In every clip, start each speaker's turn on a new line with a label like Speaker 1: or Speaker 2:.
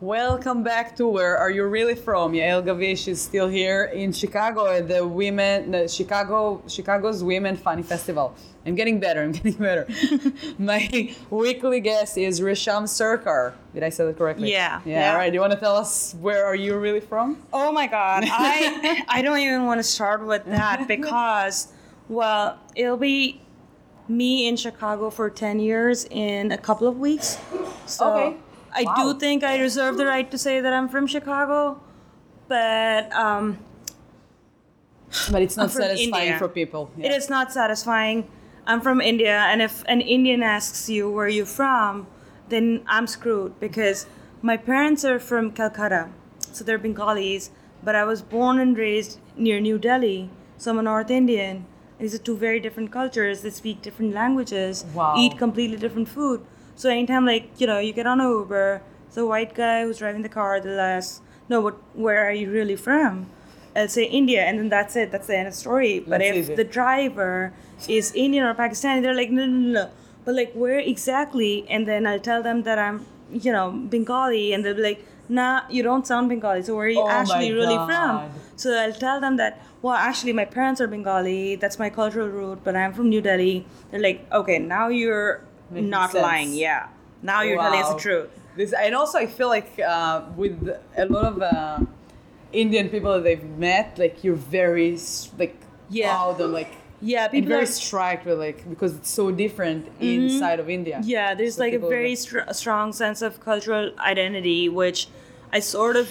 Speaker 1: Welcome back to Where Are You Really From? Yael Gavish is still here in Chicago at the women the Chicago Chicago's Women Funny Festival. I'm getting better. I'm getting better. My weekly guest is Risham Sarkar. Did I say that correctly?
Speaker 2: Yeah.
Speaker 1: Yeah.
Speaker 2: Yeah.
Speaker 1: All right. You want to tell us where are you really from?
Speaker 2: Oh my god, I I don't even want to start with that because well, it'll be me in Chicago for 10 years in a couple of weeks. So
Speaker 1: Okay.
Speaker 2: I
Speaker 1: Wow.
Speaker 2: do think I reserve the right to say that I'm from Chicago, but um,
Speaker 1: But it's not
Speaker 2: I'm from
Speaker 1: satisfying
Speaker 2: India.
Speaker 1: for people.
Speaker 2: it
Speaker 1: Yeah.
Speaker 2: is not satisfying. I'm from India, and if an Indian asks you where you're from, then I'm screwed because my parents are from Calcutta, so they're Bengalis, but I was born and raised near New Delhi, so I'm a North Indian. These are two very different cultures. They speak different languages,
Speaker 1: Wow.
Speaker 2: eat completely different food. So anytime, like you know, you get on a Uber, the white guy who's driving the car, they'll ask, "No, but where are you really from?" I'll say India, and then that's it. That's the end of story. But
Speaker 1: That's
Speaker 2: if
Speaker 1: easy.
Speaker 2: the driver is Indian or Pakistani, they're like, no, no, no, no. But like, where exactly? And then I tell them that I'm, you know, Bengali, and they'll be like, nah, you don't sound Bengali. So where are you
Speaker 1: Oh my
Speaker 2: actually really
Speaker 1: God.
Speaker 2: from? So I'll tell them that, well, actually, my parents are Bengali. That's my cultural root, but I'm from New Delhi. They're like, okay, now you're
Speaker 1: Making
Speaker 2: not
Speaker 1: sense.
Speaker 2: lying. Yeah. Now you're telling us the
Speaker 1: Wow.
Speaker 2: truth.
Speaker 1: This, and also, I feel like uh, with a lot of uh, Indian people that they've met, like you're very s- like
Speaker 2: Yeah.
Speaker 1: proud and like
Speaker 2: Yeah,
Speaker 1: and
Speaker 2: people
Speaker 1: very
Speaker 2: are- Mm-hmm.
Speaker 1: strict with like because it's so different inside of India.
Speaker 2: Yeah, there's
Speaker 1: So
Speaker 2: like a
Speaker 1: people
Speaker 2: very
Speaker 1: that-
Speaker 2: str- strong sense of cultural identity, which I sort of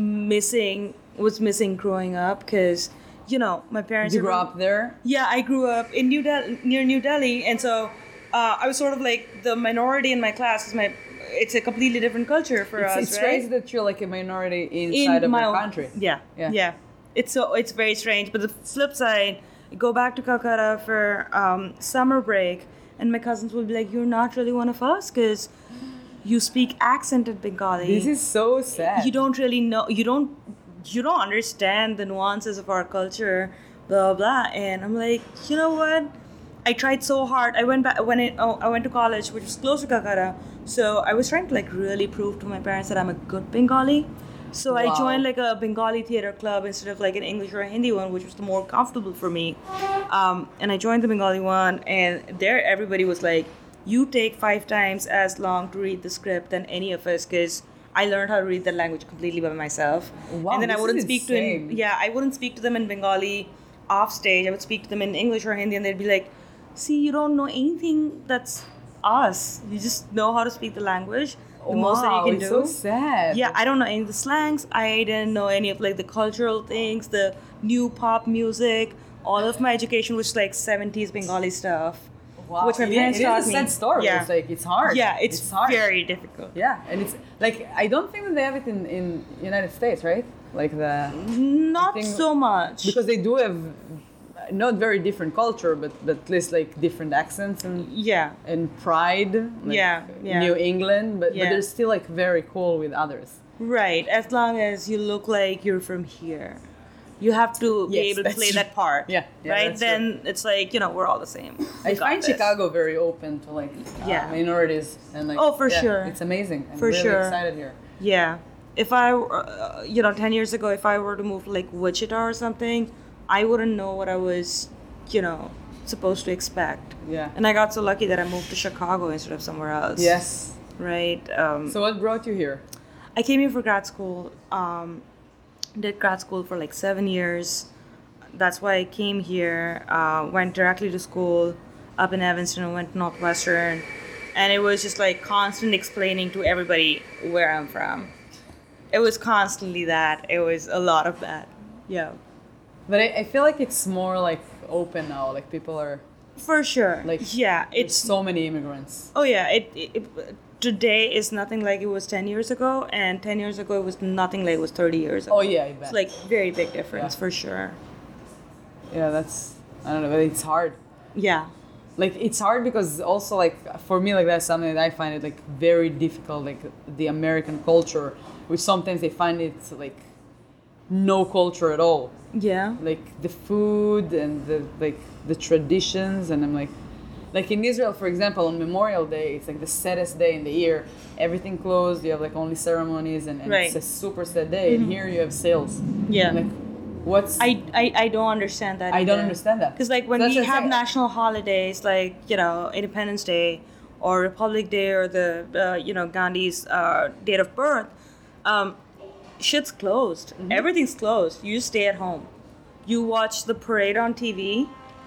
Speaker 2: missing was missing growing up because you know my parents.
Speaker 1: You
Speaker 2: are
Speaker 1: grew
Speaker 2: from-
Speaker 1: up there.
Speaker 2: Yeah, I grew up in New Delhi, near New Delhi, and so uh, I was sort of like the minority in my class. 'cause my it's a completely different culture for
Speaker 1: It's,
Speaker 2: us,
Speaker 1: it's
Speaker 2: right?
Speaker 1: crazy that you're like a minority inside of your country.
Speaker 2: Yeah,
Speaker 1: Yeah.
Speaker 2: yeah, It's so it's very strange. But the flip side, I go back to Calcutta for um, summer break, and my cousins will be like, "You're not really one of us because you speak accented Bengali.
Speaker 1: This is so sad.
Speaker 2: you don't really know. You don't. You don't understand the nuances of our culture." Blah blah. blah. And I'm like, you know what? I tried so hard. I went back when I, oh, I went to college, which was close to Calcutta. So I was trying to like really prove to my parents that I'm a good Bengali. So I
Speaker 1: Wow.
Speaker 2: joined like a Bengali theater club instead of like an English or a Hindi one, which was the more comfortable for me. Um, and I joined the Bengali one, and there everybody was like, "You take five times as long to read the script than any of us," because I learned how to read the language completely by myself.
Speaker 1: Wow,
Speaker 2: and then I
Speaker 1: this is
Speaker 2: wouldn't speak to
Speaker 1: insane.
Speaker 2: an, yeah, I wouldn't speak to them in Bengali off stage. I would speak to them in English or Hindi, and they'd be like, "See, you don't know anything that's us. You just know how to speak the language. The most that you
Speaker 1: Wow,
Speaker 2: can
Speaker 1: it's
Speaker 2: do."
Speaker 1: so sad.
Speaker 2: Yeah, I don't know any of the slangs. I didn't know any of like the cultural things, the new pop music. All of my education was like 70s Bengali stuff.
Speaker 1: Wow.
Speaker 2: Which my
Speaker 1: Yeah,
Speaker 2: parents
Speaker 1: it
Speaker 2: taught
Speaker 1: is a
Speaker 2: me.
Speaker 1: sad story.
Speaker 2: Yeah.
Speaker 1: It's like it's hard.
Speaker 2: Yeah, it's,
Speaker 1: hard.
Speaker 2: very difficult.
Speaker 1: Yeah, and it's like I don't think that they have it in in United States, right? Like the
Speaker 2: Mm. Not
Speaker 1: think-
Speaker 2: so much.
Speaker 1: because they do have not very different culture, but, but at least like different accents and
Speaker 2: yeah.
Speaker 1: and pride. like,
Speaker 2: Yeah, yeah.
Speaker 1: New England, but, but
Speaker 2: Yeah.
Speaker 1: they're still like very cool with others.
Speaker 2: Right, as long as you look like you're from here. You have to
Speaker 1: Yes,
Speaker 2: be able to
Speaker 1: that's
Speaker 2: play
Speaker 1: true.
Speaker 2: that part.
Speaker 1: Yeah, yeah,
Speaker 2: right?
Speaker 1: that's true.
Speaker 2: Then it's like, you know, we're all the same. We
Speaker 1: I
Speaker 2: got
Speaker 1: find
Speaker 2: this.
Speaker 1: Chicago very open to like uh,
Speaker 2: Yeah.
Speaker 1: minorities and like
Speaker 2: Oh, for
Speaker 1: yeah,
Speaker 2: sure.
Speaker 1: it's amazing. I'm
Speaker 2: For
Speaker 1: really
Speaker 2: sure.
Speaker 1: excited here.
Speaker 2: Yeah. If I, were, uh, you know, 10 years ago, if I were to move to like Wichita or something, I wouldn't know what I was, you know, supposed to expect.
Speaker 1: Yeah.
Speaker 2: And I got so lucky that I moved to Chicago instead of somewhere else.
Speaker 1: Yes.
Speaker 2: Right. Um,
Speaker 1: So what brought you here?
Speaker 2: I came here for grad school. Um, did grad school for like seven years. That's why I came here. Uh, went directly to school up in Evanston and went to Northwestern. And it was just like constant explaining to everybody where I'm from. It was constantly that. It was a lot of that. Yeah.
Speaker 1: But I, I feel like it's more like open now. Like people are
Speaker 2: For sure.
Speaker 1: Like,
Speaker 2: yeah,
Speaker 1: it's
Speaker 2: it's
Speaker 1: so many immigrants.
Speaker 2: Oh yeah, it, it, it- today is nothing like it was 10 years ago and 10 years ago it was nothing like it was 30 years ago.
Speaker 1: Oh yeah, I bet.
Speaker 2: It's like very big difference
Speaker 1: Yeah.
Speaker 2: for sure.
Speaker 1: yeah, that's I don't know, but it's hard.
Speaker 2: Yeah.
Speaker 1: like it's hard because also like for me like that's something that i find it like very difficult like the american culture which sometimes they find it like no culture at all
Speaker 2: Yeah.
Speaker 1: like the food and the like the traditions and i'm like Like in Israel, for example, on Memorial Day, it's like the saddest day in the year. Everything closed. You have like only ceremonies, and, and it's
Speaker 2: Right. Mm-hmm.
Speaker 1: a super sad day. And here you have sales.
Speaker 2: Yeah.
Speaker 1: Like, what's
Speaker 2: I, I, I don't understand that.
Speaker 1: I don't understand that.
Speaker 2: Because like when
Speaker 1: That's
Speaker 2: we
Speaker 1: what I'm
Speaker 2: have
Speaker 1: saying.
Speaker 2: national holidays, like you know Independence Day, or Republic Day, or the uh, you know Gandhi's uh, date of birth, um, shit's closed.
Speaker 1: Mm-hmm.
Speaker 2: Everything's closed. You stay at home. You watch the parade on TV,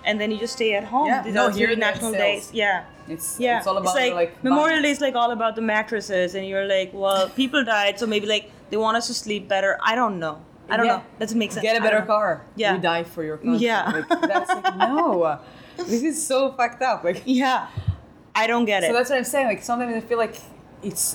Speaker 2: and then you just stay at home.
Speaker 1: Yeah.
Speaker 2: These
Speaker 1: No,
Speaker 2: are
Speaker 1: here
Speaker 2: three
Speaker 1: they have
Speaker 2: national
Speaker 1: sales.
Speaker 2: days. Yeah.
Speaker 1: It's
Speaker 2: Yeah,
Speaker 1: it's all about
Speaker 2: like,
Speaker 1: like, like
Speaker 2: Memorial Day is like all about the mattresses, and you're like, well, people died, so maybe like they want us to sleep better. I don't know. I don't
Speaker 1: Yeah.
Speaker 2: know. Doesn't make sense.
Speaker 1: Get a
Speaker 2: I don't
Speaker 1: better
Speaker 2: know.
Speaker 1: car.
Speaker 2: Yeah.
Speaker 1: You die for your car.
Speaker 2: Yeah.
Speaker 1: Like, that's like, no. This is so fucked up. Like
Speaker 2: Yeah, I don't get it.
Speaker 1: So that's what I'm saying. Like sometimes I feel like it's.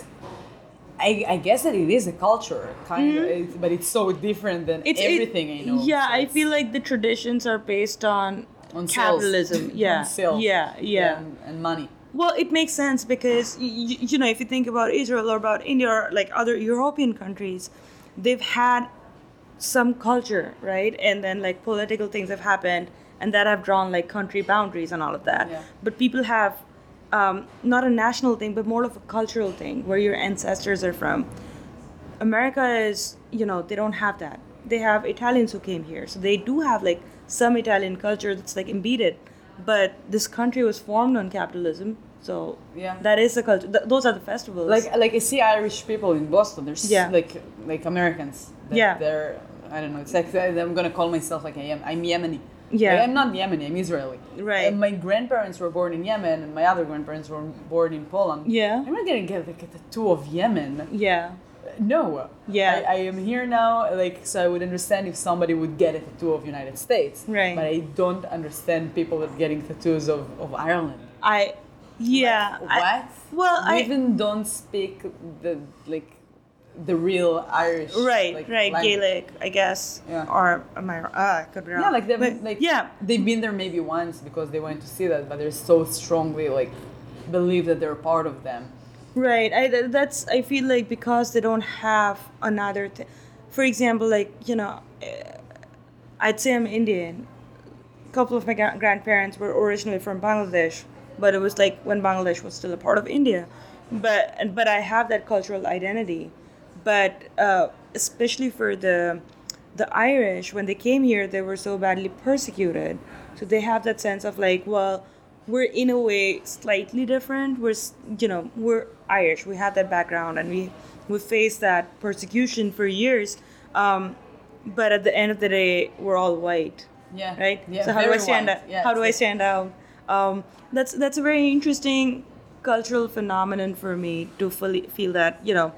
Speaker 1: I, I guess that it is a culture, kind of, it's- but it's so different than
Speaker 2: Hmm. it's it-
Speaker 1: everything I know.
Speaker 2: Yeah,
Speaker 1: So
Speaker 2: I
Speaker 1: it's-
Speaker 2: feel like the traditions are based on,
Speaker 1: on sales.
Speaker 2: capitalism. Yeah,
Speaker 1: on sales.
Speaker 2: yeah, yeah.
Speaker 1: and, and money.
Speaker 2: Well, it makes sense because you, you know if you think about Israel or about India or like other European countries, they've had some culture, right? And then like political things have happened and that have drawn like country boundaries and all of that.
Speaker 1: Yeah.
Speaker 2: But people have um, not a national thing, but more of a cultural thing where your ancestors are from. America is, you know, they don't have that. They have Italians who came here. So they do have like some Italian culture that's like embedded. But this country was formed on capitalism. So
Speaker 1: Yeah.
Speaker 2: that is the culture. Th- those are the festivals.
Speaker 1: Like like I see Irish people in Boston. There's
Speaker 2: Yeah.
Speaker 1: like like Americans. that
Speaker 2: Yeah.
Speaker 1: They're I don't know. It's like I'm gonna call myself like I am. I'm Yemeni.
Speaker 2: Yeah.
Speaker 1: Like, I'm not Yemeni. I'm Israeli.
Speaker 2: Right.
Speaker 1: And my grandparents were born in Yemen, and my other grandparents were born in Poland.
Speaker 2: Yeah.
Speaker 1: I'm not gonna get like a tattoo of Yemen.
Speaker 2: yeah.
Speaker 1: No.
Speaker 2: Yeah.
Speaker 1: I, I am here now, like, so I would understand if somebody would get a tattoo of United States.
Speaker 2: Right.
Speaker 1: But I don't understand people that getting tattoos of, of Ireland.
Speaker 2: I, yeah.
Speaker 1: What?
Speaker 2: Uh, I- well,
Speaker 1: we
Speaker 2: I-
Speaker 1: even don't speak the like the real Irish.
Speaker 2: right,
Speaker 1: like,
Speaker 2: right,
Speaker 1: language.
Speaker 2: Gaelic, I guess.
Speaker 1: Yeah.
Speaker 2: Or am I? Uh, I could be wrong.
Speaker 1: Yeah, like they've
Speaker 2: But,
Speaker 1: like
Speaker 2: yeah,
Speaker 1: they've been there maybe once because they went to see that, but they're so strongly like believe that they're part of them.
Speaker 2: Right. I th- that's I feel like because they don't have another thing. For example, like you know, eh, I'd say I'm Indian. A couple of my gra- grandparents were originally from Bangladesh, but it was like when Bangladesh was still a part of India. But and- but I have that cultural identity. But uh, especially for the the Irish, when they came here, they were so badly persecuted. So they have that sense of like, well, we're in a way slightly different. We're s- you know we're Irish. We have that background, and we we faced that persecution for years. Um, but at the end of the day, we're all white,
Speaker 1: Yeah.
Speaker 2: right?
Speaker 1: Yeah.
Speaker 2: so how do I
Speaker 1: very
Speaker 2: stand
Speaker 1: wide.
Speaker 2: out?
Speaker 1: Yeah,
Speaker 2: how do I
Speaker 1: it's
Speaker 2: stand out? Um, that's that's a very interesting cultural phenomenon for me to fully feel that you know,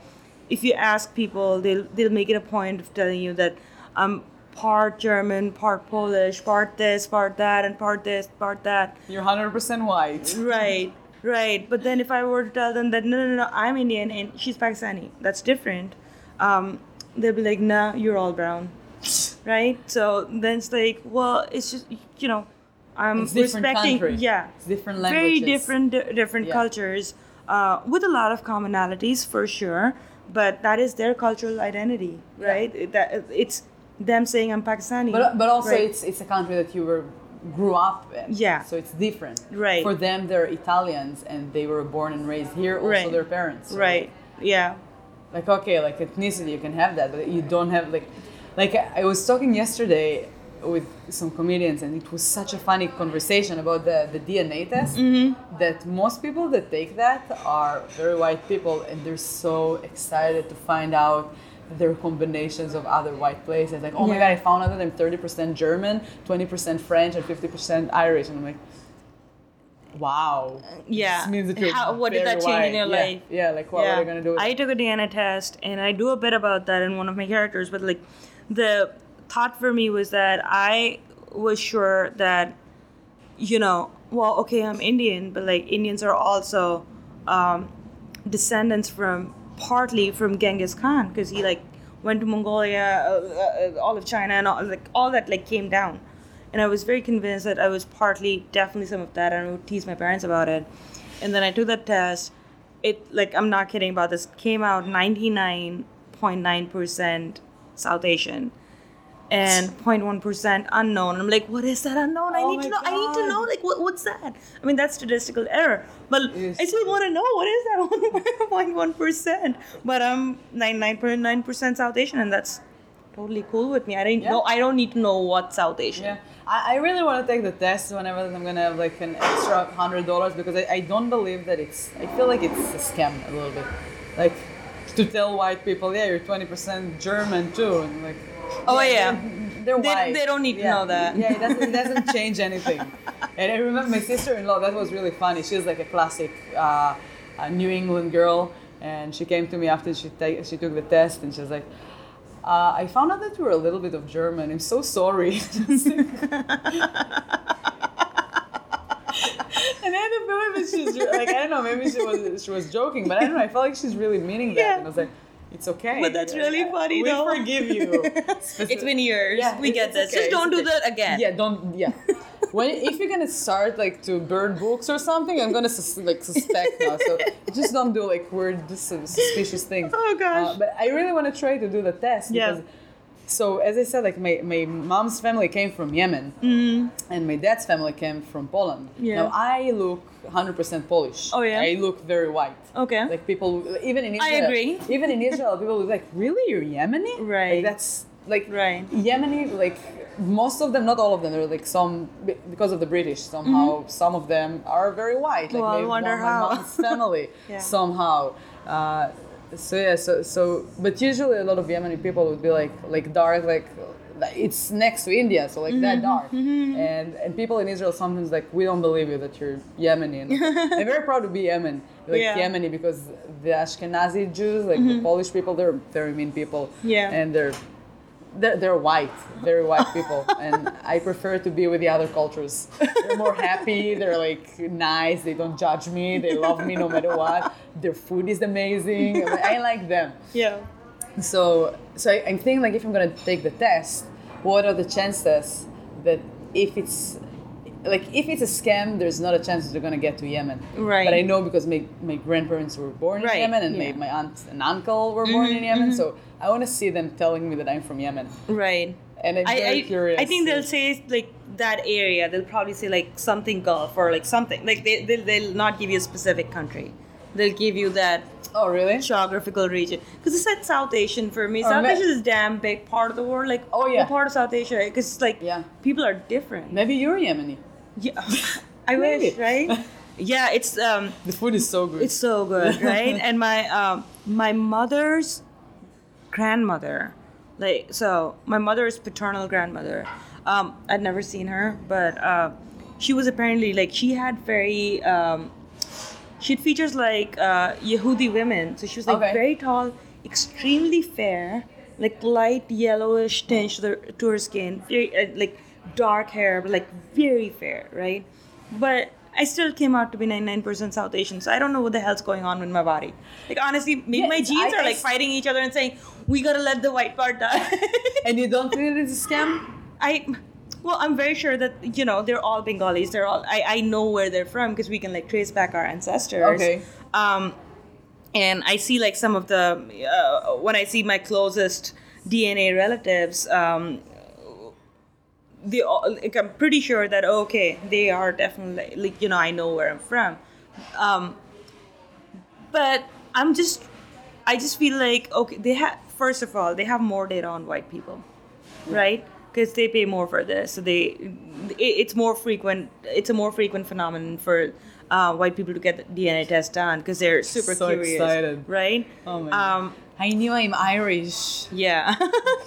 Speaker 2: if you ask people, they'll they'll make it a point of telling you that I'm part German, part Polish, part this, part that, and part this, part that.
Speaker 1: like, You're hundred percent white.
Speaker 2: Right, right. But then if I were to tell them that no, no, no, I'm Indian and she's Pakistani, that's different. Um, they'll be like, nah, you're all brown, right? So then it's like, well, it's just you know, I'm
Speaker 1: It's different
Speaker 2: respecting,
Speaker 1: country.
Speaker 2: yeah,
Speaker 1: It's different
Speaker 2: very
Speaker 1: languages.
Speaker 2: different, di- different
Speaker 1: Yeah.
Speaker 2: cultures, uh, with a lot of commonalities for sure. But that is their cultural identity, right? It- That it's them saying I'm Pakistani,
Speaker 1: But but also
Speaker 2: right?
Speaker 1: it's it's a country that you were grew up in.
Speaker 2: Yeah.
Speaker 1: So it's different.
Speaker 2: Right.
Speaker 1: For them, they're Italians and they were born and raised here. Also,
Speaker 2: Right.
Speaker 1: their parents. So,
Speaker 2: right, yeah,
Speaker 1: Like okay, like ethnicity, you can have that, but you don't have like, like I was talking yesterday with some comedians and it was such a funny conversation about the, the DNA test
Speaker 2: Mm-hmm.
Speaker 1: that most people that take that are very white people and they're so excited to find out their combinations of other white places like oh my god
Speaker 2: Yeah.
Speaker 1: I found out that I'm 30% German 20% French and 50% Irish and I'm like wow
Speaker 2: yeah.
Speaker 1: This means that you're
Speaker 2: How- what did
Speaker 1: very
Speaker 2: that change in
Speaker 1: white.
Speaker 2: your
Speaker 1: Yeah,
Speaker 2: life?
Speaker 1: yeah like what are you gonna do with
Speaker 2: I
Speaker 1: that?
Speaker 2: took a DNA test and I do a bit about that in one of my characters, but like the thought for me was that I was sure that, you know, well, okay, I'm Indian, but like Indians are also um, descendants from partly from Genghis Khan because he like went to Mongolia, uh, uh, all of China, and all, like all that like came down. And I was very convinced that I was partly definitely some of that, and I would tease my parents about it. And then I took that test. It like I'm not kidding about this. Came out 99.9% South Asian and 0.1% unknown. I'm like, what is that unknown? I
Speaker 1: Oh
Speaker 2: need to
Speaker 1: my
Speaker 2: know. I need to
Speaker 1: God.
Speaker 2: know. Like, what, what's that? I mean, that's statistical error. But
Speaker 1: Yes.
Speaker 2: I still want to know what is that 0.1%. But I'm 99.9% South Asian, and that's totally cool with me. I didn't
Speaker 1: Yeah.
Speaker 2: know. I don't need to know what South Asian.
Speaker 1: Yeah, I, I really want to take the test whenever I'm gonna have like an extra hundred dollars because I, I don't believe that it's. I feel like it's a scam a little bit, like to tell white people, yeah, you're twenty percent German too, and like.
Speaker 2: Oh, yeah.
Speaker 1: they're- They're
Speaker 2: They-
Speaker 1: white.
Speaker 2: they don't need to
Speaker 1: Yeah.
Speaker 2: know that.
Speaker 1: Yeah, it doesn't, it doesn't change anything. And I remember my sister-in-law. That was really funny. She's like a classic uh, uh New England girl, and she came to me after she ta- she took the test, and she's like. Uh, I found out that you were a little bit of German. I'm so sorry. And I had a feeling that she's like, I don't know, maybe she was she was joking, but I don't know. I felt like she's really meaning that,
Speaker 2: Yeah.
Speaker 1: and I was like, it's okay.
Speaker 2: But that's really funny,
Speaker 1: we
Speaker 2: though.
Speaker 1: forgive you.
Speaker 2: It's been years.
Speaker 1: Yeah,
Speaker 2: we
Speaker 1: it's-
Speaker 2: get
Speaker 1: it's
Speaker 2: this.
Speaker 1: okay,
Speaker 2: Just
Speaker 1: it's
Speaker 2: don't do
Speaker 1: okay.
Speaker 2: that again.
Speaker 1: Yeah, don't. Yeah. When, if you're gonna start like to burn books or something, I'm gonna sus- like suspect now. So just don't do like weird, sus- suspicious things.
Speaker 2: Oh, gosh.
Speaker 1: Uh, but I really want to try to do the test.
Speaker 2: Yeah.
Speaker 1: Because, so as I said, like my, my mom's family came from Yemen, and my dad's family came from Poland.
Speaker 2: Mm-hmm. Yeah.
Speaker 1: Now I look 100% Polish.
Speaker 2: Oh, yeah? Oh,
Speaker 1: I look very white.
Speaker 2: Okay.
Speaker 1: Like people, even in
Speaker 2: I
Speaker 1: Israel.
Speaker 2: agree.
Speaker 1: Even in Israel, people look like, really, you're Yemeni?
Speaker 2: Right.
Speaker 1: Like, that's like
Speaker 2: Right.
Speaker 1: Yemeni, like most of them, not all of them, they're like some be- because of the British. Somehow, some of them are very white. Like
Speaker 2: Mm-hmm. Well, I
Speaker 1: maybe
Speaker 2: wonder
Speaker 1: one- my
Speaker 2: how.
Speaker 1: mom's family
Speaker 2: Yeah.
Speaker 1: somehow. Uh, so yeah, so so but usually a lot of Yemeni people would be like like dark, like it's next to India, so like that
Speaker 2: Mm-hmm.
Speaker 1: dark. And and people in Israel sometimes like we don't believe you that you're Yemeni. And I'm very proud to be Yemen, like
Speaker 2: Yeah.
Speaker 1: Yemeni, because the Ashkenazi Jews, like the Polish people, they're very mean people.
Speaker 2: Yeah.
Speaker 1: And they're they're, they're white, very white people, and I prefer to be with the other cultures. They're more happy. They're like nice. They don't judge me. They love me no matter what. Their food is amazing. I, I like them.
Speaker 2: Yeah.
Speaker 1: So, so I, I'm thinking like if I'm gonna take the test, what are the chances that if it's like if it's a scam, there's not a chance that they're gonna get to Yemen.
Speaker 2: Right.
Speaker 1: But I know because my, my grandparents were born
Speaker 2: Right,
Speaker 1: in Yemen, and
Speaker 2: yeah. Mm-hmm,
Speaker 1: my, my aunt and uncle were born in Yemen. So I want to see them telling me that I'm from Yemen.
Speaker 2: Right.
Speaker 1: And I'm
Speaker 2: I,
Speaker 1: very
Speaker 2: I,
Speaker 1: curious.
Speaker 2: I think they'll say like that area. They'll probably say like something Gulf or like something. Like they they'll, they'll not give you a specific country. They'll give you that
Speaker 1: Oh, really?
Speaker 2: geographical region because it said South Asian for me.
Speaker 1: Or
Speaker 2: South
Speaker 1: ma-
Speaker 2: Asia is a damn big part of the world. Like
Speaker 1: Oh,
Speaker 2: the
Speaker 1: yeah.
Speaker 2: part of South Asia because it's like
Speaker 1: Yeah.
Speaker 2: people are different.
Speaker 1: Maybe you're Yemeni.
Speaker 2: Yeah, I
Speaker 1: Maybe.
Speaker 2: wish right. Yeah, it's um,
Speaker 1: The food is so good.
Speaker 2: it's so good, right? and my um, my mother's grandmother, like so, my mother's paternal grandmother. Um, I'd never seen her, but uh, she was apparently like she had very. Um, she had features like uh, Yehudi women, so she was like
Speaker 1: Okay.
Speaker 2: very tall, extremely fair, like light yellowish tinge to, the, to her skin, very, uh, like dark hair, but like very fair, right? But I still came out to be 99% South Asian, so I don't know what the hell's going on with my body. Like honestly, maybe
Speaker 1: Yeah,
Speaker 2: my
Speaker 1: it's-
Speaker 2: genes
Speaker 1: I-
Speaker 2: are
Speaker 1: I
Speaker 2: like
Speaker 1: s-
Speaker 2: fighting each other and saying we gotta let the white part die.
Speaker 1: and you don't think it's a scam?
Speaker 2: I well, I'm very sure that you know they're all Bengalis. They're all I, I know where they're from because we can like trace back our ancestors.
Speaker 1: Okay.
Speaker 2: Um, and I see like some of the uh, when I see my closest DNA relatives. Um, they all, uh, like, I'm pretty sure that okay, they are definitely like you know I know where I'm from. Um, but I'm just I just feel like okay, they have first of all they have more data on white people, right? Because they pay more for this, so they it, it's more frequent. It's a more frequent phenomenon for uh, white people to get the DNA test done because they're super
Speaker 1: So
Speaker 2: curious,
Speaker 1: excited.
Speaker 2: right?
Speaker 1: Oh my God.
Speaker 2: Um,
Speaker 1: I knew I'm Irish.
Speaker 2: yeah,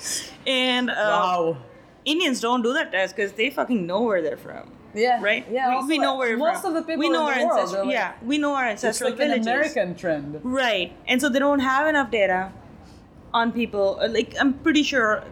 Speaker 2: and uh,
Speaker 1: Wow.
Speaker 2: Indians don't do that test because they fucking know where they're from.
Speaker 1: Yeah.
Speaker 2: Right?
Speaker 1: Yeah.
Speaker 2: We,
Speaker 1: also,
Speaker 2: we know where we're
Speaker 1: most
Speaker 2: from.
Speaker 1: of the people
Speaker 2: we know
Speaker 1: in
Speaker 2: our
Speaker 1: the world.
Speaker 2: ancestral.
Speaker 1: are like-
Speaker 2: yeah, we know our
Speaker 1: It's
Speaker 2: ancestral
Speaker 1: like an
Speaker 2: villages.
Speaker 1: American trend.
Speaker 2: Right. And so they don't have enough data on people. Uh, Like, I'm pretty sure,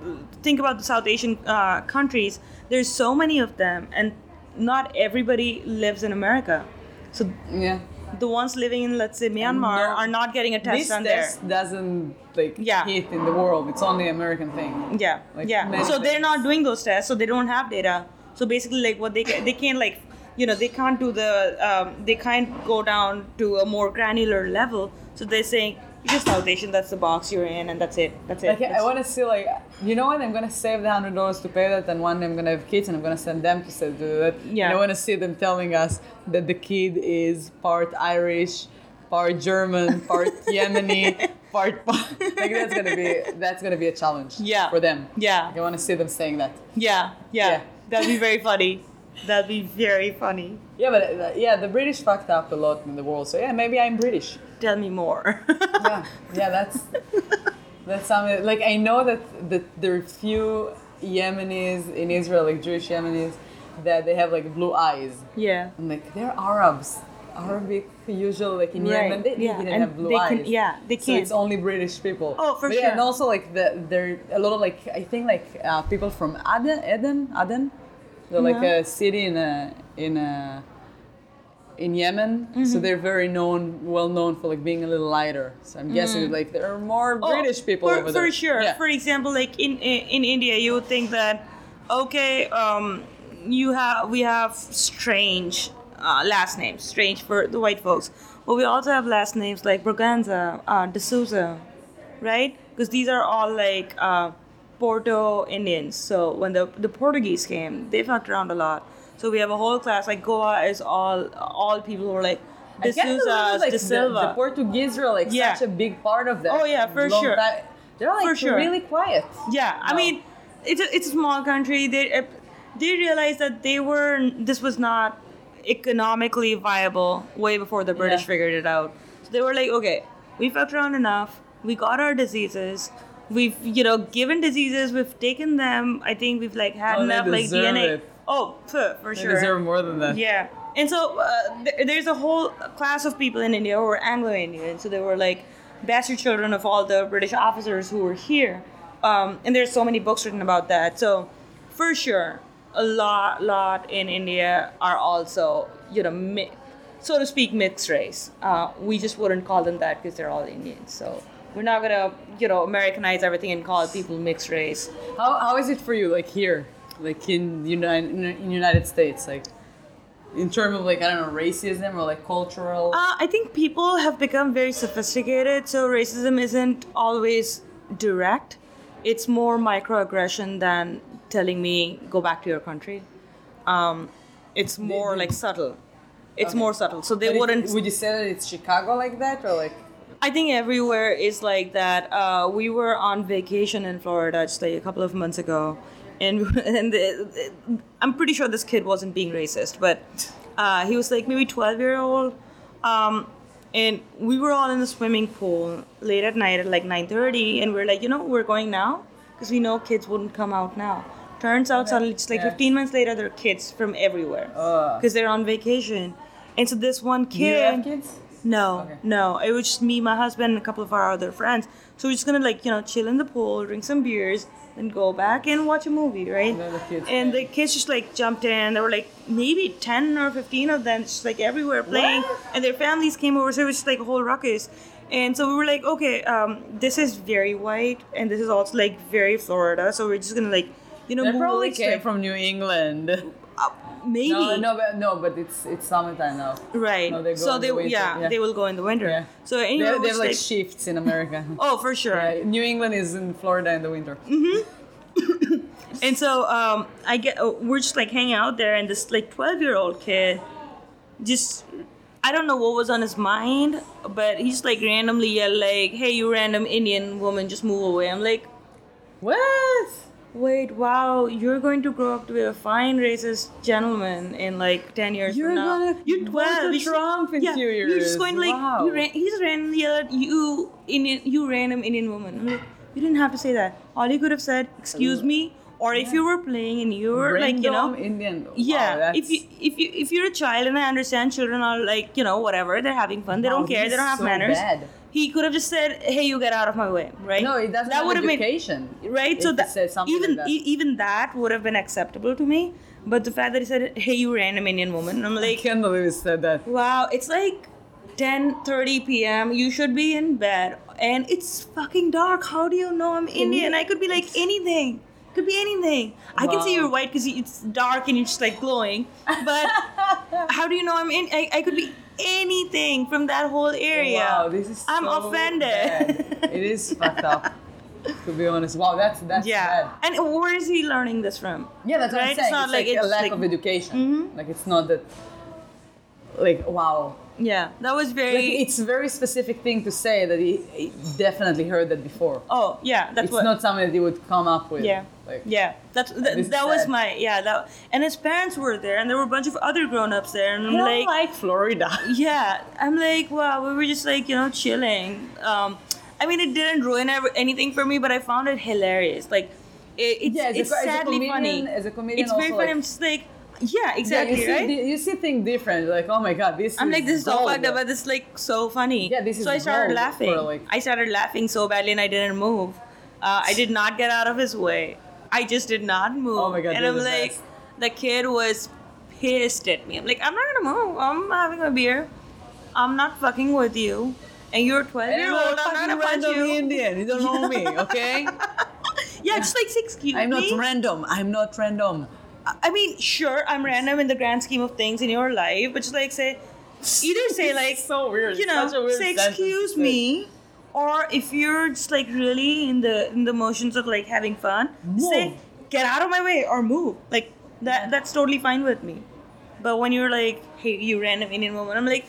Speaker 2: think about the South Asian uh, countries, there's so many of them, and not everybody lives in America. So
Speaker 1: Yeah.
Speaker 2: the ones living in, let's say, Myanmar
Speaker 1: No.
Speaker 2: are not getting a test
Speaker 1: this
Speaker 2: done there.
Speaker 1: test doesn't like
Speaker 2: Yeah.
Speaker 1: hit in the world. It's only American thing.
Speaker 2: Yeah,
Speaker 1: Like,
Speaker 2: yeah.
Speaker 1: many
Speaker 2: So
Speaker 1: things.
Speaker 2: they're not doing those tests, so they don't have data. So basically, like what they ca- they can't like you know they can't do the um, they can't go down to a more granular level. So they're saying You're just South Asian. That's the box you're in, and that's it. That's it.
Speaker 1: Like, I
Speaker 2: That's-
Speaker 1: want to see, like, you know what? I'm going to save the hundred dollars to pay that, and one day I'm going to have kids, and I'm going to send them to say, do that.
Speaker 2: Yeah.
Speaker 1: And I want to see them telling us that the kid is part Irish, part German, part Yemeni, part. Like that's gonna be that's gonna be a challenge.
Speaker 2: Yeah.
Speaker 1: For them.
Speaker 2: Yeah.
Speaker 1: I want to see them saying that.
Speaker 2: yeah, yeah,
Speaker 1: Yeah.
Speaker 2: That'd be very funny. That'd be very funny.
Speaker 1: Yeah, but uh, yeah, the British fucked up a lot in the world. So yeah, maybe I'm British.
Speaker 2: Tell me more.
Speaker 1: yeah, yeah, that's that's something. Like I know that the, there are few Yemenis in Israel, like Jewish Yemenis, that they have like blue eyes.
Speaker 2: yeah.
Speaker 1: I'm like they're Arabs. Arabic usual like in
Speaker 2: Right,
Speaker 1: Yemen, they, they
Speaker 2: yeah,
Speaker 1: didn't
Speaker 2: and
Speaker 1: have blue
Speaker 2: they
Speaker 1: eyes.
Speaker 2: can- yeah, they
Speaker 1: So it's
Speaker 2: can't.
Speaker 1: only British people.
Speaker 2: Oh, for
Speaker 1: but Yeah, and
Speaker 2: sure.
Speaker 1: also like the there are a lot of like I think like uh, people from Aden, Aden, Aden, they're like
Speaker 2: Yeah.
Speaker 1: a city in a in a in Yemen.
Speaker 2: Mm-hmm.
Speaker 1: So they're very known, well known for like being a little lighter. So I'm guessing like there are more
Speaker 2: Mm. Oh,
Speaker 1: British people
Speaker 2: for,
Speaker 1: over
Speaker 2: for
Speaker 1: there.
Speaker 2: sure.
Speaker 1: Yeah.
Speaker 2: For example, like in in India, you would think that okay, um, you have we have strange uh, last names, strange for the white folks, but we also have last names like Braganza, uh, D'Souza, right? Because these are all like uh, Porto Indians. So when the the Portuguese came, they fucked around a lot. So we have a whole class like Goa is all all people who are like.
Speaker 1: I can't believe,
Speaker 2: D'Souza,
Speaker 1: like,
Speaker 2: De Silva.
Speaker 1: The, the Portuguese are like
Speaker 2: Yeah.
Speaker 1: such a big part of that.
Speaker 2: Oh, yeah, for
Speaker 1: Long
Speaker 2: sure.
Speaker 1: time- They're like
Speaker 2: For sure.
Speaker 1: really quiet.
Speaker 2: Yeah, I
Speaker 1: No.
Speaker 2: mean, it's a, it's a small country. They uh, they realized that they were this was not economically viable way before the British
Speaker 1: Yeah.
Speaker 2: figured it out. So they were like, okay, we fucked around enough. We got our diseases. We've you know given diseases. We've taken them. I think we've like had
Speaker 1: Oh, they
Speaker 2: enough like
Speaker 1: deserve
Speaker 2: DNA.
Speaker 1: it.
Speaker 2: Oh, pff, for
Speaker 1: They
Speaker 2: sure.
Speaker 1: deserve more than that.
Speaker 2: Yeah. And so uh, th- there's a whole class of people in India who were Anglo Indian. So they were like bastard children of all the British officers who were here. Um, and there's so many books written about that. So for sure, a lot, lot in India are also, you know, mi- so to speak, mixed race. Uh, we just wouldn't call them that because they're all Indians. So we're not going to, you know, Americanize everything and call people mixed race.
Speaker 1: How, how is it for you, like here, like in United in United States, like in terms of like I don't know racism or like cultural?
Speaker 2: Uh, I think people have become very sophisticated, so racism isn't always direct. It's more microaggression than telling me go back to your country. Um, it's more like subtle. It's more subtle, so they
Speaker 1: But if-
Speaker 2: wouldn't.
Speaker 1: Would you say that it's Chicago like that or like?
Speaker 2: I think everywhere is like that. Uh, we were on vacation in Florida just like a couple of months ago, and and the, I'm pretty sure this kid wasn't being racist, but uh, he was like maybe 12 year old, um, and we were all in the swimming pool late at night at like 9:30, and we're like, you know, we're going now because we know kids wouldn't come out now. Turns out suddenly, just like
Speaker 1: Yeah.
Speaker 2: 15 minutes later, there are kids from everywhere
Speaker 1: Ugh.
Speaker 2: because they're on vacation, and so this one kid.
Speaker 1: Do you have kids?
Speaker 2: No,
Speaker 1: Okay.
Speaker 2: no. It was just me, my husband, and a couple of our other friends. So we're just gonna like you know chill in the pool, drink some beers, and go back and watch a movie, right?
Speaker 1: And then the kids
Speaker 2: and the
Speaker 1: came.
Speaker 2: kids just like jumped in. There were like maybe ten or fifteen of them, just like everywhere playing, and their families came over. So it was just like a whole ruckus. And so we were like, okay, um, this is very white, and this is also like very Florida. So we're just gonna like, you know,
Speaker 1: They
Speaker 2: move
Speaker 1: probably
Speaker 2: away,
Speaker 1: came
Speaker 2: like,
Speaker 1: from New England.
Speaker 2: uh, maybe
Speaker 1: No, no, but no, but it's it's summertime now.
Speaker 2: right.
Speaker 1: No, they go
Speaker 2: so
Speaker 1: in
Speaker 2: they
Speaker 1: the winter,
Speaker 2: yeah,
Speaker 1: yeah.
Speaker 2: they will go in the winter.
Speaker 1: Yeah.
Speaker 2: So
Speaker 1: They,
Speaker 2: anyway,
Speaker 1: they
Speaker 2: it was
Speaker 1: have like shifts in America.
Speaker 2: Oh, for sure.
Speaker 1: Yeah, New England is in Florida in the winter.
Speaker 2: Mm. And so um, I get uh, we're just like hanging out there, and this like twelve year old kid, just I don't know what was on his mind, but he's like randomly yelled like, "Hey, you random Indian woman, just move away." I'm like,
Speaker 1: What?
Speaker 2: "Wait, wow, you're going to grow up to be a fine racist gentleman in like ten years
Speaker 1: You're
Speaker 2: from now.
Speaker 1: gonna
Speaker 2: you're
Speaker 1: vote
Speaker 2: twelve.
Speaker 1: for
Speaker 2: you should-
Speaker 1: Trump in
Speaker 2: yeah,
Speaker 1: few
Speaker 2: You're just
Speaker 1: years.
Speaker 2: going to, like
Speaker 1: Wow.
Speaker 2: you ran, he's randomly yelled, "You Indian, you random Indian woman." I'm like, you didn't have to say that. All you could have said, "Excuse me." Or if you were playing and you were like, you know,
Speaker 1: Random Indian. Wow,
Speaker 2: yeah
Speaker 1: that's-
Speaker 2: if you if you if you're a child and i understand children are like you know whatever they're having fun they
Speaker 1: Wow,
Speaker 2: don't care
Speaker 1: he's
Speaker 2: they don't have
Speaker 1: so
Speaker 2: manners
Speaker 1: bad.
Speaker 2: he could have just said hey you get out of my way right
Speaker 1: no, it doesn't.
Speaker 2: that
Speaker 1: have
Speaker 2: would have been
Speaker 1: education,
Speaker 2: right
Speaker 1: if
Speaker 2: so
Speaker 1: he
Speaker 2: that
Speaker 1: said something
Speaker 2: even
Speaker 1: like that.
Speaker 2: e- even that would have been acceptable to me but the fact that he said hey you random indian woman i'm
Speaker 1: I
Speaker 2: like
Speaker 1: can't believe he said that.
Speaker 2: wow it's like 10 30 p.m you should be in bed and it's fucking dark how do you know i'm indian i could be like anything could be anything i can see
Speaker 1: Wow.
Speaker 2: you're white because it's dark and you're just like glowing but how do you know i'm in i, I could be anything from that whole area.
Speaker 1: Wow, this is.
Speaker 2: I'm
Speaker 1: so
Speaker 2: offended.
Speaker 1: bad. It is fucked up. To be honest, wow, that's that's
Speaker 2: yeah.
Speaker 1: bad.
Speaker 2: And where is he learning this from?
Speaker 1: Yeah, that's what
Speaker 2: Right?
Speaker 1: I'm
Speaker 2: It's
Speaker 1: saying. It's,
Speaker 2: not
Speaker 1: like,
Speaker 2: like
Speaker 1: a
Speaker 2: it's
Speaker 1: lack
Speaker 2: like-
Speaker 1: of
Speaker 2: Mm-hmm.
Speaker 1: education. Like it's not that. Like wow,
Speaker 2: Yeah, that was
Speaker 1: like,
Speaker 2: very.
Speaker 1: it's a very specific thing to say that he, he definitely heard that before.
Speaker 2: oh yeah, that's
Speaker 1: it's
Speaker 2: what.
Speaker 1: not something that he would come up with.
Speaker 2: yeah.
Speaker 1: Like,
Speaker 2: yeah, that's
Speaker 1: This
Speaker 2: that,
Speaker 1: is
Speaker 2: that was
Speaker 1: sad.
Speaker 2: my yeah that and his parents were there and there were a bunch of other grown ups there and I'm
Speaker 1: I
Speaker 2: like
Speaker 1: don't like Florida.
Speaker 2: Yeah, I'm like, wow, we were just like, you know, chilling. Um, I mean, it didn't ruin ever, anything for me, but I found it hilarious. Like, it, it's,
Speaker 1: Yeah, as a
Speaker 2: it's
Speaker 1: co- as a
Speaker 2: sadly
Speaker 1: comedian-
Speaker 2: funny.
Speaker 1: as a comedian
Speaker 2: it's very
Speaker 1: also,
Speaker 2: funny.
Speaker 1: like-
Speaker 2: I'm just like, yeah, exactly,
Speaker 1: yeah, you
Speaker 2: right?
Speaker 1: See, you see things different. Like oh my god, this.
Speaker 2: I'm like, this is so
Speaker 1: gold.
Speaker 2: fucked up, but this is like so funny.
Speaker 1: Yeah, this is
Speaker 2: So I started
Speaker 1: gold
Speaker 2: laughing.
Speaker 1: for, like-
Speaker 2: I started laughing so badly, and I didn't move. Uh, I did not get out of his way. I just did not move.
Speaker 1: Oh my God,
Speaker 2: And
Speaker 1: you're
Speaker 2: I'm
Speaker 1: the
Speaker 2: like,
Speaker 1: best.
Speaker 2: the kid was pissed at me. I'm like, I'm not gonna move. I'm having a beer. I'm not fucking with you. And you're 12
Speaker 1: And
Speaker 2: year
Speaker 1: I'm
Speaker 2: old.
Speaker 1: not
Speaker 2: I'm not
Speaker 1: fucking
Speaker 2: gonna punch
Speaker 1: random
Speaker 2: you.
Speaker 1: Indian. You don't know me, okay?
Speaker 2: Yeah, just like six me.
Speaker 1: I'm not random. I'm not random.
Speaker 2: I mean, sure, I'm random in the grand scheme of things in your life, but just like say, either say like,
Speaker 1: so weird.
Speaker 2: you know, say excuse me, or if you're just like really in the in the motions of like having fun, say
Speaker 1: Move.
Speaker 2: get out of my way or move. Like that that's totally fine with me. But when you're like, hey, you random Indian woman, I'm like,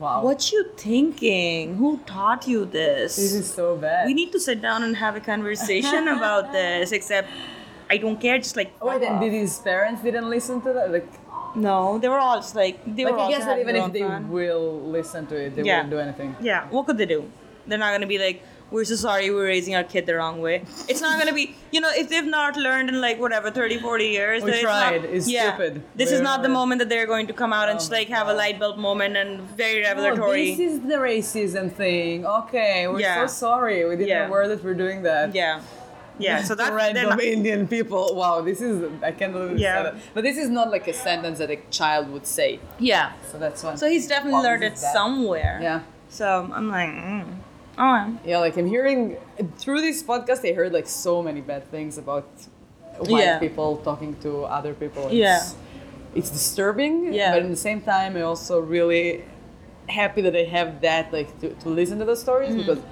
Speaker 1: Wow.
Speaker 2: what you thinking? Who taught you this?
Speaker 1: This is so bad.
Speaker 2: we need to sit down and have a conversation about this. Except, I don't care. Just like
Speaker 1: Oh, Wait,
Speaker 2: fuck
Speaker 1: and
Speaker 2: off.
Speaker 1: did his parents didn't listen to that? Like,
Speaker 2: No, they were all just like they
Speaker 1: like
Speaker 2: were
Speaker 1: I
Speaker 2: all
Speaker 1: guess that even if they
Speaker 2: fun.
Speaker 1: will listen to it, they
Speaker 2: Yeah.
Speaker 1: wouldn't do anything.
Speaker 2: Yeah, what could they do? They're not gonna be like, we're so sorry we're raising our kid the wrong way. It's not gonna be, you know, if they've not learned in like whatever 30, 40 years.
Speaker 1: We
Speaker 2: then
Speaker 1: tried.
Speaker 2: It's, not,
Speaker 1: It's stupid.
Speaker 2: This is
Speaker 1: We're-
Speaker 2: not the moment that they're going to come out and
Speaker 1: Oh
Speaker 2: just
Speaker 1: my
Speaker 2: like have a
Speaker 1: God.
Speaker 2: light bulb moment and very
Speaker 1: Oh,
Speaker 2: revelatory.
Speaker 1: this is the racism thing. Okay, we're
Speaker 2: Yeah.
Speaker 1: so sorry. We didn't
Speaker 2: Yeah.
Speaker 1: aware that we're doing that.
Speaker 2: yeah, yeah. So that's they're
Speaker 1: random
Speaker 2: not-
Speaker 1: Indian people. Wow, this is I can't believe this
Speaker 2: Yeah.
Speaker 1: sentence. But this is not like a sentence that a child would say.
Speaker 2: yeah.
Speaker 1: So that's one.
Speaker 2: So he's definitely
Speaker 1: Wow, this
Speaker 2: learned
Speaker 1: is
Speaker 2: it
Speaker 1: bad.
Speaker 2: somewhere.
Speaker 1: Yeah.
Speaker 2: So I'm like, mm. oh,
Speaker 1: Yeah, like I'm hearing through this podcast, I heard like so many bad things about white
Speaker 2: Yeah.
Speaker 1: people talking to other people. It's,
Speaker 2: Yeah.
Speaker 1: it's disturbing.
Speaker 2: Yeah.
Speaker 1: but at the same time, I also really happy that I have that like to, to listen to those stories
Speaker 2: Mm-hmm.
Speaker 1: because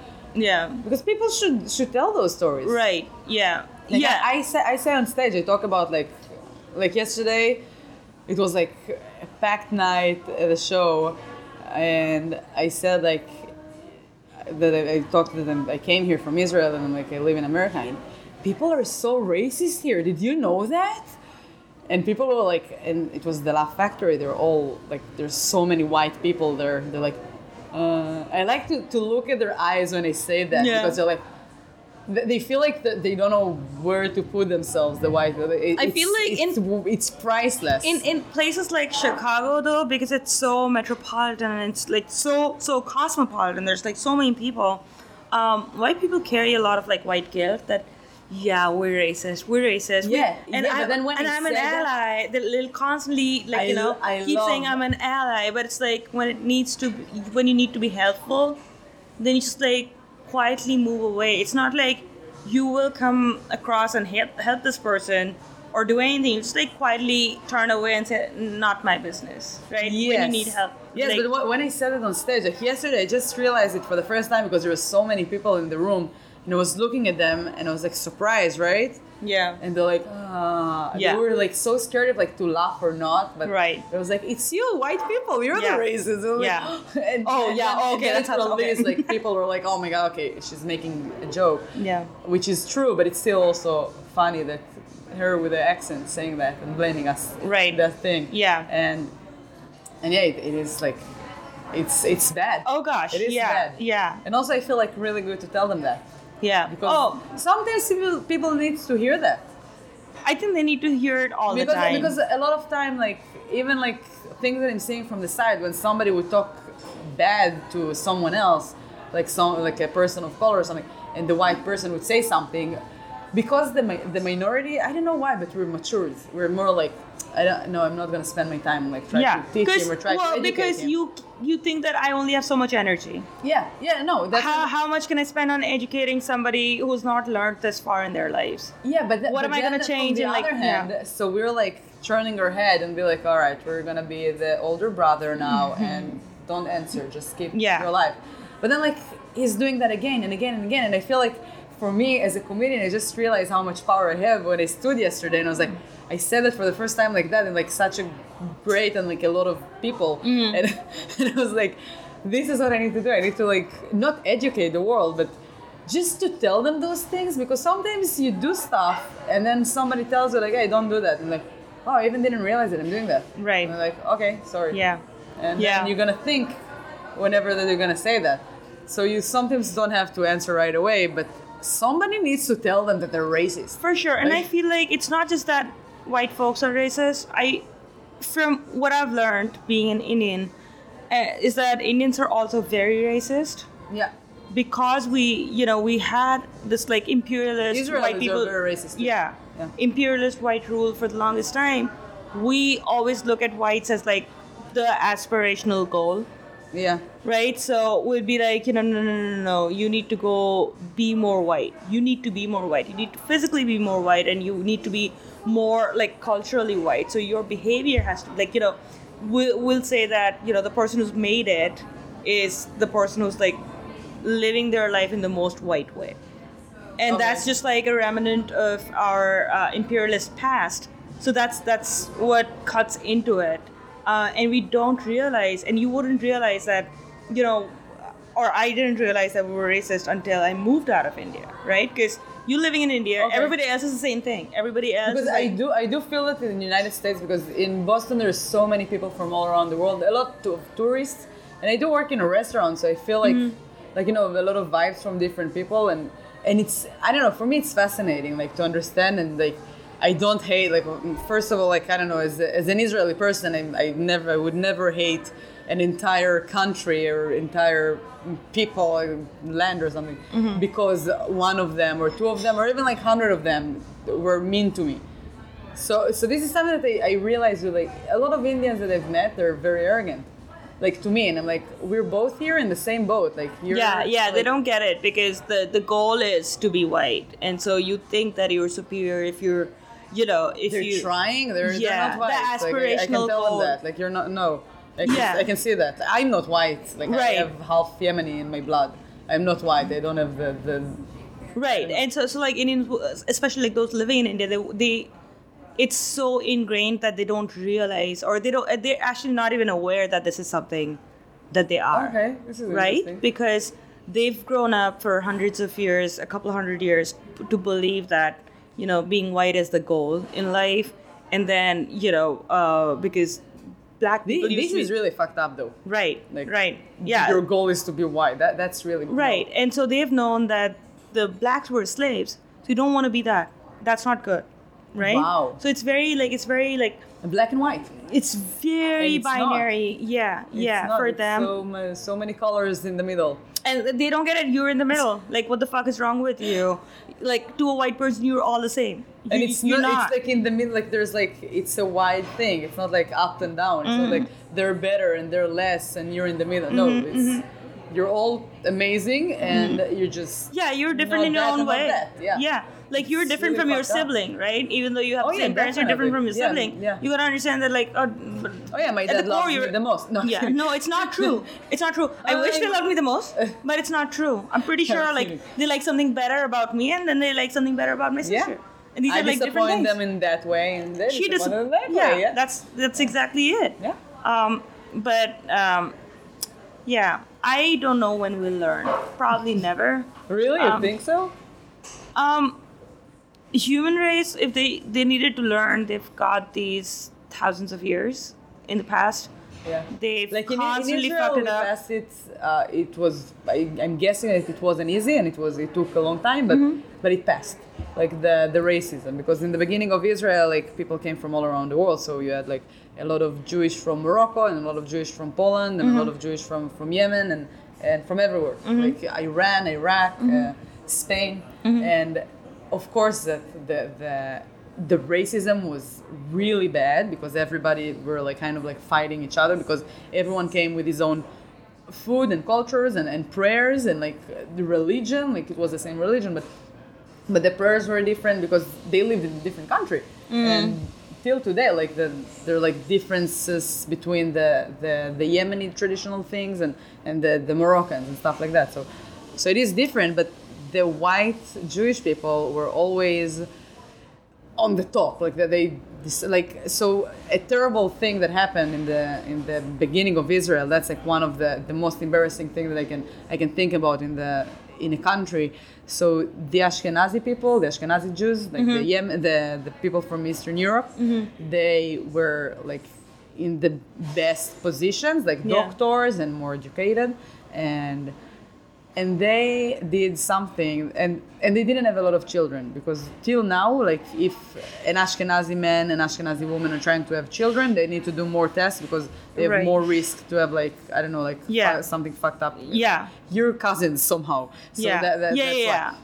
Speaker 2: yeah,
Speaker 1: because people should should tell those stories.
Speaker 2: right, yeah,
Speaker 1: Like,
Speaker 2: yeah.
Speaker 1: I, I say I say on stage, I talk about like like yesterday, it was like a packed night at the show, and I said like that I, I talked to them. I came here from Israel, and I'm like I live in America. And people are so racist here. Did you know that? And people were like, and it was the Laugh Factory. They're all like, there's so many white people there. They're like, uh, I like to, to look at their eyes when I say that
Speaker 2: Yeah.
Speaker 1: because they're like, th- they feel like th- they don't know where to put themselves. The white. people. It-
Speaker 2: I feel
Speaker 1: it's-
Speaker 2: like in-
Speaker 1: it's, w- it's priceless.
Speaker 2: in in places like Chicago though, because it's so metropolitan and it's like so so cosmopolitan. There's like so many people. Um, white people carry a lot of like white guilt that. Yeah, we're racist. We're racist. we-
Speaker 1: Yeah,
Speaker 2: and
Speaker 1: yeah, but
Speaker 2: I,
Speaker 1: then when
Speaker 2: and
Speaker 1: I
Speaker 2: I'm an
Speaker 1: said that-
Speaker 2: ally. That, they'll constantly like
Speaker 1: I
Speaker 2: you know
Speaker 1: lo- I
Speaker 2: keep saying
Speaker 1: love-
Speaker 2: I'm an ally, but it's like when it needs to, be, when you need to be helpful, then you just like quietly move away. It's not like you will come across and help help this person or do anything. You just like quietly turn away and say, "Not my business," right? When you need help.
Speaker 1: Yes,
Speaker 2: Like,
Speaker 1: but wh- when I said it on stage, like yesterday, I just realized it for the first time because there were so many people in the room, and I was looking at them, and I was like surprised, right?
Speaker 2: yeah,
Speaker 1: And they're like, ah,
Speaker 2: Yeah.
Speaker 1: they were like so scared of like to laugh or not, but
Speaker 2: Right.
Speaker 1: It was like, it's you, white people, you're
Speaker 2: Yeah.
Speaker 1: the racist. And like,
Speaker 2: Yeah.
Speaker 1: and,
Speaker 2: Oh,
Speaker 1: and
Speaker 2: yeah,
Speaker 1: then-
Speaker 2: okay,
Speaker 1: and then
Speaker 2: that's
Speaker 1: it
Speaker 2: how- okay.
Speaker 1: released, like people were like, oh my god, okay, she's making a joke,
Speaker 2: yeah,
Speaker 1: which is true, but it's still also funny that her with the accent saying that and blaming us,
Speaker 2: Right.
Speaker 1: That thing,
Speaker 2: Yeah.
Speaker 1: and and yeah, it, it is like, it's it's bad.
Speaker 2: Oh, gosh,
Speaker 1: it is
Speaker 2: yeah,
Speaker 1: bad.
Speaker 2: yeah.
Speaker 1: and also I feel like really good to tell them that.
Speaker 2: yeah.
Speaker 1: Because
Speaker 2: oh,
Speaker 1: sometimes people, people need to hear that
Speaker 2: I think they need to hear it all
Speaker 1: because
Speaker 2: the time.
Speaker 1: because a lot of time like even like things that I'm seeing from the side when somebody would talk bad to someone else like some like a person of color or something and the white person would say something because the mi- the minority I don't know why but we're matured we're more like I don't know I'm not gonna spend my time like trying
Speaker 2: yeah,
Speaker 1: to teach him or try to
Speaker 2: well,
Speaker 1: educate
Speaker 2: because
Speaker 1: him.
Speaker 2: you you think that I only have so much energy.
Speaker 1: yeah yeah no that's
Speaker 2: How, how much can I spend on educating somebody who's not learned this far in their lives?
Speaker 1: Yeah, but th-
Speaker 2: What
Speaker 1: but
Speaker 2: am I
Speaker 1: then
Speaker 2: gonna
Speaker 1: from
Speaker 2: change
Speaker 1: The
Speaker 2: in, like,
Speaker 1: other hand,
Speaker 2: yeah.
Speaker 1: so we're like turning our head and be like, all right, we're gonna be the older brother now, and don't answer, just keep
Speaker 2: Yeah.
Speaker 1: your life. But then like he's doing that again and again and again, and I feel like for me as a comedian, I just realized how much power I have when I stood yesterday, and I was like, I said it for the first time like that, and like such a great and like a lot of people,
Speaker 2: Mm-hmm.
Speaker 1: and, and I was like, this is what I need to do. I need to like not educate the world, but just to tell them those things because sometimes you do stuff and then somebody tells you like, hey, don't do that, and like. Oh, I even didn't realize that I'm doing that.
Speaker 2: Right.
Speaker 1: And I'm like, okay, sorry.
Speaker 2: Yeah.
Speaker 1: And
Speaker 2: Yeah.
Speaker 1: then you're gonna think whenever that you're gonna say that. So you sometimes don't have to answer right away, but somebody needs to tell them that they're racist.
Speaker 2: For sure. And I
Speaker 1: Like-
Speaker 2: feel like it's not just that white folks are racist. I, from what I've learned being an Indian, uh, is that Indians are also very racist
Speaker 1: Yeah.
Speaker 2: because we, you know, we had this like imperialist
Speaker 1: Israelis
Speaker 2: white
Speaker 1: are
Speaker 2: people.
Speaker 1: very racist, too.
Speaker 2: Yeah.
Speaker 1: Yeah.
Speaker 2: Imperialist white rule for the longest time. We always look at whites as like the aspirational goal
Speaker 1: Yeah.
Speaker 2: right? So we'll be like, you know, no, no, no, no, no. You need to go be more white. You need to be more white. You need to physically be more white, and you need to be more like culturally white. So your behavior has to, like, you know, we'll, we'll say that you know the person who's made it is the person who's like living their life in the most white way, and
Speaker 1: Okay.
Speaker 2: that's just like a remnant of our uh, imperialist past. So that's that's what cuts into it, uh, and we don't realize, and you wouldn't realize that, you know, or I didn't realize that we were racist until I moved out of India, right? Because you're living in India,
Speaker 1: Okay.
Speaker 2: everybody else is the same thing. Everybody else,
Speaker 1: Because
Speaker 2: is
Speaker 1: I
Speaker 2: like-
Speaker 1: do I do feel that in the United States because in Boston there's so many people from all around the world, a lot to- of tourists. And I do work in a restaurant, so I feel like like you know, a lot of vibes from different people and and it's I don't know, for me it's fascinating like to understand and like I don't hate like first of all like I don't know as, a- as an Israeli person I, I never I would never hate an entire country or entire people or land or something because one of them or two of them or even like hundred of them were mean to me. So, so this is something that I, I realized with like a lot of Indians that I've met, they're very arrogant, like to me, and I'm like, we're both here in the same boat. Like, you're,
Speaker 2: yeah, yeah, they
Speaker 1: like-
Speaker 2: don't get it because the the goal is to be white, and so you think that you're superior if you're, you know, if
Speaker 1: They're
Speaker 2: you
Speaker 1: trying. They're,
Speaker 2: Yeah,
Speaker 1: they're not white.
Speaker 2: the
Speaker 1: Like, I- I,
Speaker 2: aspirational
Speaker 1: can tell
Speaker 2: goal.
Speaker 1: them that. Like, you're not. No, I can,
Speaker 2: Yeah.
Speaker 1: I can see that. I'm not white. Like,
Speaker 2: Right.
Speaker 1: I have half Yemeni in my blood. I'm not white. I don't have the, the
Speaker 2: right and so so like indians especially like those living in india they, they it's so ingrained that they don't realize or they don't they're actually not even aware that this is something that they are
Speaker 1: Okay, this is
Speaker 2: right
Speaker 1: interesting.
Speaker 2: because they've grown up for hundreds of years a couple hundred years to believe that you know being white is the goal in life and then you know uh, because black people
Speaker 1: This, this
Speaker 2: used to
Speaker 1: is
Speaker 2: be-
Speaker 1: really fucked up, though.
Speaker 2: right
Speaker 1: Like,
Speaker 2: right yeah
Speaker 1: Your goal is to be white. That that's really no.
Speaker 2: Right. And so they've known that the blacks were slaves. So you don't want to be that. That's not good. Right?
Speaker 1: Wow.
Speaker 2: So it's very like it's very like
Speaker 1: Black and white.
Speaker 2: it's
Speaker 1: And
Speaker 2: very
Speaker 1: it's not.
Speaker 2: binary. Yeah.
Speaker 1: It's
Speaker 2: yeah.
Speaker 1: not-
Speaker 2: for
Speaker 1: it's
Speaker 2: them.
Speaker 1: So, ma- so many colors in the middle.
Speaker 2: and they don't get it. You're in the middle. Like what the fuck is wrong with you? Like to a white person you're all the same.
Speaker 1: and
Speaker 2: You-
Speaker 1: it's
Speaker 2: you're
Speaker 1: not, it's like in the middle like there's like it's a wide thing it's not like up and down it's
Speaker 2: Mm-hmm.
Speaker 1: not like they're better and they're less and you're in the middle no it's you're all amazing and you're just
Speaker 2: mm-hmm. yeah, you're different
Speaker 1: not
Speaker 2: in your
Speaker 1: that
Speaker 2: own
Speaker 1: and not
Speaker 2: way.
Speaker 1: that, yeah.
Speaker 2: Like you're
Speaker 1: It's
Speaker 2: different
Speaker 1: really
Speaker 2: from your
Speaker 1: fucked up.
Speaker 2: sibling, right? Even though you have
Speaker 1: Oh,
Speaker 2: the
Speaker 1: yeah,
Speaker 2: same parents, you're different from your
Speaker 1: definitely. Yeah,
Speaker 2: sibling.
Speaker 1: yeah.
Speaker 2: You gotta understand that like uh,
Speaker 1: oh yeah my
Speaker 2: At the
Speaker 1: dad
Speaker 2: core,
Speaker 1: loves me
Speaker 2: you're-
Speaker 1: the most no, I'm
Speaker 2: yeah,
Speaker 1: kidding.
Speaker 2: no, it's not true. It's not true. I
Speaker 1: Oh,
Speaker 2: wish
Speaker 1: I
Speaker 2: they
Speaker 1: know.
Speaker 2: loved me the most, but it's not true. I'm pretty sure
Speaker 1: I'm
Speaker 2: like
Speaker 1: kidding.
Speaker 2: they like something better about me, and then they like something better about my
Speaker 1: yeah
Speaker 2: sister. And these
Speaker 1: I
Speaker 2: are like
Speaker 1: disappoint
Speaker 2: different things.
Speaker 1: them in that way and they
Speaker 2: she
Speaker 1: disappoint them
Speaker 2: disappointed.
Speaker 1: in that
Speaker 2: yeah,
Speaker 1: way yeah
Speaker 2: that's that's exactly it.
Speaker 1: yeah
Speaker 2: Um, but um, yeah, I don't know when we'll learn. Probably never.
Speaker 1: really
Speaker 2: Um,
Speaker 1: you think so
Speaker 2: Um, human race, if they they needed to learn, they've got these thousands of years in the past.
Speaker 1: yeah
Speaker 2: They've
Speaker 1: like in, in
Speaker 2: constantly
Speaker 1: Israel,
Speaker 2: fucked
Speaker 1: we
Speaker 2: it up.
Speaker 1: passed it. Uh, it was. I, I'm guessing that it wasn't easy, and it was. It took a long time, but but it passed. Like the the racism, because in the beginning of Israel, like people came from all around the world. So you had like a lot of Jewish from Morocco, and a lot of Jewish from Poland, and a lot of Jewish from from Yemen, and and from everywhere, like Iran, Iraq, uh, Spain, and of course the the. the the racism was really bad because everybody were like kind of like fighting each other because everyone came with his own food and cultures and, and prayers and like the religion like it was the same religion but but the prayers were different because they lived in a different country and till today, like the, there are like differences between the, the, the Yemeni traditional things and, and the, the Moroccans and stuff like that. So, so it is different, but the white Jewish people were always on the top, like that they this, like so a terrible thing that happened in the in the beginning of Israel. That's like one of the the most embarrassing thing that I can I can think about in the in a country. So the Ashkenazi people, the Ashkenazi Jews, like the Yem, the the people from Eastern Europe, they were like in the best positions, like
Speaker 2: Yeah.
Speaker 1: doctors and more educated, and and they did something and and they didn't have a lot of children because till now like if an ashkenazi man and ashkenazi woman are trying to have children they need to do more tests because they have
Speaker 2: Right.
Speaker 1: more risk to have like i don't know like
Speaker 2: Yeah.
Speaker 1: fu- something fucked up
Speaker 2: Yeah.
Speaker 1: your cousins somehow so
Speaker 2: yeah.
Speaker 1: that, that,
Speaker 2: yeah,
Speaker 1: that's
Speaker 2: yeah,
Speaker 1: why
Speaker 2: yeah.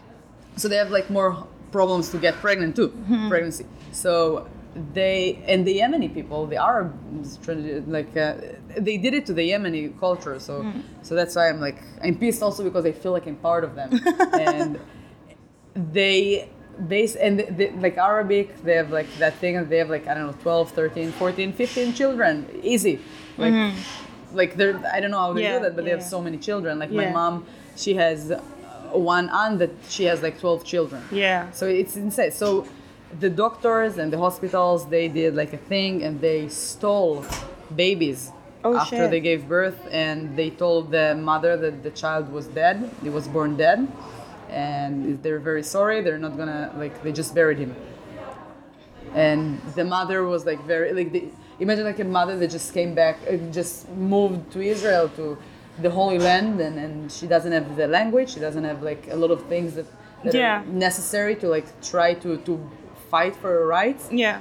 Speaker 1: so they have like more problems to get pregnant too
Speaker 2: Mm-hmm.
Speaker 1: pregnancy so they and the yemeni people the arabs tradi- like uh, they did it to the yemeni culture so
Speaker 2: Mm.
Speaker 1: so that's why i'm like i'm pissed also because i feel like i'm part of them and they they and the, the, like arabic they have like that thing and they have like i don't know 12 13 14 15 children easy like like they're i don't know how they
Speaker 2: Mm-hmm. Yeah,
Speaker 1: do that but they
Speaker 2: yeah,
Speaker 1: have
Speaker 2: yeah.
Speaker 1: so many children like my
Speaker 2: Yeah.
Speaker 1: mom she has uh, one aunt that she has like 12 children
Speaker 2: Yeah.
Speaker 1: so it's insane so the doctors and the hospitals they did like a thing and they stole babies
Speaker 2: Oh,
Speaker 1: after
Speaker 2: shit.
Speaker 1: they gave birth and they told the mother that the child was dead he was born dead and they're very sorry they're not gonna like they just buried him and the mother was like very like the, imagine like a mother that just came back uh, just moved to israel to the holy land and, and she doesn't have the language she doesn't have like a lot of things that, that
Speaker 2: Yeah.
Speaker 1: are necessary to like try to to fight for her rights
Speaker 2: Yeah.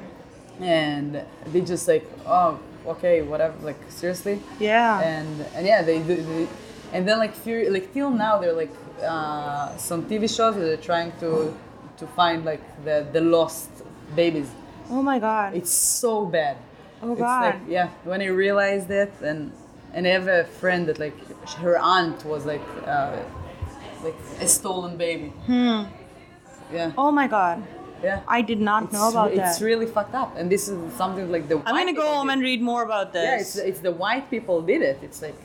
Speaker 1: and they just like oh okay whatever like seriously
Speaker 2: Yeah.
Speaker 1: and and yeah they, do- they and then like few like till now they're like uh, some tv shows that are trying to to find like the the lost babies
Speaker 2: oh my god.
Speaker 1: it's so bad.
Speaker 2: Oh,
Speaker 1: it's
Speaker 2: God.
Speaker 1: Like, yeah, when I realized it, and and I have a friend that like sh- her aunt was like uh, like a stolen baby. Hmm. Yeah,
Speaker 2: oh my god.
Speaker 1: yeah.
Speaker 2: I did not know
Speaker 1: It's-
Speaker 2: about
Speaker 1: it's
Speaker 2: that.
Speaker 1: really fucked up, and this is something like the.
Speaker 2: I'm gonna
Speaker 1: white
Speaker 2: go
Speaker 1: people
Speaker 2: home
Speaker 1: did.
Speaker 2: and read more about this.
Speaker 1: Yeah, it's, uh, it's the white people did it. It's like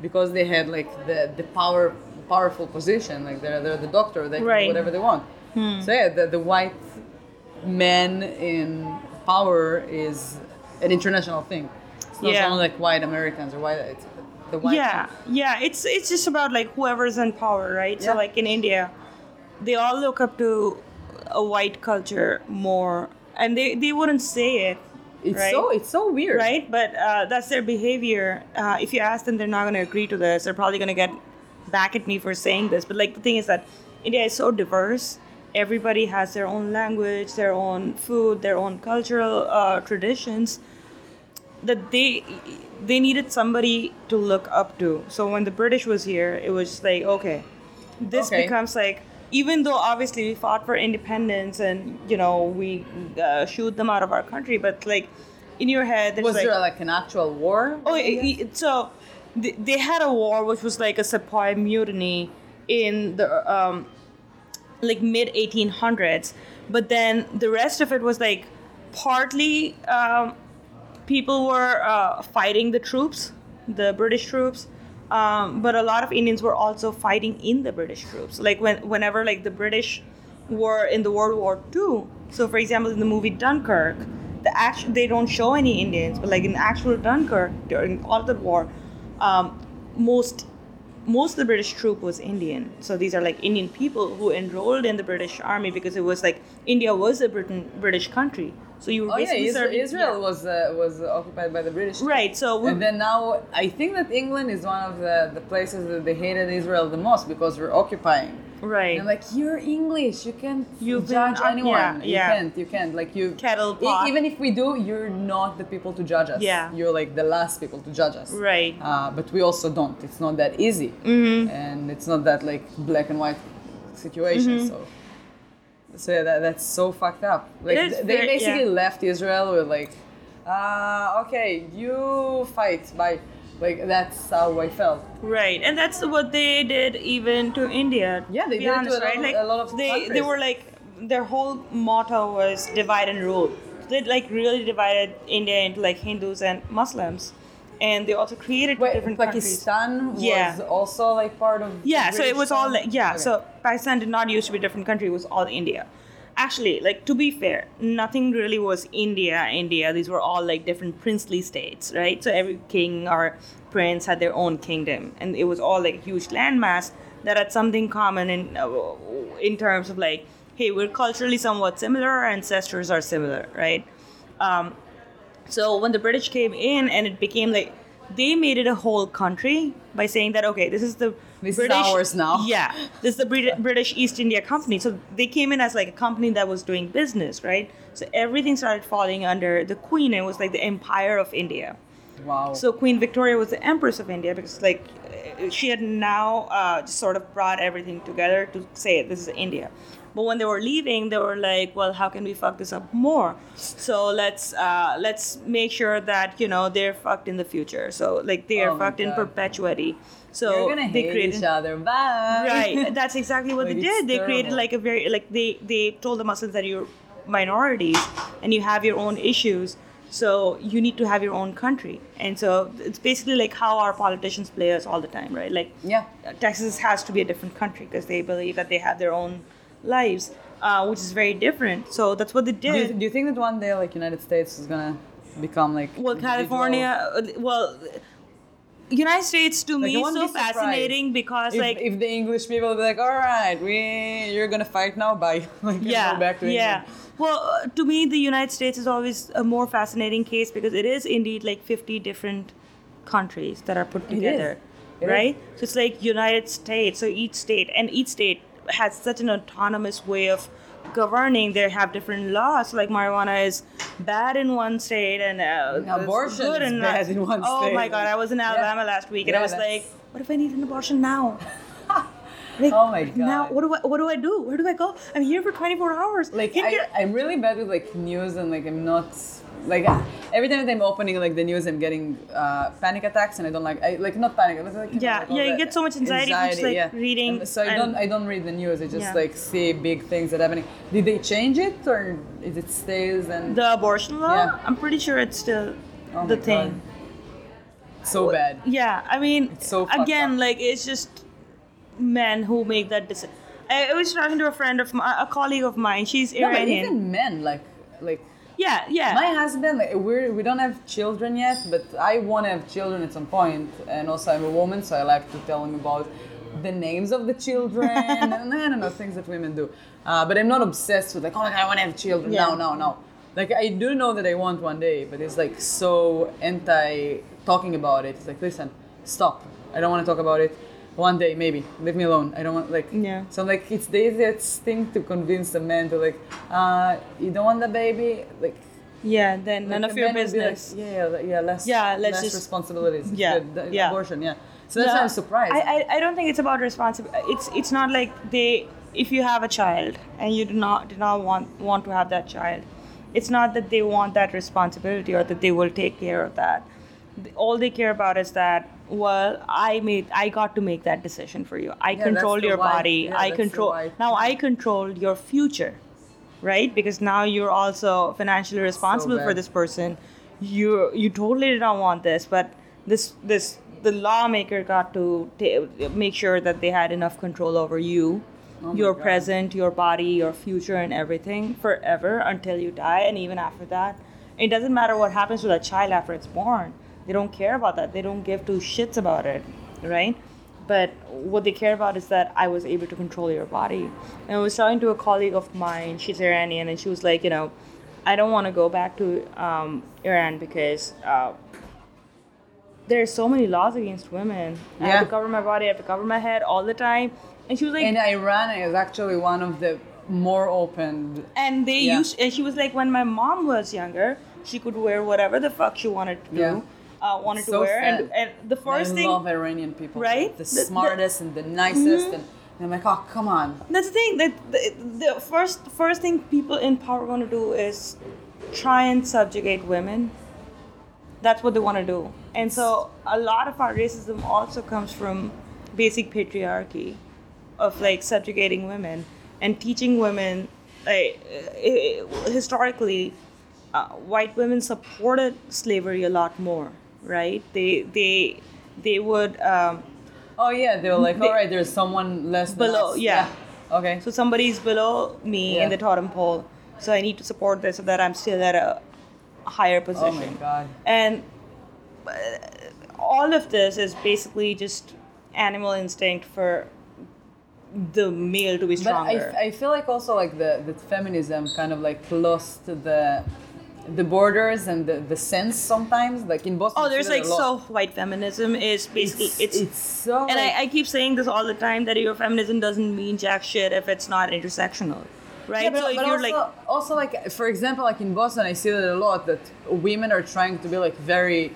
Speaker 1: because they had like the the power powerful position, like they're they're the doctor, they can do
Speaker 2: Right. Hmm.
Speaker 1: whatever they want. So yeah, the, the white man in power is an international thing. It's not
Speaker 2: Yeah.
Speaker 1: only like white Americans or white. It's the white.
Speaker 2: yeah yeah it's it's just about like whoever's in power right so
Speaker 1: Yeah.
Speaker 2: like in india they all look up to a white culture more and they they wouldn't say it
Speaker 1: It's
Speaker 2: right
Speaker 1: so it's so weird.
Speaker 2: right but uh, that's their behavior uh, if you ask them they're not going to agree to this they're probably going to get back at me for saying this but like the thing is that india is so diverse everybody has their own language their own food their own cultural uh, traditions that they they needed somebody to look up to so when the british was here it was just like okay this
Speaker 1: Okay.
Speaker 2: becomes like even though obviously we fought for independence and you know we uh, shoot them out of our country but like in your head there's
Speaker 1: Was
Speaker 2: like
Speaker 1: there like an actual war?
Speaker 2: Oh, it, it, so th- they had a war which was like a Sepoy mutiny in the um, like mid 1800s, but then the rest of it was like partly um, people were uh, fighting the troops, the British troops. Um, but a lot of Indians were also fighting in the British troops. Like when, whenever like the British were in the World War II. So, for example, in the movie Dunkirk, the act- they don't show any Indians, but like in actual Dunkirk during all the war, um, most most of the British troop was Indian. So these are like Indian people who enrolled in the British army because it was like India was a Britain British country. So you were
Speaker 1: Oh yeah,
Speaker 2: basically
Speaker 1: Is-
Speaker 2: serving
Speaker 1: Israel
Speaker 2: yeah.
Speaker 1: was uh, was occupied by the British.
Speaker 2: Right. So we,
Speaker 1: And then now, I think that England is one of the, the places that they hated Israel the most because we're occupying.
Speaker 2: right.
Speaker 1: And I'm like, you're English, you can't
Speaker 2: You've
Speaker 1: judge
Speaker 2: been-
Speaker 1: anyone.
Speaker 2: yeah, yeah.
Speaker 1: You can't, you can't. Like you,
Speaker 2: Kettle
Speaker 1: E-
Speaker 2: pot.
Speaker 1: even if we do, you're not the people to judge us.
Speaker 2: Yeah.
Speaker 1: You're like the last people to judge us.
Speaker 2: Right.
Speaker 1: Uh, but we also don't. It's not that easy. Mm-hmm. And it's not that like black and white situation.
Speaker 2: Mm-hmm.
Speaker 1: So. So yeah, that, that's so fucked up. Like
Speaker 2: is
Speaker 1: th- they
Speaker 2: very-
Speaker 1: basically
Speaker 2: yeah.
Speaker 1: left Israel with like, uh, okay, you fight. Bye. Like that's how I felt.
Speaker 2: Right, and that's what they did even to India.
Speaker 1: Yeah, they
Speaker 2: to be
Speaker 1: did it to
Speaker 2: honest,
Speaker 1: a lot
Speaker 2: right?
Speaker 1: of-
Speaker 2: like
Speaker 1: a lot of
Speaker 2: they they
Speaker 1: countries.
Speaker 2: were like their whole motto was divide and rule. they like really divided India into like Hindus and Muslims, and they also created
Speaker 1: Wait,
Speaker 2: different countries.
Speaker 1: Pakistan
Speaker 2: Yeah.
Speaker 1: was also like part of.
Speaker 2: Yeah, so it
Speaker 1: British
Speaker 2: was all
Speaker 1: Empire?
Speaker 2: like, yeah.
Speaker 1: Okay.
Speaker 2: So Pakistan did not used to be a different country; it was all India. Actually, like to be fair, nothing really was India. India; these were all like different princely states, right? So every king or prince had their own kingdom, and it was all like a huge landmass that had something common in uh, in terms of like, hey, we're culturally somewhat similar, our ancestors are similar, right? So when the British came in and it became like they made it a whole country by saying that okay, this is the
Speaker 1: This is
Speaker 2: British
Speaker 1: ours now.
Speaker 2: Yeah, this is the Brit- British East India Company. So they came in as like a company that was doing business, right? So everything started falling under the Queen. It was like the Empire of India.
Speaker 1: Wow.
Speaker 2: So Queen Victoria was the Empress of India because like eh, she had now uh, just sort of brought everything together to say this is India. But when they were leaving, they were like, "Well, how can we fuck this up more? So let's uh, let's make sure that you know they're fucked in the future. So like they are
Speaker 1: Oh my
Speaker 2: fucked in
Speaker 1: God.
Speaker 2: perpetuity. So
Speaker 1: You're gonna
Speaker 2: they
Speaker 1: hate
Speaker 2: created
Speaker 1: each other. Bye.
Speaker 2: right that's exactly what
Speaker 1: Like,
Speaker 2: they
Speaker 1: it's
Speaker 2: did they created
Speaker 1: terrible.
Speaker 2: like a very like they they told the muslims that you're minorities and you have your own issues so you need to have your own country and so it's basically like how our politicians play us all the time right like
Speaker 1: Yeah.
Speaker 2: texas has to be a different country because they believe that they have their own lives uh, which is very different so that's what they did
Speaker 1: Do you, do you think that one day, like United States, is gonna become like?
Speaker 2: well
Speaker 1: individual-
Speaker 2: california uh, well united states to
Speaker 1: Like, I
Speaker 2: me is
Speaker 1: wouldn't
Speaker 2: so
Speaker 1: be surprised
Speaker 2: fascinating because
Speaker 1: If,
Speaker 2: like
Speaker 1: if the English people will be like, all right, we you're gonna fight now, bye. like, and
Speaker 2: yeah,
Speaker 1: go back to
Speaker 2: yeah.
Speaker 1: England.
Speaker 2: Well, uh, to me, the United States is always a more fascinating case because it is indeed like 50 different countries that are put
Speaker 1: is.
Speaker 2: together,
Speaker 1: It is.
Speaker 2: right? So it's like United States. So each state and each state has such an autonomous way of governing. They have different laws. Like marijuana is bad in one state and uh, it's
Speaker 1: Abortion
Speaker 2: good
Speaker 1: is
Speaker 2: in
Speaker 1: bad in one
Speaker 2: oh
Speaker 1: state.
Speaker 2: my God! I was in
Speaker 1: Yeah.
Speaker 2: Alabama last week and I
Speaker 1: Yeah,
Speaker 2: was
Speaker 1: that's-
Speaker 2: like, what if I need an abortion now? Like,
Speaker 1: Oh my
Speaker 2: Now
Speaker 1: God.
Speaker 2: what do I what do I do? Where do I go? I'm here for 24 hours.
Speaker 1: Like
Speaker 2: Can
Speaker 1: I,
Speaker 2: you-
Speaker 1: I'm really bad with like news and like I'm not like ah, every time that I'm opening like the news I'm getting uh, panic attacks and I don't like I like not panic but, like, you know,
Speaker 2: Yeah,
Speaker 1: like, all
Speaker 2: yeah, you
Speaker 1: that
Speaker 2: get so much anxiety from just, like, reading
Speaker 1: And so I
Speaker 2: and-
Speaker 1: don't I don't read the news I just
Speaker 2: Yeah.
Speaker 1: like see big things that happening did they change it or is it stays and
Speaker 2: the abortion law?
Speaker 1: Yeah.
Speaker 2: I'm pretty sure it's still
Speaker 1: Oh
Speaker 2: the
Speaker 1: my
Speaker 2: thing.
Speaker 1: so bad
Speaker 2: Yeah, I mean,
Speaker 1: It's so fucked
Speaker 2: again,
Speaker 1: up.
Speaker 2: like it's just men who make that decision. I, I was talking to a friend of my, a colleague of mine. She's
Speaker 1: no,
Speaker 2: Iranian.
Speaker 1: but even men like like
Speaker 2: yeah, yeah.
Speaker 1: my husband like, we're, we don't have children yet but i want to have children at some point and also i'm a woman so i like to tell him about the names of the children and i don't know things that women do uh, but i'm not obsessed with like oh my god i want to have children no
Speaker 2: Yeah.
Speaker 1: no no like i do know that i want one day but it's like so anti talking about it it's like listen stop i don't want to talk about it one day maybe leave me alone i don't want like
Speaker 2: Yeah.
Speaker 1: so I'm like, it's the easiest thing to convince a man to like, uh, you don't want the baby, like
Speaker 2: yeah, then none
Speaker 1: like,
Speaker 2: of
Speaker 1: the
Speaker 2: your
Speaker 1: men would be
Speaker 2: business.
Speaker 1: Like, yeah, yeah, like, yeah, less,
Speaker 2: Yeah, let's
Speaker 1: less
Speaker 2: just-
Speaker 1: responsibilities. It's
Speaker 2: Yeah,
Speaker 1: good, the-
Speaker 2: yeah.
Speaker 1: Abortion, yeah. So that's
Speaker 2: No,
Speaker 1: why I'm surprised.
Speaker 2: I, I, I don't think it's about responsibility. It's it's not like they if you have a child and you do not do not want want to have that child, it's not that they want that responsibility or that they will take care of that. Th- All they care about is that well, I made I got to make that decision for you. I
Speaker 1: that's
Speaker 2: control
Speaker 1: the
Speaker 2: your
Speaker 1: why.
Speaker 2: body.
Speaker 1: Yeah,
Speaker 2: I
Speaker 1: that's the
Speaker 2: control
Speaker 1: why.
Speaker 2: now. I control your future, right? Because now you're also financially responsible for
Speaker 1: bad.
Speaker 2: this person. You you totally did not want this, but this this the lawmaker got to ta- make sure that they had enough control over you, your
Speaker 1: God.
Speaker 2: present, your body, your future, and everything forever until you die, and even after that, it doesn't matter what happens to that child after it's born. They don't care about that. They don't give two shits about it, right? But what they care about is that I was able to control your body. And I was talking to a colleague of mine. She's Iranian, and she was like, you know, I don't want to go back to um, Iran because. Uh, there are so many laws against women. I
Speaker 1: Yeah.
Speaker 2: have to cover my body, I have to cover my head all the time. And she was like,
Speaker 1: and
Speaker 2: and,
Speaker 1: Iran is actually one of the more open.
Speaker 2: they
Speaker 1: Yeah.
Speaker 2: used, and she was like, when my mom was younger, she could wear whatever the fuck she wanted to do,
Speaker 1: Yeah.
Speaker 2: uh, wanted
Speaker 1: So
Speaker 2: to wear.
Speaker 1: sad.
Speaker 2: And, and the
Speaker 1: I
Speaker 2: first thing,
Speaker 1: love Iranian people,
Speaker 2: Right?
Speaker 1: The,
Speaker 2: The- the- Mm-hmm.
Speaker 1: smartest and the nicest, and, and I'm like, oh come on,
Speaker 2: that's the thing that the, the first first thing people in power want to do is try and subjugate women that's what they want to do and so a lot of our racism also comes from basic patriarchy of like subjugating women and teaching women like eh, eh, historically uh, white women supported slavery a lot more, right? They they they would um,
Speaker 1: Oh yeah, they were like,
Speaker 2: They-
Speaker 1: all right, there's someone less than
Speaker 2: Below,
Speaker 1: us."
Speaker 2: yeah.
Speaker 1: Okay.
Speaker 2: so somebody's below me in
Speaker 1: Yeah.
Speaker 2: the totem pole, so I need to support this so that I'm still at a higher
Speaker 1: oh my
Speaker 2: position.
Speaker 1: god.
Speaker 2: and uh, all of this is basically just animal instinct for the male to be
Speaker 1: But I,
Speaker 2: stronger.
Speaker 1: I feel like also like the, the feminism kind of like lost the the borders and the, the sense sometimes like in Boston.
Speaker 2: oh, there's
Speaker 1: theater
Speaker 2: like
Speaker 1: a lot.
Speaker 2: so white feminism is basically
Speaker 1: it's, it's, so
Speaker 2: and
Speaker 1: like-
Speaker 2: I, I keep saying this all the time that your feminism doesn't mean jack shit if it's not intersectional, right?
Speaker 1: Yeah, but,
Speaker 2: so if
Speaker 1: but
Speaker 2: you're
Speaker 1: also,
Speaker 2: like
Speaker 1: also like for example like in Boston I see that a lot that women are trying to be like very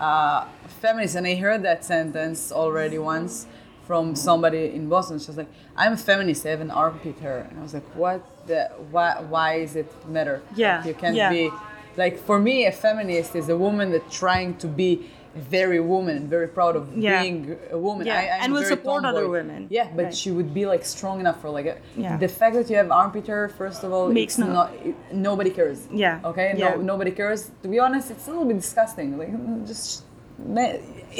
Speaker 1: uh, feminist and I heard that sentence already once from somebody in Boston she was like I'm a feminist I have an armpit hair and I was like what the why why is it matter
Speaker 2: Yeah,
Speaker 1: Like, you can't
Speaker 2: yeah.
Speaker 1: be like for me a feminist is a woman that's trying to be very woman and very proud of
Speaker 2: Yeah.
Speaker 1: being a woman
Speaker 2: Yeah,
Speaker 1: I, I'm
Speaker 2: and will
Speaker 1: very
Speaker 2: support other
Speaker 1: tomboy.
Speaker 2: women.
Speaker 1: yeah but
Speaker 2: Right.
Speaker 1: she would be like strong enough for like a,
Speaker 2: Yeah.
Speaker 1: the fact that you have armpit hair first of all
Speaker 2: Makes
Speaker 1: it's
Speaker 2: no-
Speaker 1: not it, nobody cares
Speaker 2: Yeah,
Speaker 1: okay
Speaker 2: yeah.
Speaker 1: no nobody cares to be honest it's a little bit disgusting like mm, just ma-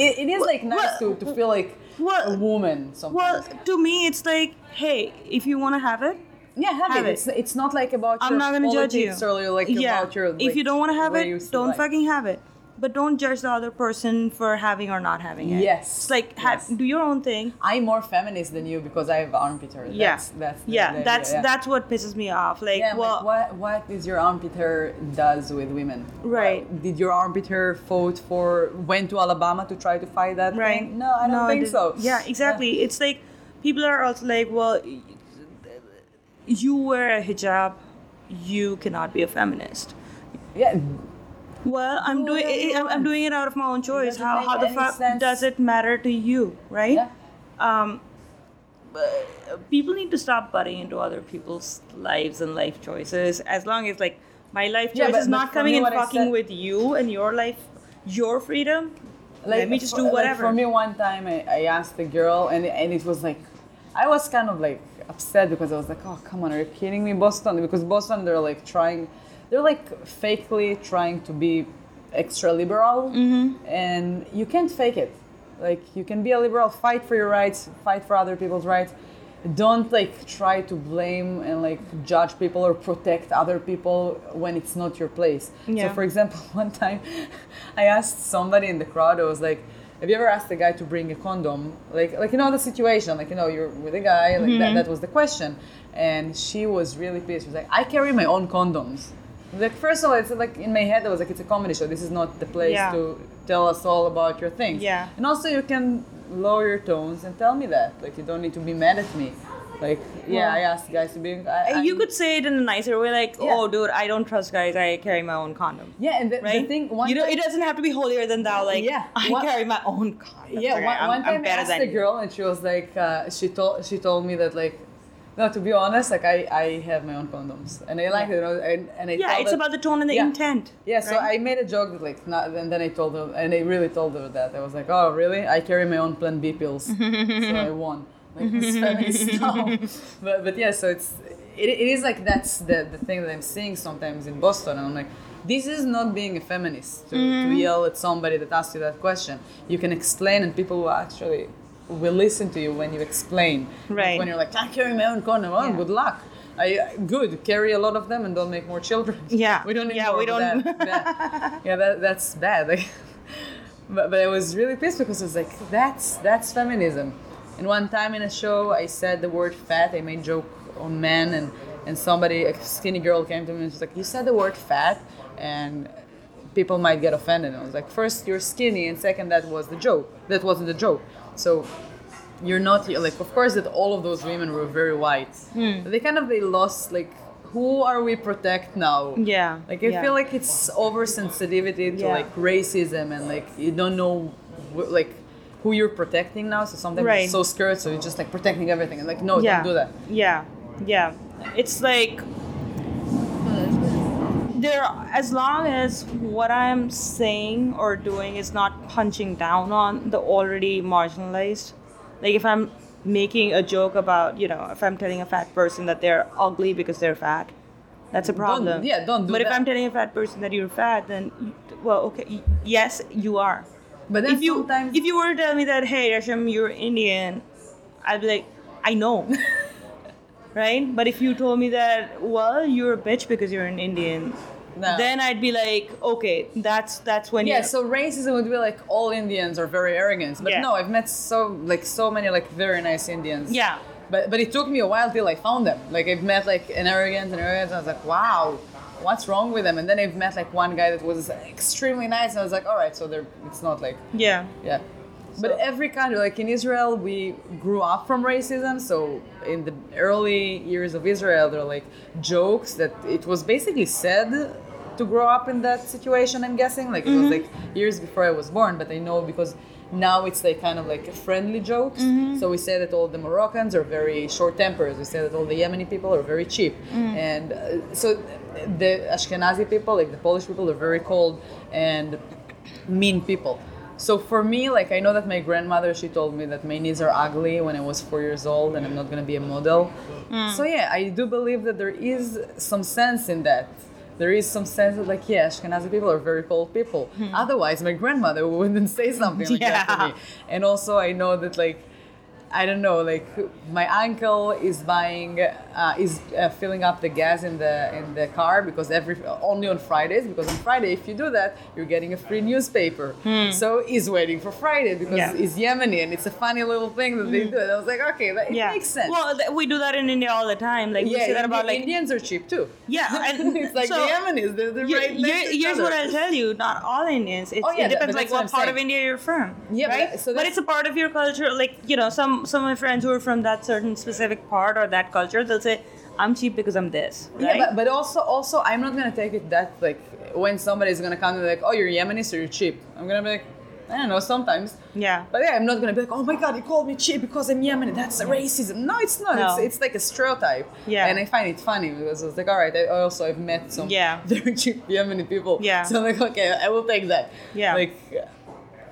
Speaker 1: it, it is like nice
Speaker 2: well,
Speaker 1: to, to feel like
Speaker 2: well,
Speaker 1: a woman sometimes
Speaker 2: well, to me it's like, hey, if you want to have it,
Speaker 1: yeah have,
Speaker 2: have
Speaker 1: it.
Speaker 2: it.
Speaker 1: It's, it's not like about
Speaker 2: I'm
Speaker 1: your
Speaker 2: not gonna judge you.
Speaker 1: politics or your, like about your
Speaker 2: if
Speaker 1: like,
Speaker 2: you don't want to have
Speaker 1: way you see
Speaker 2: it, don't
Speaker 1: life.
Speaker 2: fucking have it. But don't judge the other person for having or not having it.
Speaker 1: Yes.
Speaker 2: It's like have,
Speaker 1: Yes.
Speaker 2: do your own thing.
Speaker 1: I'm more feminist than you because I have armpit hair
Speaker 2: Yeah.
Speaker 1: that's, that's the-
Speaker 2: yeah.
Speaker 1: the-
Speaker 2: that's
Speaker 1: yeah.
Speaker 2: that's what pisses me off. Like,
Speaker 1: Yeah, I'm
Speaker 2: well,
Speaker 1: like, what what is your armpit hair does with women?
Speaker 2: Right.
Speaker 1: Well, did your armpit hair vote for went to Alabama to try to fight that
Speaker 2: right?
Speaker 1: thing? No, I don't think
Speaker 2: didn't-
Speaker 1: so.
Speaker 2: Yeah, exactly. It's like people are also like, well, y- you wear a hijab, you cannot be a feminist.
Speaker 1: Yeah,
Speaker 2: Well, I'm
Speaker 1: Do
Speaker 2: doing
Speaker 1: whatever you
Speaker 2: I'm, I'm
Speaker 1: want.
Speaker 2: doing it out of my own choice.
Speaker 1: doesn't
Speaker 2: How
Speaker 1: make
Speaker 2: how the
Speaker 1: any
Speaker 2: fuck
Speaker 1: sense.
Speaker 2: does it matter to you, right?
Speaker 1: yeah.
Speaker 2: people need to stop butting into other people's lives and life choices as long as like my life choice
Speaker 1: Yeah, but-
Speaker 2: is
Speaker 1: but
Speaker 2: not
Speaker 1: for
Speaker 2: coming
Speaker 1: me,
Speaker 2: and
Speaker 1: what I
Speaker 2: fucking
Speaker 1: said-
Speaker 2: with you and your life your freedom let me just
Speaker 1: for-
Speaker 2: do whatever
Speaker 1: Like for me, one time I, I asked the girl, and and it was like, I was kind of like upset because I was like, oh come on, are you kidding me, Boston? Because Boston, they're like trying, they're like fakely trying to be extra liberal,
Speaker 2: Mm-hmm.
Speaker 1: and you can't fake it. Like you can be a liberal, fight for your rights, fight for other people's rights. Don't like try to blame and like judge people or protect other people when it's not your place.
Speaker 2: Yeah.
Speaker 1: So for example, one time I asked somebody in the crowd, I was like, have you ever asked a guy to bring a condom? Like, like you know the situation, like you know you're with a guy, like that,
Speaker 2: Mm-hmm.
Speaker 1: that was the question, and she was really pissed. She was like, I carry my own condoms. Like first of all, it's like in my head, I was like, it's a comedy show. This is not the place
Speaker 2: Yeah.
Speaker 1: to tell us all about your things.
Speaker 2: Yeah.
Speaker 1: And also, you can lower your tones and tell me that. Like you don't need to be mad at me. Like yeah,
Speaker 2: Well-
Speaker 1: I asked guys to be. I,
Speaker 2: And you
Speaker 1: I'm-
Speaker 2: could say it in a nicer way like
Speaker 1: Yeah.
Speaker 2: oh dude i don't trust guys i carry my own condom
Speaker 1: Yeah, and the,
Speaker 2: right
Speaker 1: the thing one
Speaker 2: you know
Speaker 1: time-
Speaker 2: it doesn't have to be holier than thou like
Speaker 1: Yeah.
Speaker 2: i
Speaker 1: One-
Speaker 2: carry my own condom
Speaker 1: yeah,
Speaker 2: Okay,
Speaker 1: one,
Speaker 2: I'm,
Speaker 1: one
Speaker 2: I'm
Speaker 1: time I
Speaker 2: better
Speaker 1: asked
Speaker 2: than
Speaker 1: a
Speaker 2: you.
Speaker 1: girl, and she was like, uh, she told she told me that like, no, to be honest, like I, I have my own condoms, and I like it, you know, and, and I
Speaker 2: yeah
Speaker 1: thought
Speaker 2: it's
Speaker 1: that-
Speaker 2: about the tone and the
Speaker 1: yeah.
Speaker 2: intent
Speaker 1: yeah. So I
Speaker 2: right?
Speaker 1: made a joke that like, not, and then I told her, and I really told her that I was like, oh really? I carry my own Plan B pills, so I won. Like it's feminist now. but but yeah, so it's it, it is like that's the the thing that I'm seeing sometimes in Boston, and I'm like. This is not being a feminist to,
Speaker 2: Mm-hmm.
Speaker 1: to yell at somebody that asks you that question. You can explain, and people will actually will listen to you when you explain. Not
Speaker 2: Right.
Speaker 1: When you're like, I carry my own condom. Oh,
Speaker 2: Yeah.
Speaker 1: good luck. I good carry a lot of them and don't make more children.
Speaker 2: Yeah.
Speaker 1: We don't need
Speaker 2: Yeah,
Speaker 1: more
Speaker 2: we
Speaker 1: of
Speaker 2: don't-
Speaker 1: that. that. Yeah, that, that's bad. Like, but, but I was really pissed because I was like, that's that's feminism. And one time in a show, I said the word fat. I made joke on men, and and somebody, a skinny girl, came to me and she's like, you said the word fat, and people might get offended. And I was like, first, you're skinny, and second, that was the joke. That wasn't the joke. So you're not you're like of course that all of those women were very white they kind of they lost like who are we protect now
Speaker 2: Yeah,
Speaker 1: like i
Speaker 2: yeah.
Speaker 1: feel like it's oversensitivity to
Speaker 2: Yeah.
Speaker 1: like racism and like you don't know wh- like who you're protecting now so sometimes
Speaker 2: Right.
Speaker 1: it's so scared so you're just like protecting everything and like no
Speaker 2: yeah.
Speaker 1: oh, don't do that
Speaker 2: Yeah, yeah. It's like there, as long as what I'm saying or doing is not punching down on the already marginalized, like if I'm making a joke about, you know, if I'm telling a fat person that they're ugly because they're fat, That's a problem.
Speaker 1: yeah, don't do
Speaker 2: But if
Speaker 1: that.
Speaker 2: I'm telling a fat person that you're fat, then you- well, okay, y- yes, you are.
Speaker 1: But then
Speaker 2: if you
Speaker 1: sometimes
Speaker 2: if you were to tell me that hey, Rasham, you're Indian, I'd be like, I know. right? But if you told me that, well, you're a bitch because you're an Indian,
Speaker 1: No.
Speaker 2: then I'd be like, okay, that's that's when
Speaker 1: yeah,
Speaker 2: you
Speaker 1: so racism would be like all Indians are very arrogant, but
Speaker 2: Yeah.
Speaker 1: no, I've met so like so many like very nice Indians.
Speaker 2: yeah.
Speaker 1: But but it took me a while till I found them. Like I've met like an arrogant and arrogant, and I was like, wow, what's wrong with them? And then I've met like one guy that was extremely nice, and I was like, all right, so they're it's not like
Speaker 2: Yeah.
Speaker 1: yeah. But every country, like in Israel, we grew up from racism. So in the early years of Israel, there were like jokes that it was basically said to grow up in that situation. I'm guessing, like it was like years before I was born, but I know because now it's like kind of like friendly jokes. So we say that all the Moroccans are very short tempers. We say that all the Yemeni people are very cheap, and uh, so the Ashkenazi people, like the Polish people, are very cold and mean people. So for me, like I know that my grandmother, she told me that my knees are ugly when I was four years old, and I'm not gonna be a model. So yeah, I do believe that there is some sense in that. There is some sense that like yeah, Ashkenazi people are very cold people. Otherwise, my grandmother wouldn't say something like that to me. And also, I know that like I don't know, like my uncle is buying, uh, is uh, filling up the gas in the in the car because every only on Fridays because on Friday if you do that you're getting a free newspaper. So he's waiting for Friday because
Speaker 2: Hmm. Yeah. Hmm.
Speaker 1: he's Yemeni and it's a funny little thing that they do. And I was like, okay, that, it
Speaker 2: Yeah.
Speaker 1: makes sense.
Speaker 2: Well, th- we do that in India all the time. Like we say
Speaker 1: Indi-
Speaker 2: that about like
Speaker 1: Indians are cheap too.
Speaker 2: Yeah, and
Speaker 1: it's like
Speaker 2: so-
Speaker 1: the Yemenis, they're, they're
Speaker 2: Here-
Speaker 1: right next
Speaker 2: here-
Speaker 1: to each
Speaker 2: here's
Speaker 1: other.
Speaker 2: what I'll tell you. Not all Indians. It's,
Speaker 1: Oh, yeah,
Speaker 2: it depends
Speaker 1: but
Speaker 2: like
Speaker 1: that's
Speaker 2: what
Speaker 1: what I'm
Speaker 2: part of
Speaker 1: saying.
Speaker 2: India you're from.
Speaker 1: Yeah, but
Speaker 2: right?
Speaker 1: that- so
Speaker 2: but
Speaker 1: that's-
Speaker 2: it's a part of your culture. Like you know, some some of my friends who are from that certain specific part or that culture, they'll say, "I'm cheap because I'm this." Right?
Speaker 1: Yeah, but, but also also I'm not gonna take it that like when somebody's gonna come and be like, oh you're Yemeni so you're cheap. I'm gonna be like, I don't know, sometimes.
Speaker 2: Yeah.
Speaker 1: But yeah, I'm not gonna be like, oh my god, he called me cheap because I'm Yemeni. That's racism. No, it's not.
Speaker 2: No.
Speaker 1: It's, it's like a stereotype.
Speaker 2: Yeah.
Speaker 1: And I find it funny because it's like, all right, I also I've met some
Speaker 2: Yeah.
Speaker 1: very cheap Yemeni people.
Speaker 2: Yeah.
Speaker 1: So I'm like, okay, I will take that.
Speaker 2: Yeah.
Speaker 1: Like,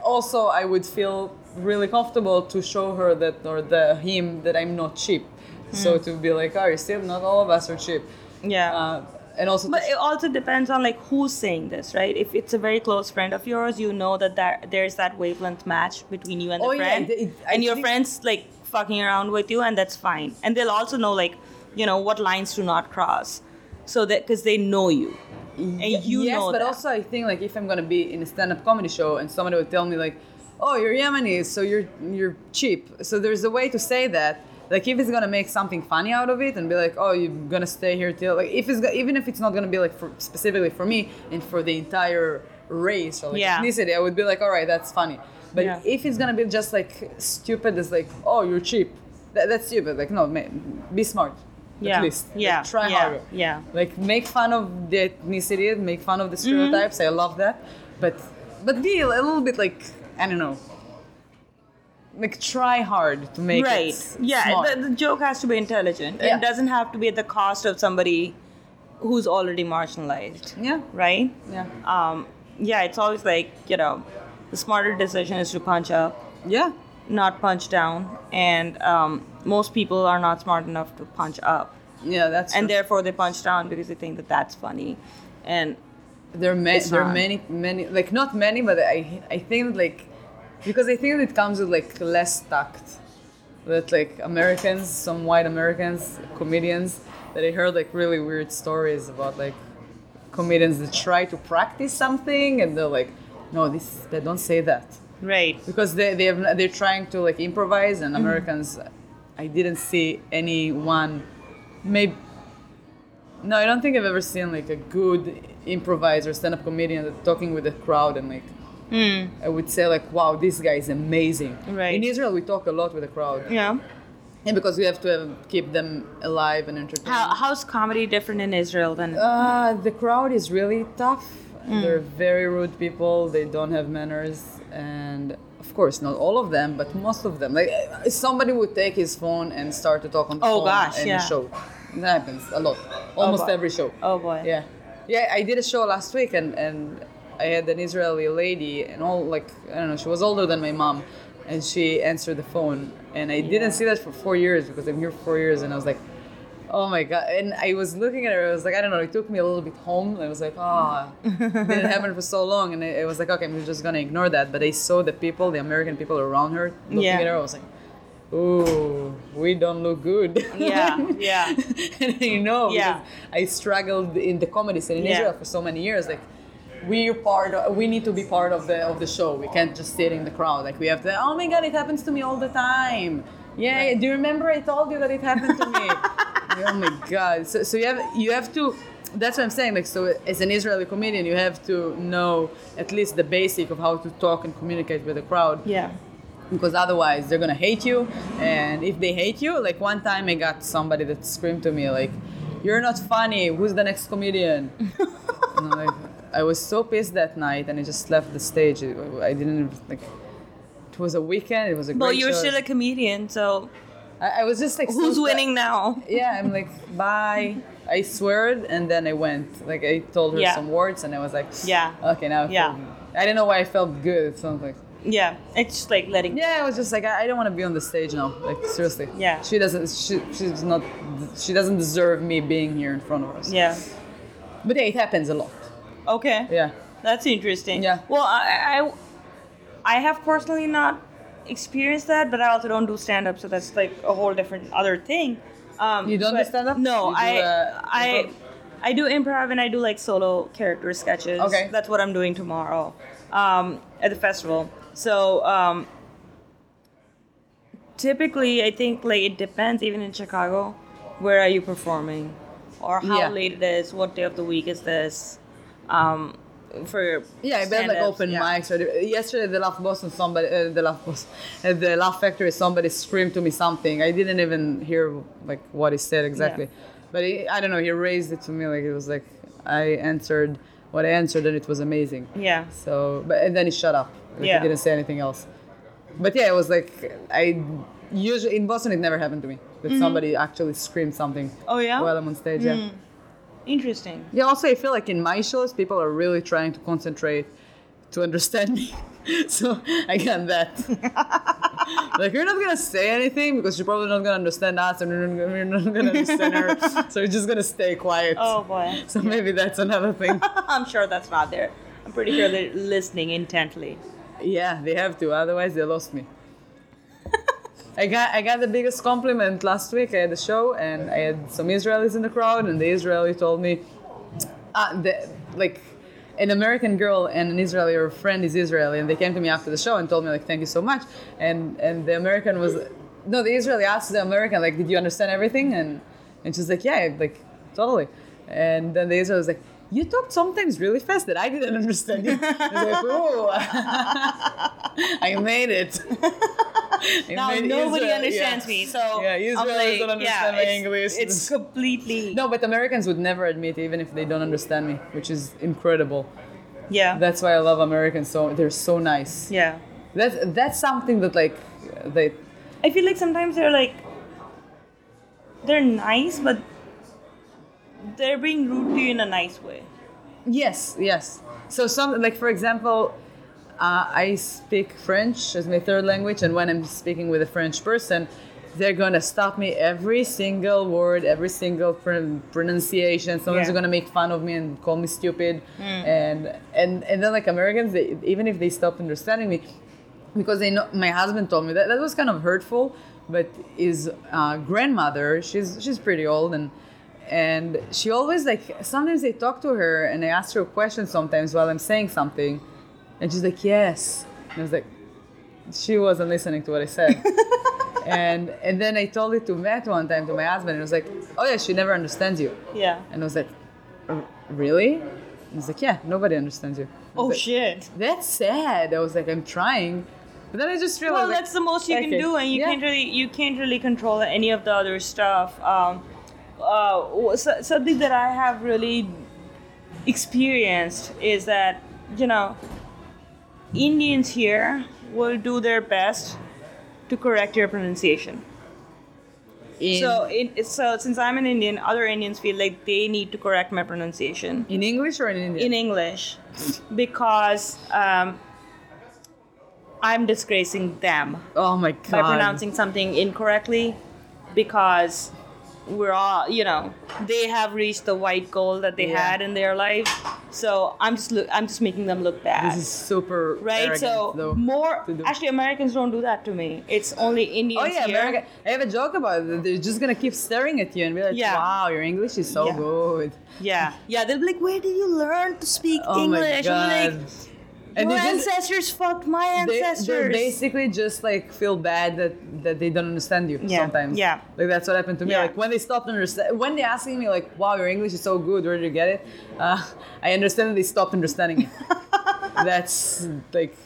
Speaker 1: also I would feel really comfortable to show her that or the him that I'm not cheap.
Speaker 2: Hmm.
Speaker 1: So to be like, oh, you still not all of us are cheap.
Speaker 2: yeah.
Speaker 1: Uh, and also,
Speaker 2: but it also depends on like who's saying this, right? If it's a very close friend of yours, you know that there, there's that wavelength match between you and the
Speaker 1: Oh, yeah,
Speaker 2: friend,
Speaker 1: it- it- I
Speaker 2: and your
Speaker 1: think-
Speaker 2: friends like fucking around with you, and that's fine. And they'll also know like you know what lines to not cross, so that because they know you, and you
Speaker 1: yes,
Speaker 2: know
Speaker 1: but
Speaker 2: that.
Speaker 1: also I think like if I'm gonna be in a stand-up comedy show and somebody would tell me like, "Oh, you're Yemeni, so you're you're cheap." So there's a way to say that. Like if it's gonna make something funny out of it and be like, "Oh, you're gonna stay here till like if it's go- even if it's not gonna be like for, specifically for me and for the entire race or like
Speaker 2: Yeah.
Speaker 1: ethnicity, I would be like, "All right, that's funny." But
Speaker 2: Yeah.
Speaker 1: if it's gonna be just like stupid, it's like, "Oh, you're cheap." That, that's stupid. Like no, ma- be smart.
Speaker 2: yeah,
Speaker 1: At least. Like,
Speaker 2: yeah,
Speaker 1: try
Speaker 2: yeah,
Speaker 1: harder
Speaker 2: yeah.
Speaker 1: like make fun of the ethnicity make fun of the
Speaker 2: Mm-hmm.
Speaker 1: stereotypes i love that but but be a little bit like i don't know like try hard to make
Speaker 2: right
Speaker 1: it
Speaker 2: yeah
Speaker 1: smart.
Speaker 2: the, the joke has to be intelligent
Speaker 1: Yeah.
Speaker 2: it doesn't have to be at the cost of somebody who's already marginalized
Speaker 1: yeah
Speaker 2: right
Speaker 1: yeah
Speaker 2: um, yeah, it's always like, you know, the smarter decision is to punch up,
Speaker 1: yeah
Speaker 2: not punch down. And um, most people are not smart enough to punch up.
Speaker 1: yeah that's
Speaker 2: And
Speaker 1: and
Speaker 2: therefore they punch down because they think that that's funny. And
Speaker 1: there are, ma-
Speaker 2: it's
Speaker 1: there are
Speaker 2: not.
Speaker 1: many many like not many but i i think that, like because i think that it comes with like less tact that like americans some white americans comedians that i heard like really weird stories about like comedians that try to practice something and they're like no this they don't say that
Speaker 2: right.
Speaker 1: because they, they have, they're trying to like improvise
Speaker 2: Mm-hmm.
Speaker 1: and americans i didn't see anyone maybe no i don't think i've ever seen like a good improviser stand-up comedian that talking with the crowd and like i would say like wow this guy is amazing
Speaker 2: Mm. Right.
Speaker 1: in israel we talk a lot with the crowd
Speaker 2: Yeah.
Speaker 1: and because we have to have, keep them alive and entertained
Speaker 2: How, how's comedy different in Israel than
Speaker 1: uh, the crowd is really tough.
Speaker 2: Mm.
Speaker 1: They're very rude people. They don't have manners, and of course, not all of them, but most of them. Like uh, somebody would take his phone and start to talk on the
Speaker 2: Oh,
Speaker 1: phone
Speaker 2: gosh,
Speaker 1: in
Speaker 2: yeah.
Speaker 1: a show. That happens a lot. Almost
Speaker 2: boy.
Speaker 1: every show.
Speaker 2: Oh, boy.
Speaker 1: Yeah, yeah. I did a show last week, and and I had an Israeli lady, and all like I don't know, she was older than my mom, and she answered the phone, and I didn't see that for four years because I'm here four years, and I was like, Oh my god! And I was looking at her. I was like, I don't know. It took me a little bit home. I was like, ah, oh, didn't happen for so long. And I, I was like, okay, I'm just gonna ignore that. But I saw the people, the American people around her, looking
Speaker 2: Yeah.
Speaker 1: at her. I was like, ooh, we don't look good.
Speaker 2: Yeah, yeah.
Speaker 1: and you know,
Speaker 2: Yeah.
Speaker 1: because I struggled in the comedy scene in
Speaker 2: Yeah.
Speaker 1: Israel for so many years. Like, we're part. Of, we need to be part of the of the show. We can't just sit in the crowd. Like we have to. Oh my god, it happens to me all the time. Yeah, do you remember I told you that it happened to me? oh my god. So, so you have you have to. That's what I'm saying. Like so, as an Israeli comedian, you have to know at least the basic of how to talk and communicate with the crowd
Speaker 2: Yeah.
Speaker 1: because otherwise they're gonna hate you and if they hate you like one time i got somebody that screamed to me like you're not funny who's the next comedian and I'm like, i was so pissed that night and i just left the stage i didn't like it was a weekend it was a great
Speaker 2: Well, you're
Speaker 1: show.
Speaker 2: still a comedian, so
Speaker 1: I, I was just like so
Speaker 2: who's
Speaker 1: sad.
Speaker 2: winning now?
Speaker 1: yeah i'm like bye i sweared and then i went like i told her
Speaker 2: Yeah.
Speaker 1: some words and i was like
Speaker 2: Yeah.
Speaker 1: okay now I
Speaker 2: Yeah.
Speaker 1: feel good." i didn't know why i felt good it sounds like
Speaker 2: Yeah, it's just like letting.
Speaker 1: Yeah, I was just like, I, I don't want to be on the stage now. Like seriously.
Speaker 2: Yeah.
Speaker 1: She doesn't. She, she's not. She doesn't deserve me being here in front of us.
Speaker 2: Yeah.
Speaker 1: But yeah, it happens a lot.
Speaker 2: Okay.
Speaker 1: Yeah.
Speaker 2: That's interesting.
Speaker 1: Yeah.
Speaker 2: Well, I, I, I have personally not experienced that, but I also don't do stand up, so that's like a whole different other thing. Um,
Speaker 1: You don't do
Speaker 2: but-
Speaker 1: stand-up?
Speaker 2: No,
Speaker 1: You do,
Speaker 2: I,
Speaker 1: uh,
Speaker 2: I,
Speaker 1: improv?
Speaker 2: I do improv and I do like solo character sketches.
Speaker 1: Okay.
Speaker 2: That's what I'm doing tomorrow, um, at the festival. So um, typically, I think like it depends. Even in Chicago, where are you performing, or how
Speaker 1: Yeah.
Speaker 2: late it is, what day of the week is this. Um, for
Speaker 1: Yeah, I bet like
Speaker 2: stand-ups,
Speaker 1: open
Speaker 2: yeah.
Speaker 1: mics. Or, yesterday, at the Laugh Boston, somebody, uh, the Laugh Boston, at the Laugh Factory, somebody screamed to me something. I didn't even hear like what he said exactly, but he, I don't know. He raised it to me like it was like I answered what I answered, and it was amazing.
Speaker 2: Yeah.
Speaker 1: So, but and then he shut up. Like,
Speaker 2: Yeah.
Speaker 1: He didn't say anything else. But yeah, it was like I usually in Boston it never happened to me that somebody actually screamed something.
Speaker 2: Mm-hmm. Oh, yeah? Mm.
Speaker 1: While I'm on stage, yeah.
Speaker 2: Interesting.
Speaker 1: Yeah. Also, I feel like in my shows people are really trying to concentrate to understand me. so I got that. like you're not gonna say anything because you're probably not gonna understand us, and we're not gonna- we're not gonna understand her. so you're just gonna stay quiet.
Speaker 2: Oh boy.
Speaker 1: So maybe that's another thing.
Speaker 2: I'm sure that's not there. I'm pretty sure they're listening intently.
Speaker 1: Yeah, they have to. Otherwise, they lost me. I got I got the biggest compliment last week. I had a show and I had some Israelis in the crowd, and the Israeli told me, uh, the, like, an American girl and an Israeli or a friend is Israeli, and they came to me after the show and told me like, thank you so much, and and the American was, no, the Israeli asked the American like, did you understand everything? And and she's like, yeah, like totally, and then the Israeli was like. You talked sometimes really fast that I didn't understand you. I was like, "Ooh, I made it. I
Speaker 2: Now
Speaker 1: made
Speaker 2: nobody
Speaker 1: Israel-
Speaker 2: understands
Speaker 1: yeah.
Speaker 2: me, so
Speaker 1: yeah,
Speaker 2: I'm
Speaker 1: Israelis
Speaker 2: like,
Speaker 1: don't understand
Speaker 2: yeah,
Speaker 1: my
Speaker 2: it's-
Speaker 1: English.
Speaker 2: It's completely
Speaker 1: no, but Americans would never admit, even if they don't understand me, which is incredible.
Speaker 2: yeah
Speaker 1: That's why I love Americans. So they're so nice.
Speaker 2: yeah.
Speaker 1: That's that's something that like they.
Speaker 2: I feel like sometimes they're like they're nice, but they're being rude to you in a nice way.
Speaker 1: Yes, yes. So some like for example, uh, I speak French as my third language, and when I'm speaking with a French person, they're gonna stop me every single word, every single pron- pronunciation. Someone's
Speaker 2: Yeah.
Speaker 1: gonna make fun of me and call me stupid, and and and then like Americans, they, even if they stop understanding me, because they know my husband told me that that was kind of hurtful but his uh, grandmother she's she's pretty old and and she always like sometimes i talk to her and i ask her a question sometimes while i'm saying something and she's like yes and i was like she wasn't listening to what i said and and then i told it to matt one time to my husband and i was like oh yeah she never understands you
Speaker 2: Yeah.
Speaker 1: and i was like "R- really and he's like yeah nobody understands you I was
Speaker 2: Oh
Speaker 1: like,
Speaker 2: shit.
Speaker 1: that's sad. I was like, I'm trying. But then I just realized.
Speaker 2: Well,
Speaker 1: like,
Speaker 2: that's the most you
Speaker 1: okay,
Speaker 2: can do, and you
Speaker 1: yeah.
Speaker 2: can't really you can't really control any of the other stuff. Um, uh, w- so, something that I have really experienced is that you know Indians here will do their best to correct your pronunciation.
Speaker 1: In,
Speaker 2: So, in, so since I'm an Indian, other Indians feel like they need to correct my pronunciation
Speaker 1: in English or in Indian?
Speaker 2: in English because um, I'm disgracing them
Speaker 1: oh my god.
Speaker 2: by pronouncing something incorrectly because we're all you know they have reached the white goal that they
Speaker 1: Yeah.
Speaker 2: had in their life so i'm just look i'm just making them look bad
Speaker 1: This is super
Speaker 2: right
Speaker 1: arrogant,
Speaker 2: so
Speaker 1: though,
Speaker 2: more
Speaker 1: to do.
Speaker 2: actually americans don't do that to me it's only indians
Speaker 1: Oh yeah,
Speaker 2: here.
Speaker 1: America. I have a joke about it. They're just gonna keep staring at you and be like,
Speaker 2: Yeah.
Speaker 1: "Wow, your English is so
Speaker 2: Yeah.
Speaker 1: good."
Speaker 2: yeah yeah they'll be like where did you learn to speak
Speaker 1: Oh my
Speaker 2: english
Speaker 1: god.
Speaker 2: i'm like
Speaker 1: and
Speaker 2: your
Speaker 1: they just
Speaker 2: ancestors fucked my
Speaker 1: they,
Speaker 2: ancestors
Speaker 1: they basically just like feel bad that that they don't understand you
Speaker 2: Yeah,
Speaker 1: sometimes.
Speaker 2: yeah.
Speaker 1: Like that's what happened to me.
Speaker 2: Yeah.
Speaker 1: Like when they stopped understand, when they asking me like, "Wow, your English is so good. Where did you get it?" Uh, I understand that they stopped understanding it. that's like,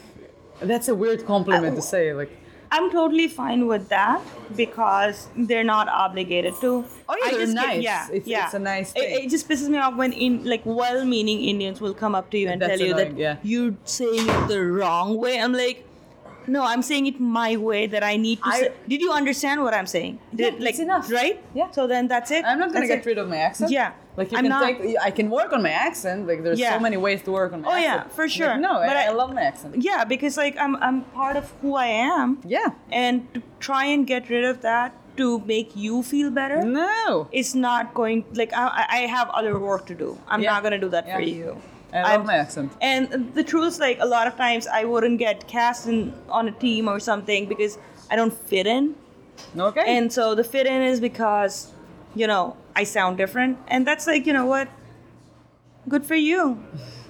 Speaker 1: that's a weird compliment to say. Like,
Speaker 2: I'm totally fine with that because they're not obligated to.
Speaker 1: Oh, yeah,
Speaker 2: I
Speaker 1: they're
Speaker 2: just get-
Speaker 1: nice.
Speaker 2: yeah,
Speaker 1: It's-
Speaker 2: yeah.
Speaker 1: it's a nice
Speaker 2: It-
Speaker 1: thing.
Speaker 2: It, just pisses me off when in like well-meaning Indians will come up to you and
Speaker 1: That's
Speaker 2: tell you
Speaker 1: annoying,
Speaker 2: that
Speaker 1: yeah.
Speaker 2: you're saying it the wrong way. I'm like, no, I'm saying it my way that I need to.
Speaker 1: I-
Speaker 2: say. Did you understand what I'm saying? Did,
Speaker 1: Yeah,
Speaker 2: like
Speaker 1: it's enough.
Speaker 2: right?
Speaker 1: Yeah.
Speaker 2: So then that's it.
Speaker 1: I'm not gonna get
Speaker 2: That's it.
Speaker 1: rid of my accent.
Speaker 2: Yeah.
Speaker 1: Like you
Speaker 2: I'm
Speaker 1: can
Speaker 2: not-
Speaker 1: take, I can work on my accent. Like there's
Speaker 2: Yeah.
Speaker 1: so many ways to work on my
Speaker 2: Oh, yeah,
Speaker 1: accent.
Speaker 2: for
Speaker 1: Like,
Speaker 2: sure.
Speaker 1: no,
Speaker 2: But
Speaker 1: I,
Speaker 2: I-
Speaker 1: I love my accent.
Speaker 2: Yeah, because like I'm I'm part of who I am,
Speaker 1: Yeah.
Speaker 2: and to try and get rid of that to make you feel better.
Speaker 1: No.
Speaker 2: it's not going like I, I- I have other work to do. I'm
Speaker 1: Yeah.
Speaker 2: not gonna do that for
Speaker 1: Yeah.
Speaker 2: you.
Speaker 1: I love
Speaker 2: I'm-
Speaker 1: my accent.
Speaker 2: And the truth is, like a lot of times, I wouldn't get cast in on a team or something because I don't fit in.
Speaker 1: Okay.
Speaker 2: And so the fit in is because, you know, I sound different, and that's like you know what. Good for you.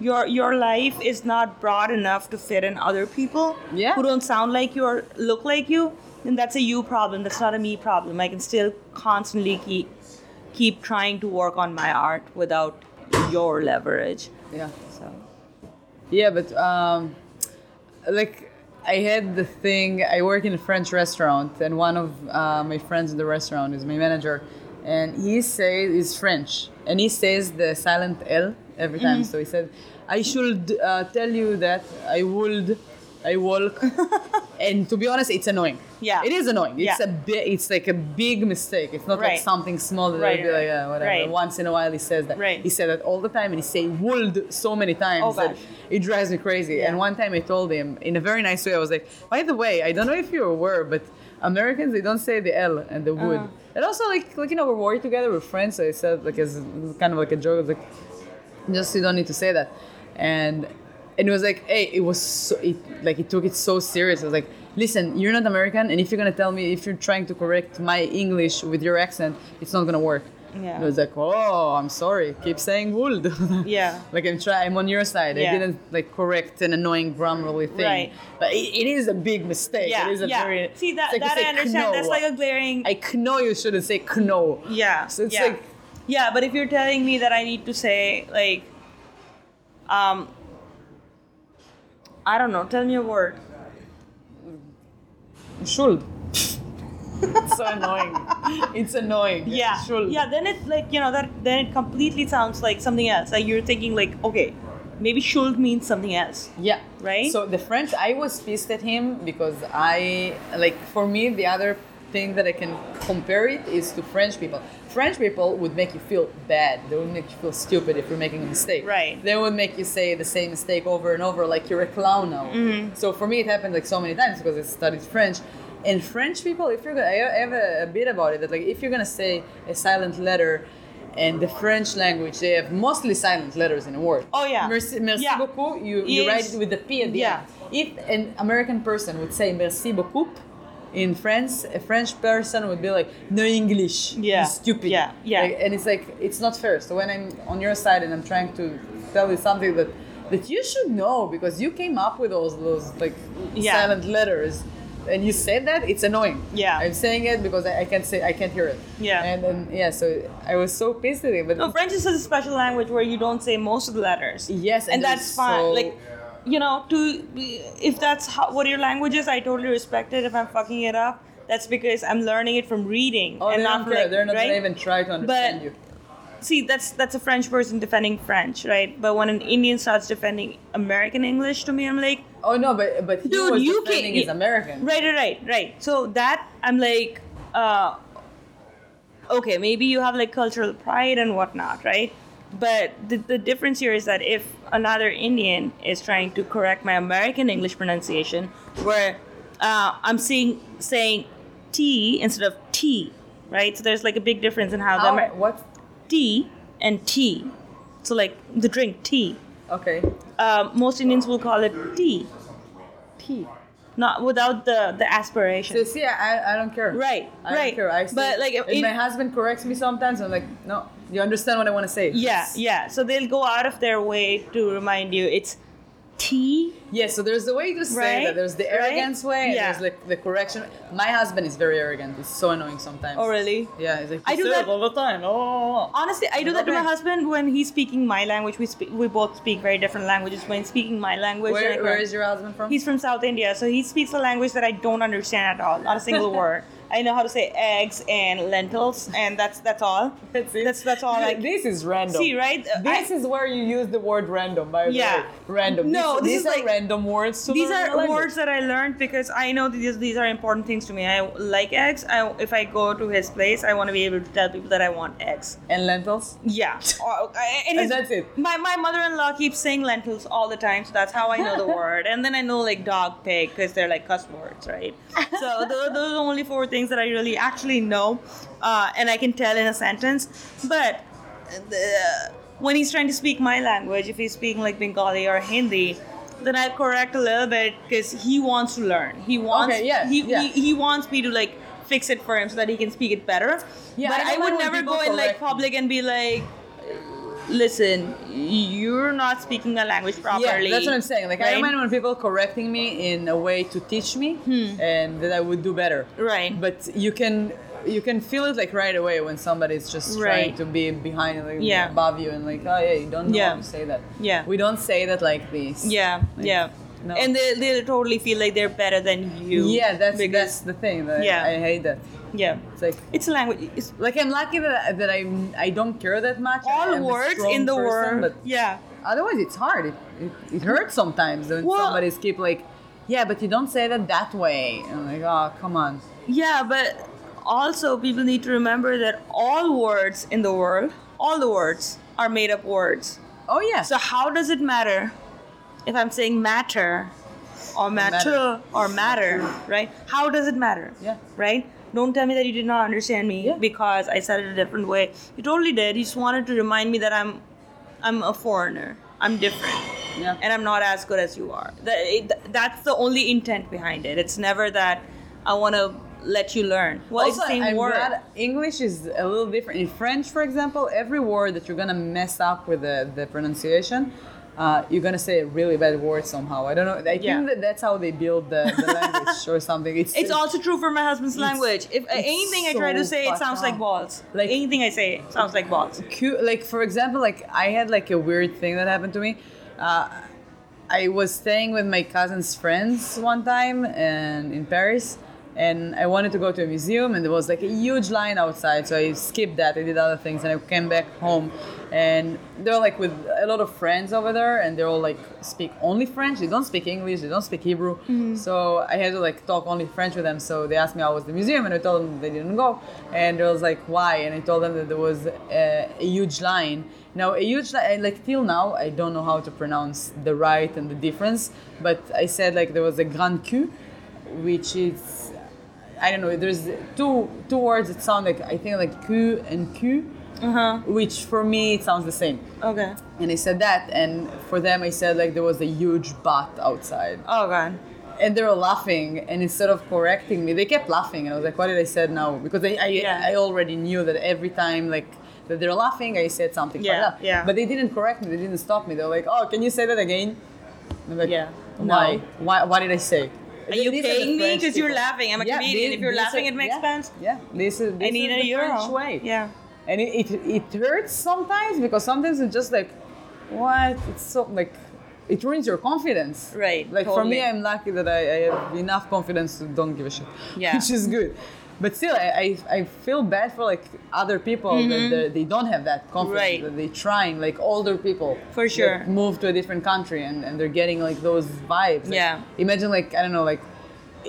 Speaker 2: Your your life is not broad enough to fit in other people
Speaker 1: Yeah.
Speaker 2: who don't sound like you or look like you. And that's a you problem. That's not a me problem. I can still constantly keep keep trying to work on my art without your leverage.
Speaker 1: yeah.
Speaker 2: So
Speaker 1: Yeah, but um, like I had the thing. I work in a French restaurant, and one of uh, my friends in the restaurant is my manager, and he says he's French, and he says the silent L every
Speaker 2: Mm-hmm.
Speaker 1: time. So he said, "I should uh, tell you that I would, I walk." and to be honest, it's annoying.
Speaker 2: Yeah.
Speaker 1: it is annoying. It's
Speaker 2: Yeah.
Speaker 1: a bit. It's like a big mistake. It's not like
Speaker 2: Right.
Speaker 1: something small that
Speaker 2: Right,
Speaker 1: I'd be like,
Speaker 2: right,
Speaker 1: yeah, whatever.
Speaker 2: right.
Speaker 1: Once in a while, he says that.
Speaker 2: Right.
Speaker 1: He said that all the time, and he say would so many times
Speaker 2: Oh,
Speaker 1: that
Speaker 2: gosh.
Speaker 1: it drives me crazy.
Speaker 2: Yeah.
Speaker 1: And one time I told him in a very nice way, I was like, by the way, I don't know if you're aware, but Americans they don't say the L and the wood.
Speaker 2: Uh-huh.
Speaker 1: And also like like you know, we're working together, we're friends, so I said like as kind of like a joke, I was like just you don't need to say that. And and it was like, hey, it was so, it, like it took it so serious. I was like, listen, you're not American, and if you're gonna tell me if you're trying to correct my English with your accent, it's not gonna work.
Speaker 2: Yeah.
Speaker 1: And I was like, oh, I'm sorry. Keep saying would.
Speaker 2: Yeah.
Speaker 1: Like I'm try I'm on your side. I
Speaker 2: Yeah.
Speaker 1: didn't like correct an annoying grammarly thing.
Speaker 2: Right.
Speaker 1: But it, it is a big mistake. it is a very
Speaker 2: See that
Speaker 1: it's like you
Speaker 2: that
Speaker 1: say
Speaker 2: I understand.
Speaker 1: "Kno."
Speaker 2: That's like a glaring
Speaker 1: I know you shouldn't say know.
Speaker 2: Yeah.
Speaker 1: So it's
Speaker 2: yeah.
Speaker 1: like
Speaker 2: Yeah, but if you're telling me that I need to say like um I don't know, tell me a word.
Speaker 1: should. it's so annoying. It's annoying.
Speaker 2: Yeah.
Speaker 1: Should.
Speaker 2: Yeah, then it's like, you know, that then it completely sounds like something else. Like you're thinking like, okay, maybe should means something else.
Speaker 1: Yeah.
Speaker 2: Right?
Speaker 1: So the French, I was pissed at him because I like for me the other thing that I can compare it is to French people. French people would make you feel bad. They would make you feel stupid if you're making a mistake.
Speaker 2: Right.
Speaker 1: They would make you say the same mistake over and over, like you're a clown now.
Speaker 2: Mm-hmm.
Speaker 1: So for me, it happened like so many times because I studied French. And French people, if you're gonna, I have a, a bit about it that like if you're gonna say a silent letter, and the French language, they have mostly silent letters in a word.
Speaker 2: Oh, yeah.
Speaker 1: Merci, merci
Speaker 2: Yeah.
Speaker 1: beaucoup. You, you write
Speaker 2: Yes.
Speaker 1: it with the P at the
Speaker 2: Yeah.
Speaker 1: end. If an American person would say merci beaucoup in France, a French person would be like, no English. you
Speaker 2: Yeah.
Speaker 1: stupid.
Speaker 2: Yeah. Yeah.
Speaker 1: Like, and it's like, it's not fair. So when I'm on your side and I'm trying to tell you something that, that you should know because you came up with all those like
Speaker 2: Yeah.
Speaker 1: silent letters and you said that, it's annoying.
Speaker 2: Yeah.
Speaker 1: I'm saying it because I, I can't say, I can't hear it.
Speaker 2: Yeah.
Speaker 1: And, and yeah, so I was so pissed at him. But
Speaker 2: No, French is a special language where you don't say most of the letters.
Speaker 1: Yes, and
Speaker 2: and,
Speaker 1: they're
Speaker 2: that's fine.
Speaker 1: so-
Speaker 2: Like, you know, to if that's how, what your language is, I totally respect it. If I'm fucking it up, that's because I'm learning it from reading
Speaker 1: oh,
Speaker 2: and
Speaker 1: they
Speaker 2: not
Speaker 1: don't
Speaker 2: from,
Speaker 1: care.
Speaker 2: like,
Speaker 1: They're not
Speaker 2: right?
Speaker 1: gonna even try to understand you.
Speaker 2: See, that's that's a French person defending French, right? But when an Indian starts defending American English to me, I'm like,
Speaker 1: Oh no, but but he
Speaker 2: Dude,
Speaker 1: was
Speaker 2: you
Speaker 1: defending
Speaker 2: can't- e-
Speaker 1: his American.
Speaker 2: Right, right, right, right. So that I'm like, uh, okay, maybe you have like cultural pride and whatnot, right? But the, the difference here is that if another Indian is trying to correct my American English pronunciation, where uh, I'm seeing saying T instead of T, right? So there's like a big difference in how,
Speaker 1: How,
Speaker 2: the Amer-
Speaker 1: what?
Speaker 2: tea and tea. So like the drink tea.
Speaker 1: Okay.
Speaker 2: Um, most Indians will call it tea,
Speaker 1: Tea.
Speaker 2: not without the the aspiration.
Speaker 1: So see, I, I don't care.
Speaker 2: Right,
Speaker 1: I
Speaker 2: right.
Speaker 1: Don't care. I
Speaker 2: But,
Speaker 1: say-
Speaker 2: like,
Speaker 1: and
Speaker 2: in-
Speaker 1: my husband corrects me sometimes. I'm like, no, you understand what I want to say.
Speaker 2: Yeah, yeah. So they'll go out of their way to remind you it's tea.
Speaker 1: Yeah, so there's the way to say
Speaker 2: Right?
Speaker 1: that. There's the
Speaker 2: Right?
Speaker 1: arrogance way, and
Speaker 2: Yeah.
Speaker 1: there's like the correction. My husband is very arrogant. It's so annoying sometimes.
Speaker 2: Oh, really?
Speaker 1: Yeah, he's like,
Speaker 2: I
Speaker 1: "You
Speaker 2: do
Speaker 1: say
Speaker 2: that-
Speaker 1: all the time. Oh.
Speaker 2: Honestly, I do that to my
Speaker 1: Okay.
Speaker 2: husband when he's speaking my language. We speak, we both speak very different languages. When he's speaking my language, then I
Speaker 1: Where,
Speaker 2: correct-
Speaker 1: where is your husband from?
Speaker 2: He's from South India, so he speaks a language that I don't understand at all. Not a single word. I know how to say eggs and lentils, and that's that's all.
Speaker 1: That's it.
Speaker 2: That's that's all. I
Speaker 1: this is random.
Speaker 2: see, right? Uh, I-
Speaker 1: This is where you use the word random, by the
Speaker 2: Yeah.
Speaker 1: way. Random.
Speaker 2: No,
Speaker 1: These-
Speaker 2: this
Speaker 1: these
Speaker 2: is
Speaker 1: are
Speaker 2: like-
Speaker 1: random words. To
Speaker 2: these
Speaker 1: learn in
Speaker 2: are
Speaker 1: a language.
Speaker 2: words that I learned because I know these these are important things to me. I like eggs. I if I go to his place, I want to be able to tell people that I want eggs.
Speaker 1: and lentils.
Speaker 2: Yeah, Or- uh, and, his-
Speaker 1: that's it.
Speaker 2: My my mother-in-law keeps saying lentils all the time, so that's how I know the word. And then I know like dog, pig, because they're like cuss words, right? So those, those are the only four things that I really actually know, uh, and I can tell in a sentence. But the, when he's trying to speak my language, if he's speaking like Bengali or Hindi. Then I correct a little bit because he wants to learn. He wants
Speaker 1: Okay, yeah,
Speaker 2: he,
Speaker 1: yeah.
Speaker 2: he he wants me to like fix it for him so that he can speak it better.
Speaker 1: Yeah,
Speaker 2: but
Speaker 1: I
Speaker 2: I,
Speaker 1: know
Speaker 2: would
Speaker 1: when
Speaker 2: never
Speaker 1: people
Speaker 2: go in like
Speaker 1: correct me.
Speaker 2: public and be like, listen, you're not speaking the language properly.
Speaker 1: Yeah, that's what I'm saying. Like I
Speaker 2: right?
Speaker 1: remember when people correcting me in a way to teach me, and that I would do better.
Speaker 2: Right.
Speaker 1: But you can you can feel it like right away when somebody's just
Speaker 2: Right.
Speaker 1: trying to be behind, like
Speaker 2: Yeah.
Speaker 1: above you, and like, oh yeah, you don't know
Speaker 2: Yeah.
Speaker 1: how to say that.
Speaker 2: Yeah.
Speaker 1: We don't say that like this.
Speaker 2: Yeah,
Speaker 1: Like,
Speaker 2: yeah.
Speaker 1: no.
Speaker 2: And they, they totally feel like they're better than you.
Speaker 1: Yeah, that's
Speaker 2: because,
Speaker 1: that's the thing. That
Speaker 2: Yeah.
Speaker 1: I, I hate that.
Speaker 2: yeah.
Speaker 1: It's like
Speaker 2: It's a language. It's
Speaker 1: like I'm lucky that that I I don't care that much.
Speaker 2: all
Speaker 1: I'm a
Speaker 2: words
Speaker 1: strong
Speaker 2: in the
Speaker 1: person,
Speaker 2: world.
Speaker 1: but
Speaker 2: Yeah.
Speaker 1: otherwise it's hard it, it, it hurts sometimes when
Speaker 2: Well-
Speaker 1: somebody's keep like yeah but you don't say that that way and i'm like oh come on
Speaker 2: Yeah, but also people need to remember that all words in the world, all the words are made up words.
Speaker 1: oh yeah
Speaker 2: So how does it matter if I'm saying matter or matter, or matter, right? How does it matter?
Speaker 1: Yeah.
Speaker 2: Right? Don't tell me that you did not understand me
Speaker 1: Yeah.
Speaker 2: because I said it a different way. You totally did. You just wanted to remind me that I'm I'm a foreigner. I'm different.
Speaker 1: Yeah.
Speaker 2: And I'm not as good as you are. That, it, that's the only intent behind it. It's never that I want to let you learn. Well, it's the same
Speaker 1: I'm
Speaker 2: word.
Speaker 1: glad English is a little different. In French, for example, every word that you're gonna mess up with the, the pronunciation, uh, you're gonna say a really bad word somehow. I don't know. I
Speaker 2: Yeah.
Speaker 1: think that that's how they build the, the language or something. It's,
Speaker 2: It's also true for my husband's
Speaker 1: It's-
Speaker 2: language. If uh,
Speaker 1: it's
Speaker 2: anything I try to
Speaker 1: so
Speaker 2: say, it
Speaker 1: fucked
Speaker 2: sounds like
Speaker 1: up.
Speaker 2: balls. Like
Speaker 1: Like-
Speaker 2: anything I say sounds like balls.
Speaker 1: cute like for example like i had like a weird thing that happened to me uh, i was staying with my cousin's friends one time and in paris and i wanted to go to a museum and there was like a huge line outside so i skipped that i did other things and i came back home and they're like with a lot of friends over there and they're all like speak only french they don't speak english they don't speak hebrew so i had to like talk only french with them so they asked me how was the museum and i told them they didn't go and I was like why and i told them that there was a, a huge line now a huge line like till now i don't know how to pronounce the right and the difference but i said like there was a grand queue which is I don't know. There's two two words that sound like I think like Q and Q, which for me it sounds the same.
Speaker 2: Okay.
Speaker 1: And I said that, and for them I said like there was a huge butt outside,
Speaker 2: Oh god.
Speaker 1: and they were laughing. And instead of correcting me, they kept laughing. And I was like, what did I said now? Because I I,
Speaker 2: Yeah.
Speaker 1: I already knew that every time like that they're laughing, I said something.
Speaker 2: Yeah,
Speaker 1: fucked up.
Speaker 2: yeah.
Speaker 1: But they didn't correct me. They didn't stop me. They were like, oh, can you say that again? And I'm like,
Speaker 2: Yeah.
Speaker 1: Why?
Speaker 2: No.
Speaker 1: Why? What did I say?
Speaker 2: Are you
Speaker 1: These the
Speaker 2: paying me?
Speaker 1: French
Speaker 2: 'Cause you're
Speaker 1: people.
Speaker 2: laughing. I'm a comedian. If you're
Speaker 1: these
Speaker 2: laughing at my
Speaker 1: yeah,
Speaker 2: expense,
Speaker 1: yeah, this is this
Speaker 2: I need
Speaker 1: is
Speaker 2: a
Speaker 1: the
Speaker 2: euro.
Speaker 1: French way.
Speaker 2: Yeah.
Speaker 1: and it, it it hurts sometimes because sometimes it's just like, what? It's so like, it ruins your confidence.
Speaker 2: Right,
Speaker 1: Like for
Speaker 2: totally.
Speaker 1: me, I'm lucky that I, I have enough confidence to don't give a shit.
Speaker 2: Yeah.
Speaker 1: which is good. But still, I, I, I feel bad for like other people that they- they don't have that confidence.
Speaker 2: Mm-hmm. Right.
Speaker 1: That they're trying like older people
Speaker 2: For
Speaker 1: that
Speaker 2: sure.
Speaker 1: move to a different country and, and they're getting like those vibes. Like,
Speaker 2: Yeah.
Speaker 1: Imagine like I don't know like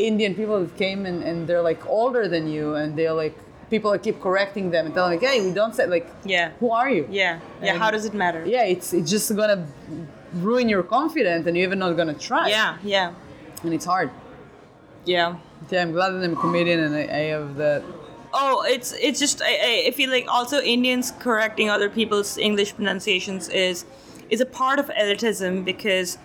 Speaker 1: Indian people that came and, and they're like older than you and they're like people that keep correcting them and telling like hey we don't say like
Speaker 2: Yeah.
Speaker 1: who are you
Speaker 2: Yeah. Yeah.
Speaker 1: And-
Speaker 2: How does it matter?
Speaker 1: yeah it's it's just gonna ruin your confidence and you're even not gonna try
Speaker 2: Yeah. Yeah.
Speaker 1: and it's hard
Speaker 2: Yeah.
Speaker 1: yeah I'm glad that I'm a comedian and I, I have the
Speaker 2: oh it's it's just I, I feel like also indians correcting other people's english pronunciations is is a part of elitism because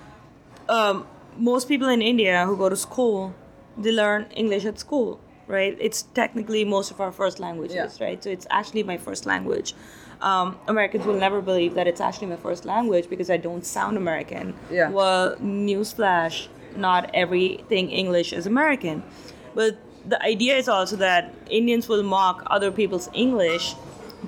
Speaker 2: um, most people in india who go to school they learn english at school right it's technically most of our first languages
Speaker 1: Yeah.
Speaker 2: right so it's actually my first language um, americans will never believe that it's actually my first language because i don't sound american
Speaker 1: Yeah.
Speaker 2: well newsflash not everything english is american but the idea is also that indians will mock other people's english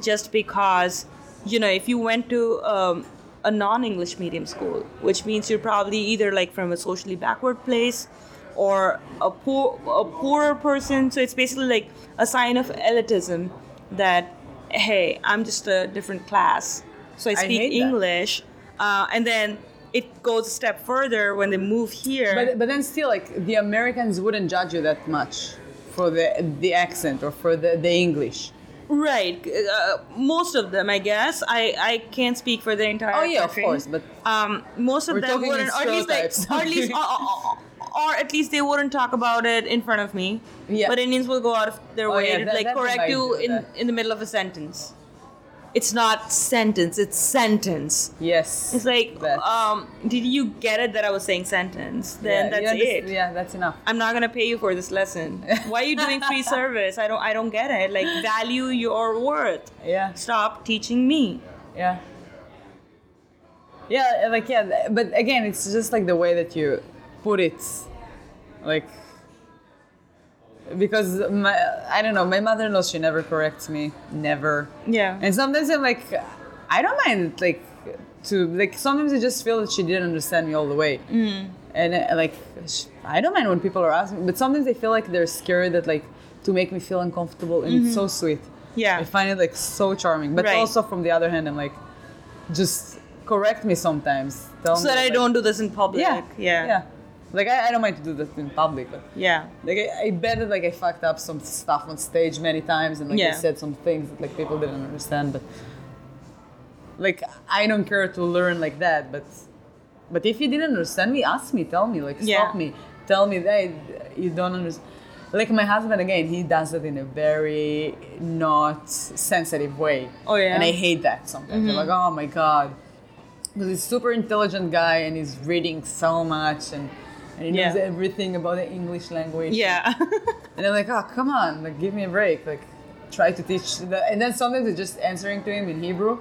Speaker 2: just because you know if you went to um, a non-english medium school which means you're probably either like from a socially backward place or a poor a poorer person so it's basically like a sign of elitism that hey i'm just a different class so i
Speaker 1: I
Speaker 2: speak
Speaker 1: hate that.
Speaker 2: english uh, and then it goes a step further when they move here
Speaker 1: But, but then still, like the Americans wouldn't judge you that much for the the accent or for the, the English.
Speaker 2: Right, uh, most of them, I guess. I, I can't speak for the entire.
Speaker 1: Oh yeah, of
Speaker 2: country.
Speaker 1: course. But
Speaker 2: um, most of
Speaker 1: We're
Speaker 2: them
Speaker 1: talking in
Speaker 2: wouldn't, or at least, like,
Speaker 1: stereotypes.
Speaker 2: or at least, or, or, or at least they wouldn't talk about it in front of me.
Speaker 1: Yeah.
Speaker 2: But Indians will go out of their
Speaker 1: Oh,
Speaker 2: way
Speaker 1: yeah,
Speaker 2: to
Speaker 1: that-
Speaker 2: like
Speaker 1: that they
Speaker 2: correct
Speaker 1: might
Speaker 2: you
Speaker 1: do
Speaker 2: in
Speaker 1: that.
Speaker 2: in the middle of a sentence. It's not sentence. It's sentence.
Speaker 1: yes,
Speaker 2: It's like,
Speaker 1: that-
Speaker 2: um, did you get it that I was saying sentence? Then
Speaker 1: yeah,
Speaker 2: that's
Speaker 1: yeah,
Speaker 2: it.
Speaker 1: this- yeah, that's enough.
Speaker 2: I'm not gonna pay you for this lesson. Why are you doing free service? I don't I don't get it. Like value your worth.
Speaker 1: Yeah.
Speaker 2: Stop teaching me.
Speaker 1: Yeah. Yeah, like yeah, th- but again, it's just like the way that you put it, like because my I don't know, my mother-in-law she never corrects me, never.
Speaker 2: Yeah.
Speaker 1: And sometimes I'm like, I don't mind like to like sometimes I just feel that she didn't understand me all the way. Mm. And uh, like sh- I don't mind when people are asking, but sometimes I feel like they're scared that like to make me feel uncomfortable, and it's so sweet.
Speaker 2: Mm-hmm. Yeah.
Speaker 1: I find it like so charming, but
Speaker 2: Right.
Speaker 1: also from the other hand, I'm like, just correct me sometimes. Tell
Speaker 2: so
Speaker 1: me,
Speaker 2: that I
Speaker 1: like-
Speaker 2: don't do this in public.
Speaker 1: Yeah,
Speaker 2: Yeah.
Speaker 1: yeah. Like I, I don't mind to do that in public, but
Speaker 2: Yeah.
Speaker 1: like I, I bet that like I fucked up some stuff on stage many times and like I
Speaker 2: Yeah.
Speaker 1: said some things that like people didn't understand but like I don't care to learn like that but but if you didn't understand me ask me tell me like stop
Speaker 2: Yeah.
Speaker 1: me tell me that you don't understand like my husband again he does it in a very not sensitive way
Speaker 2: Oh, yeah? Mm-hmm.
Speaker 1: and I hate that sometimes I'm like oh my god because he's super intelligent guy and he's reading so much and, and he knows
Speaker 2: Yeah.
Speaker 1: everything about the English language.
Speaker 2: Yeah.
Speaker 1: And I'm like, oh come on, like give me a break. Like try to teach the and then sometimes it's just answering to him in Hebrew.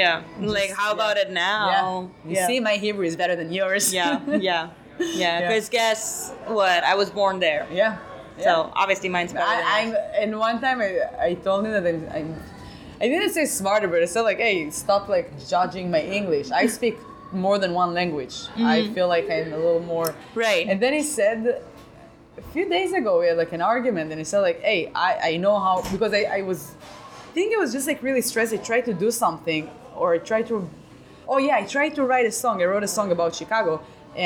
Speaker 2: yeah. Like how about it now?
Speaker 1: yeah. You see my Hebrew is better than yours.
Speaker 2: Oh, yeah. Yeah. Yeah.
Speaker 1: Yeah.
Speaker 2: Because guess what? I was born there.
Speaker 1: yeah.
Speaker 2: So obviously mine's better. than
Speaker 1: I,
Speaker 2: yours.
Speaker 1: I'm and one time I, I told him that I'm, I'm I didn't say smarter, but I said like, hey, stop like judging my English. I speak more than one language. I feel like I'm a little more
Speaker 2: Mm-hmm. Right.
Speaker 1: And then he said a few days ago we had like an argument, and he said like, hey, I I know how because I I was I think it was just like really stressed. I tried to do something or I tried to oh yeah, I tried to write a song. I wrote a song about Chicago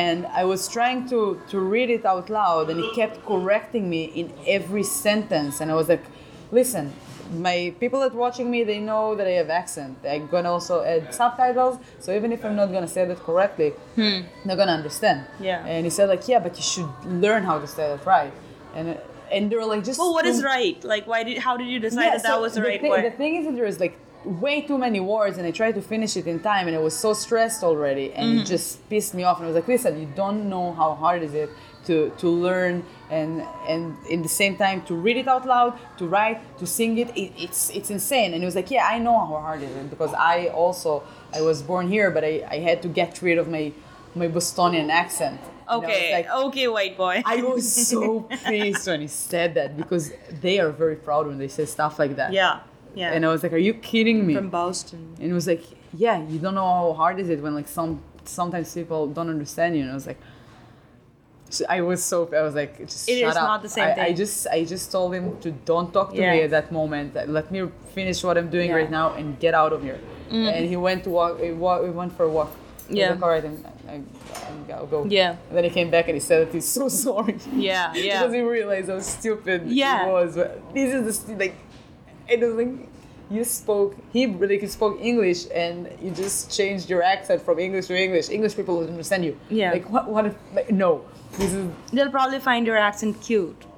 Speaker 1: and I was trying to to read it out loud and he kept correcting me in every sentence and I was like, listen, my people that watching me they know that I have accent. I'm gonna also add subtitles, so even if I'm not gonna say that correctly, they're gonna understand.
Speaker 2: Yeah.
Speaker 1: And he said like, yeah, but you should learn how to say that right. And and they were like, just
Speaker 2: well, what is
Speaker 1: don't-
Speaker 2: right? Like, why did? How did you decide
Speaker 1: yeah,
Speaker 2: that that
Speaker 1: so
Speaker 2: was the, right
Speaker 1: thi-
Speaker 2: way?
Speaker 1: The thing is that there is like way too many words, and I tried to finish it in time, and I was so stressed already, and
Speaker 2: Mm-hmm.
Speaker 1: it just pissed me off. And I was like, listen, you don't know how hard is it to to learn and and in the same time to read it out loud, to write, to sing it. it it's it's insane. And he was like, yeah, I know how hard it is because I also I was born here, but I I had to get rid of my my Bostonian accent. And I was
Speaker 2: okay.
Speaker 1: like,
Speaker 2: okay, white boy.
Speaker 1: I was so pissed when he said that because they are very proud when they say stuff like that.
Speaker 2: yeah. Yeah.
Speaker 1: And I was like, "Are you kidding me?"
Speaker 2: from Boston.
Speaker 1: and he was like, "Yeah, you don't know how hard is it when like some sometimes people don't understand you." And I was like, so I was so I was like, "Just
Speaker 2: It
Speaker 1: shut
Speaker 2: is
Speaker 1: up."
Speaker 2: not the same
Speaker 1: I, I
Speaker 2: thing.
Speaker 1: just I just told him to don't talk to me
Speaker 2: Yeah.
Speaker 1: at that moment. Let me finish what I'm doing
Speaker 2: Yeah. Mm.
Speaker 1: right now and get out of here. And he went to walk. He, wa- he went for a walk. I was
Speaker 2: Yeah.
Speaker 1: Like, All right, I'm, I'm, I'm, I'll go.
Speaker 2: Yeah.
Speaker 1: And then he came back and he said that he's so sorry.
Speaker 2: Yeah, yeah.
Speaker 1: because he realized how stupid
Speaker 2: Yeah.
Speaker 1: it was. But this is the st- like, it was like you spoke Hebrew, like you spoke English, and you just changed your accent from English to English. English people would understand you.
Speaker 2: Yeah.
Speaker 1: Like what? What? If, like, no. This is
Speaker 2: They'll probably find your accent cute.
Speaker 1: Oh,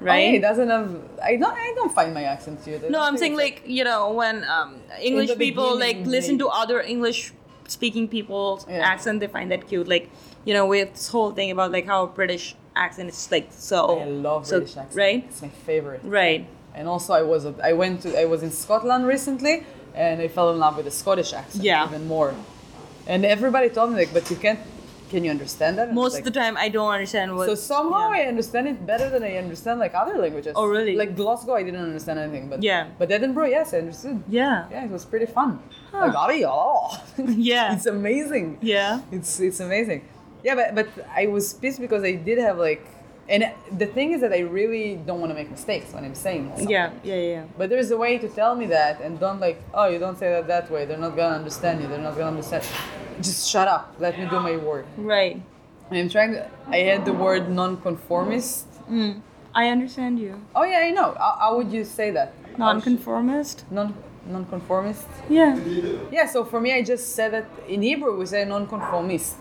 Speaker 1: he
Speaker 2: right?
Speaker 1: doesn't have. I don't. I don't find my accent cute. I
Speaker 2: no,
Speaker 1: don't
Speaker 2: I'm
Speaker 1: think
Speaker 2: saying
Speaker 1: it's
Speaker 2: like you know when um, English
Speaker 1: the
Speaker 2: people like
Speaker 1: beginning,
Speaker 2: listen to
Speaker 1: maybe.
Speaker 2: other English speaking people's
Speaker 1: Yeah.
Speaker 2: accent, they find that cute. Like you know with this whole thing about like how British accent is like so.
Speaker 1: I love
Speaker 2: oh, so-
Speaker 1: British accent.
Speaker 2: Right,
Speaker 1: It's my favorite.
Speaker 2: right.
Speaker 1: And also, I was. A, I went to. I was in Scotland recently, and I fell in love with the Scottish accent
Speaker 2: Yeah.
Speaker 1: even more. And everybody told me like, but you can't. Can you understand that? And I was
Speaker 2: Most of the time, I don't understand what.
Speaker 1: So somehow
Speaker 2: yeah.
Speaker 1: I understand it better than I understand like other languages.
Speaker 2: Oh, really?
Speaker 1: Like Glasgow, I didn't understand anything, but
Speaker 2: Yeah.
Speaker 1: But Edinburgh, yes, I understood.
Speaker 2: yeah,
Speaker 1: Yeah, it was pretty fun. I got it all.
Speaker 2: Yeah.
Speaker 1: it's amazing.
Speaker 2: yeah,
Speaker 1: It's it's amazing. Yeah, but but I was pissed because I did have like, and the thing is that I really don't want to make mistakes when I'm saying something.
Speaker 2: yeah, yeah, yeah.
Speaker 1: But there's a way to tell me that, and don't like, oh, you don't say that that way. They're not gonna understand you. They're not gonna understand. Just shut up. Let me do my work.
Speaker 2: Right.
Speaker 1: I'm trying. To, I had the word nonconformist
Speaker 2: Mm. I understand you.
Speaker 1: Oh yeah, I know. How, how would you say that?
Speaker 2: Nonconformist.
Speaker 1: Non nonconformist.
Speaker 2: Yeah.
Speaker 1: Yeah. So for me, I just said that in Hebrew we say nonconformist.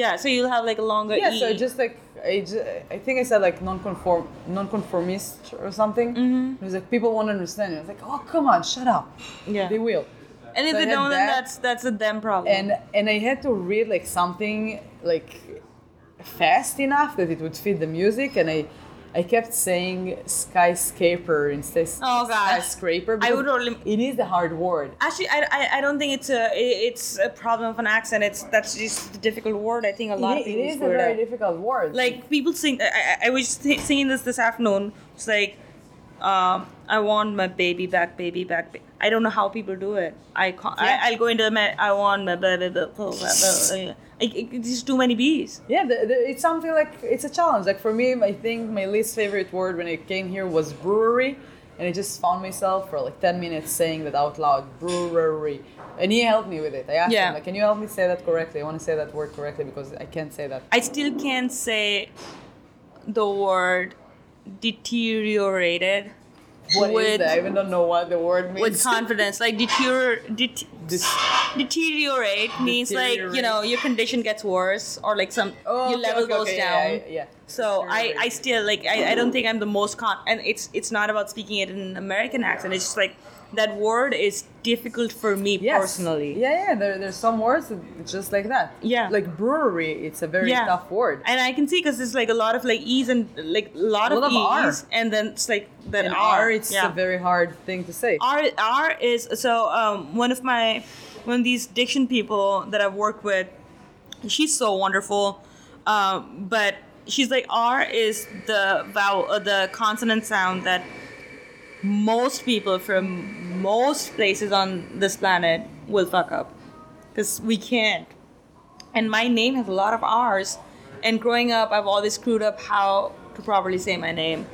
Speaker 2: Yeah. So you'll have like a longer
Speaker 1: Yeah.
Speaker 2: e.
Speaker 1: So just like I, ju- I think I said like nonconform nonconformist or something. Mm-hmm. It was like people won't understand. It was like, oh come on, shut up.
Speaker 2: yeah.
Speaker 1: They will.
Speaker 2: and if
Speaker 1: so I
Speaker 2: they
Speaker 1: had
Speaker 2: don't, then
Speaker 1: that.
Speaker 2: that's that's a them problem.
Speaker 1: And and I had to read like something like fast enough that it would fit the music, and I. I kept saying skyscraper instead of
Speaker 2: Oh, gosh.
Speaker 1: skyscraper.
Speaker 2: I would
Speaker 1: because
Speaker 2: only-
Speaker 1: It is the hard word.
Speaker 2: Actually, I, I, I don't think it's a i- it's a problem of an accent. It's that's just a difficult word. I think a lot
Speaker 1: It-
Speaker 2: of people
Speaker 1: it is a
Speaker 2: screw it
Speaker 1: very
Speaker 2: up.
Speaker 1: difficult word.
Speaker 2: like people sing. I, I, I was th- singing this this afternoon. It's like, um, I want my baby back, baby back. ba- I don't know how people do it. I can't.
Speaker 1: Yeah.
Speaker 2: I, I'll go into my. I want my baby back. blah, blah, blah, yeah. I, I, it's just too many bees.
Speaker 1: yeah, the, the, it's something like it's a challenge. Like for me, I think my least favorite word when I came here was brewery, and I just found myself for like ten minutes saying that out loud, brewery. And he helped me with it. I asked
Speaker 2: Yeah.
Speaker 1: him, like, can you help me say that correctly? I want to say that word correctly because I can't say that.
Speaker 2: I still can't say the word deteriorated
Speaker 1: What is
Speaker 2: with
Speaker 1: that? I even don't know what the word means.
Speaker 2: with confidence. Like deterior, det-
Speaker 1: This-
Speaker 2: deteriorate means like you know your condition gets worse or like some
Speaker 1: Oh,
Speaker 2: your
Speaker 1: okay,
Speaker 2: level
Speaker 1: okay,
Speaker 2: goes
Speaker 1: okay,
Speaker 2: down.
Speaker 1: Yeah, yeah, yeah.
Speaker 2: So I, I
Speaker 1: Deteriorate.
Speaker 2: still like I, I don't think I'm the most con and it's it's not about speaking it in an American accent. It's just like that word is difficult for me
Speaker 1: Yes.
Speaker 2: personally.
Speaker 1: Yeah, yeah. There, there's some words that it's just like that.
Speaker 2: Yeah.
Speaker 1: Like brewery, it's a very
Speaker 2: Yeah.
Speaker 1: tough word.
Speaker 2: And I can see because there's like a lot of like E's and like a lot
Speaker 1: A
Speaker 2: of,
Speaker 1: lot of R.
Speaker 2: E's and then it's like that
Speaker 1: and
Speaker 2: R.
Speaker 1: R, it's
Speaker 2: yeah.
Speaker 1: a very hard thing to say.
Speaker 2: R R is so um, one of my one of these diction people that I've worked with. She's so wonderful, um, but she's like R is the vowel, uh, the consonant sound that most people from most places on this planet will fuck up because we can't. And my name has a lot of R's, and growing up, I've always screwed up how to properly say my name.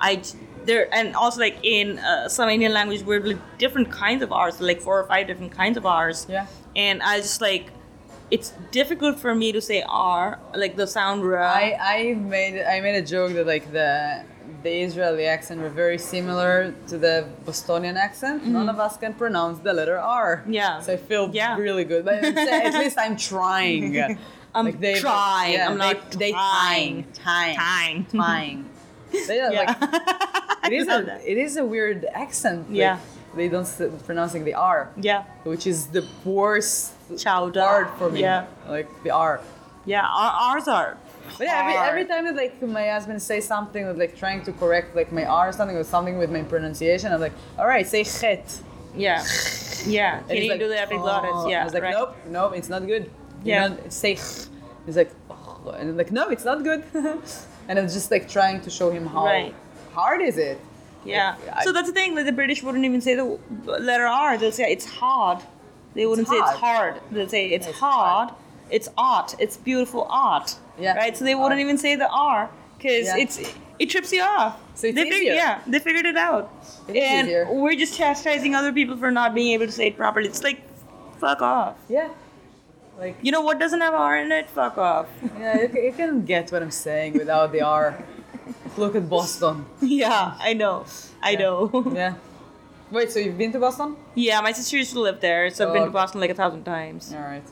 Speaker 2: I j- there and also like in uh, some Indian language, we're like different kinds of R's, like four or five different kinds of R's.
Speaker 1: Yeah.
Speaker 2: And I just like, it's difficult for me to say R, like the sound R.
Speaker 1: I, I made I made a joke that like the the Israeli accent were very similar to the Bostonian accent. None of us can pronounce the letter R.
Speaker 2: Mm-hmm. Yeah.
Speaker 1: So I feel
Speaker 2: Yeah.
Speaker 1: really good. But it's, uh, at least I'm trying.
Speaker 2: I'm
Speaker 1: Like, they-
Speaker 2: trying.
Speaker 1: yeah,
Speaker 2: I'm
Speaker 1: they-
Speaker 2: not
Speaker 1: they
Speaker 2: trying.
Speaker 1: Tying.
Speaker 2: Tying.
Speaker 1: Tying. They are,
Speaker 2: Yeah.
Speaker 1: like, it is
Speaker 2: love
Speaker 1: a
Speaker 2: that.
Speaker 1: it is a weird accent. like,
Speaker 2: Yeah.
Speaker 1: They don't s- pronouncing the R,
Speaker 2: yeah.
Speaker 1: which is the worst
Speaker 2: Chowder.
Speaker 1: part for me.
Speaker 2: Yeah.
Speaker 1: Like the R.
Speaker 2: Yeah. R- R's are.
Speaker 1: But yeah, every,
Speaker 2: hard.
Speaker 1: every time that like my husband says something with like trying to correct like my R or something or something with my pronunciation, I'm like, all right, say chet.
Speaker 2: Yeah. Yeah. Can
Speaker 1: he's
Speaker 2: you
Speaker 1: like,
Speaker 2: do the epiglottis?
Speaker 1: "Oh."
Speaker 2: Yeah.
Speaker 1: I was like,
Speaker 2: right.
Speaker 1: nope, nope, it's not good. You
Speaker 2: Yeah.
Speaker 1: know, say ch. He's like, "Oh," and I'm like, no, it's not good. and I'm just like trying to show him how
Speaker 2: Right.
Speaker 1: hard is it.
Speaker 2: Yeah.
Speaker 1: I-
Speaker 2: so that's the thing. Like the British wouldn't even say the w- letter R. They'll say it's hard. They wouldn't say it's hard. They'll say it's,
Speaker 1: It's
Speaker 2: hard.
Speaker 1: hard.
Speaker 2: It's art. It's beautiful art.
Speaker 1: Yeah.
Speaker 2: Right. So they wouldn't
Speaker 1: Art.
Speaker 2: even say the R because
Speaker 1: Yeah.
Speaker 2: it's it trips you off.
Speaker 1: So it's
Speaker 2: they fig-
Speaker 1: easier.
Speaker 2: yeah, they figured it out.
Speaker 1: It is
Speaker 2: and
Speaker 1: easier.
Speaker 2: we're just chastising other people for not being able to say it properly. It's like, fuck off.
Speaker 1: Yeah. Like
Speaker 2: You know what doesn't have R in it? Fuck off.
Speaker 1: yeah, you, ca- you can get what I'm saying without the R. Look at Boston.
Speaker 2: yeah, I know. I
Speaker 1: Yeah.
Speaker 2: know.
Speaker 1: Yeah. Wait, so you've been to Boston?
Speaker 2: yeah, my sister used to live there, so I've been to
Speaker 1: Oh.
Speaker 2: Boston like a thousand times.
Speaker 1: All right.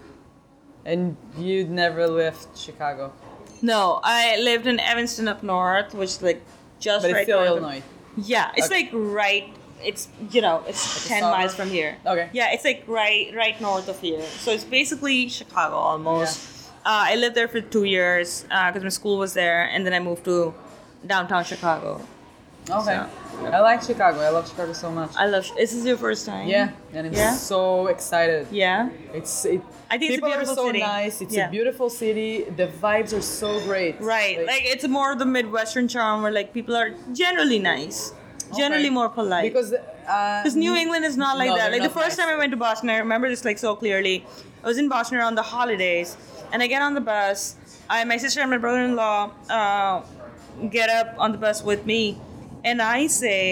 Speaker 1: And you'd never left Chicago.
Speaker 2: No, I lived in Evanston up north, which is like just
Speaker 1: But it's
Speaker 2: right
Speaker 1: still
Speaker 2: north of-
Speaker 1: Illinois.
Speaker 2: Yeah, it's
Speaker 1: Okay.
Speaker 2: like right. It's you know, it's ten
Speaker 1: suburb?
Speaker 2: miles from here.
Speaker 1: Okay.
Speaker 2: Yeah, it's like right right north of here. So it's basically Chicago almost. Uh, I lived there for two years because my school was there, and then I moved to downtown Chicago.
Speaker 1: Okay. I like Chicago. I love Chicago so much.
Speaker 2: I love. Is this your first time?
Speaker 1: Yeah, and I'm
Speaker 2: Yeah?
Speaker 1: so excited.
Speaker 2: Yeah.
Speaker 1: It's it.
Speaker 2: I think it's a
Speaker 1: people
Speaker 2: beautiful
Speaker 1: are so
Speaker 2: city.
Speaker 1: nice. It's
Speaker 2: Yeah.
Speaker 1: a beautiful city. The vibes are so great.
Speaker 2: Right. Like, it's more of the Midwestern charm where like people are generally nice, generally
Speaker 1: okay.
Speaker 2: more polite.
Speaker 1: because uh,
Speaker 2: Because New England is not like
Speaker 1: No,
Speaker 2: that.
Speaker 1: they're
Speaker 2: Like the
Speaker 1: not
Speaker 2: first
Speaker 1: nice.
Speaker 2: time I went to Boston, I remember this like so clearly. I was in Boston around the holidays, and I get on the bus. I, my sister and my brother-in-law uh, get up on the bus with me, and I say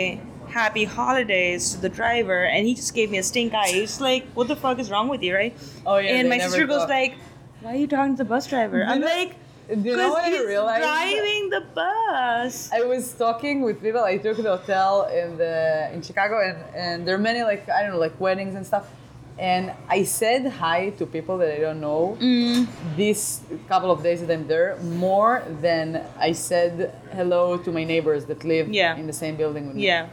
Speaker 2: "Happy Holidays" to the driver, and he just gave me a stink eye. He's like, "What the fuck is wrong with you, right?"
Speaker 1: Oh, yeah,
Speaker 2: And
Speaker 1: they
Speaker 2: my sister
Speaker 1: never
Speaker 2: goes
Speaker 1: talk.
Speaker 2: like, "Why are you talking to the bus driver?" I'm
Speaker 1: know-
Speaker 2: like,
Speaker 1: Do you know
Speaker 2: "Because
Speaker 1: what I
Speaker 2: he's
Speaker 1: realized?
Speaker 2: driving the bus."
Speaker 1: I was talking with people. I took the hotel in the in Chicago, and and there are many like I don't know like weddings and stuff. And I said hi to people that I don't know
Speaker 2: Mm.
Speaker 1: this couple of days that I'm there more than I said hello to my neighbors that live
Speaker 2: Yeah.
Speaker 1: in the same building with me.
Speaker 2: Yeah.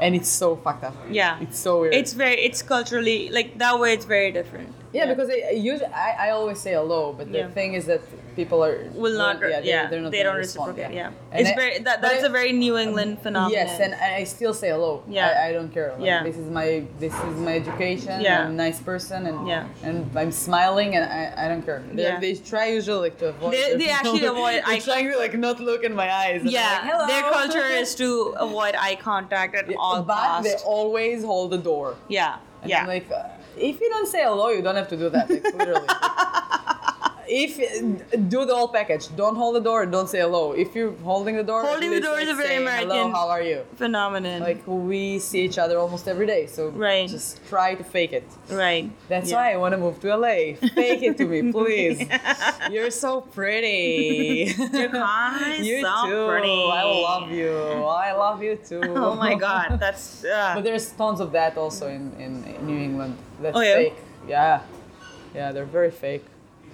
Speaker 1: And it's so fucked up.
Speaker 2: Yeah.
Speaker 1: It's so weird.
Speaker 2: It's very it's culturally like that way it's very different.
Speaker 1: yeah, because I, I usually I, I always say hello, but the
Speaker 2: Yeah.
Speaker 1: thing is that people are
Speaker 2: will not yeah,
Speaker 1: they- they're not
Speaker 2: they
Speaker 1: gonna
Speaker 2: don't
Speaker 1: respond,
Speaker 2: reciprocate. Yeah.
Speaker 1: And
Speaker 2: It's
Speaker 1: I-
Speaker 2: very that,
Speaker 1: but
Speaker 2: that's
Speaker 1: I-
Speaker 2: a very New England phenomenon.
Speaker 1: Yes, and I I still say hello.
Speaker 2: Um, Yeah.
Speaker 1: I, I don't care. Like,
Speaker 2: Yeah.
Speaker 1: This is my this is my education.
Speaker 2: Yeah.
Speaker 1: I'm a nice person and
Speaker 2: Yeah.
Speaker 1: and I'm smiling and I, I don't care. They
Speaker 2: Yeah.
Speaker 1: They try usually like to avoid.
Speaker 2: They-
Speaker 1: their
Speaker 2: they actually
Speaker 1: people.
Speaker 2: avoid
Speaker 1: They're
Speaker 2: eye-
Speaker 1: trying to like not look in my eyes. and I'm like,
Speaker 2: yeah,
Speaker 1: "Hello."
Speaker 2: their culture is to avoid eye contact at
Speaker 1: Yeah,
Speaker 2: all
Speaker 1: but they
Speaker 2: costs.
Speaker 1: always hold the door.
Speaker 2: Yeah,
Speaker 1: And
Speaker 2: yeah,
Speaker 1: I'm like, uh, if you don't say hello, you don't have to do that. Like, literally. If do the whole package, don't hold the door, don't say hello. If you're holding the door, at
Speaker 2: Holding the
Speaker 1: least,
Speaker 2: door
Speaker 1: like,
Speaker 2: is a very
Speaker 1: saying, Hello,
Speaker 2: American-
Speaker 1: how are you?
Speaker 2: phenomenon.
Speaker 1: like we see each other almost every day so
Speaker 2: Right.
Speaker 1: just try to fake it
Speaker 2: right.
Speaker 1: that's
Speaker 2: Yeah.
Speaker 1: why i want to move to la fake it to me please you're so pretty
Speaker 2: Your car is
Speaker 1: you
Speaker 2: so
Speaker 1: too
Speaker 2: pretty.
Speaker 1: i love you i love you too
Speaker 2: Oh my god, that's uh,
Speaker 1: but there's tons of that also in, in new england that's
Speaker 2: Oh, yeah?
Speaker 1: fake yeah yeah they're very fake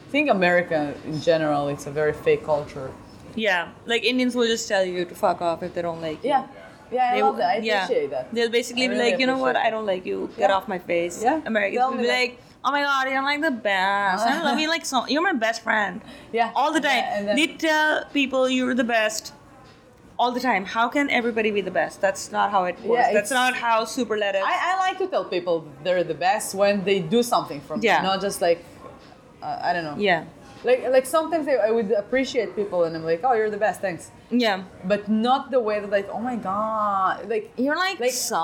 Speaker 1: i think america in general it's a very fake culture
Speaker 2: yeah. Like Indians will just tell you to fuck off if they don't like you.
Speaker 1: yeah yeah i
Speaker 2: They
Speaker 1: love
Speaker 2: will-
Speaker 1: that i
Speaker 2: yeah.
Speaker 1: appreciate that
Speaker 2: They'll basically
Speaker 1: I
Speaker 2: be
Speaker 1: really
Speaker 2: like, you know what?
Speaker 1: appreciate
Speaker 2: I don't like you. Get
Speaker 1: Yeah.
Speaker 2: off my face.
Speaker 1: Yeah.
Speaker 2: Americans
Speaker 1: Tell
Speaker 2: will
Speaker 1: me
Speaker 2: be
Speaker 1: that.
Speaker 2: like, oh my god, you're like the best. I love you like so. You're my best friend.
Speaker 1: yeah
Speaker 2: all the time.
Speaker 1: Yeah, and then-
Speaker 2: they tell people you're the best all the time. How can everybody be the best? That's not how it works. That's
Speaker 1: it's-
Speaker 2: not how superlatives.
Speaker 1: I, I like to tell people they're the best when they do something for me,
Speaker 2: Yeah.
Speaker 1: not just like uh, I don't know.
Speaker 2: yeah,
Speaker 1: Like like sometimes I, I would appreciate people and I'm like, oh, you're the best, thanks.
Speaker 2: yeah.
Speaker 1: But not the way that like, oh my god, like
Speaker 2: You're like,
Speaker 1: Like,
Speaker 2: so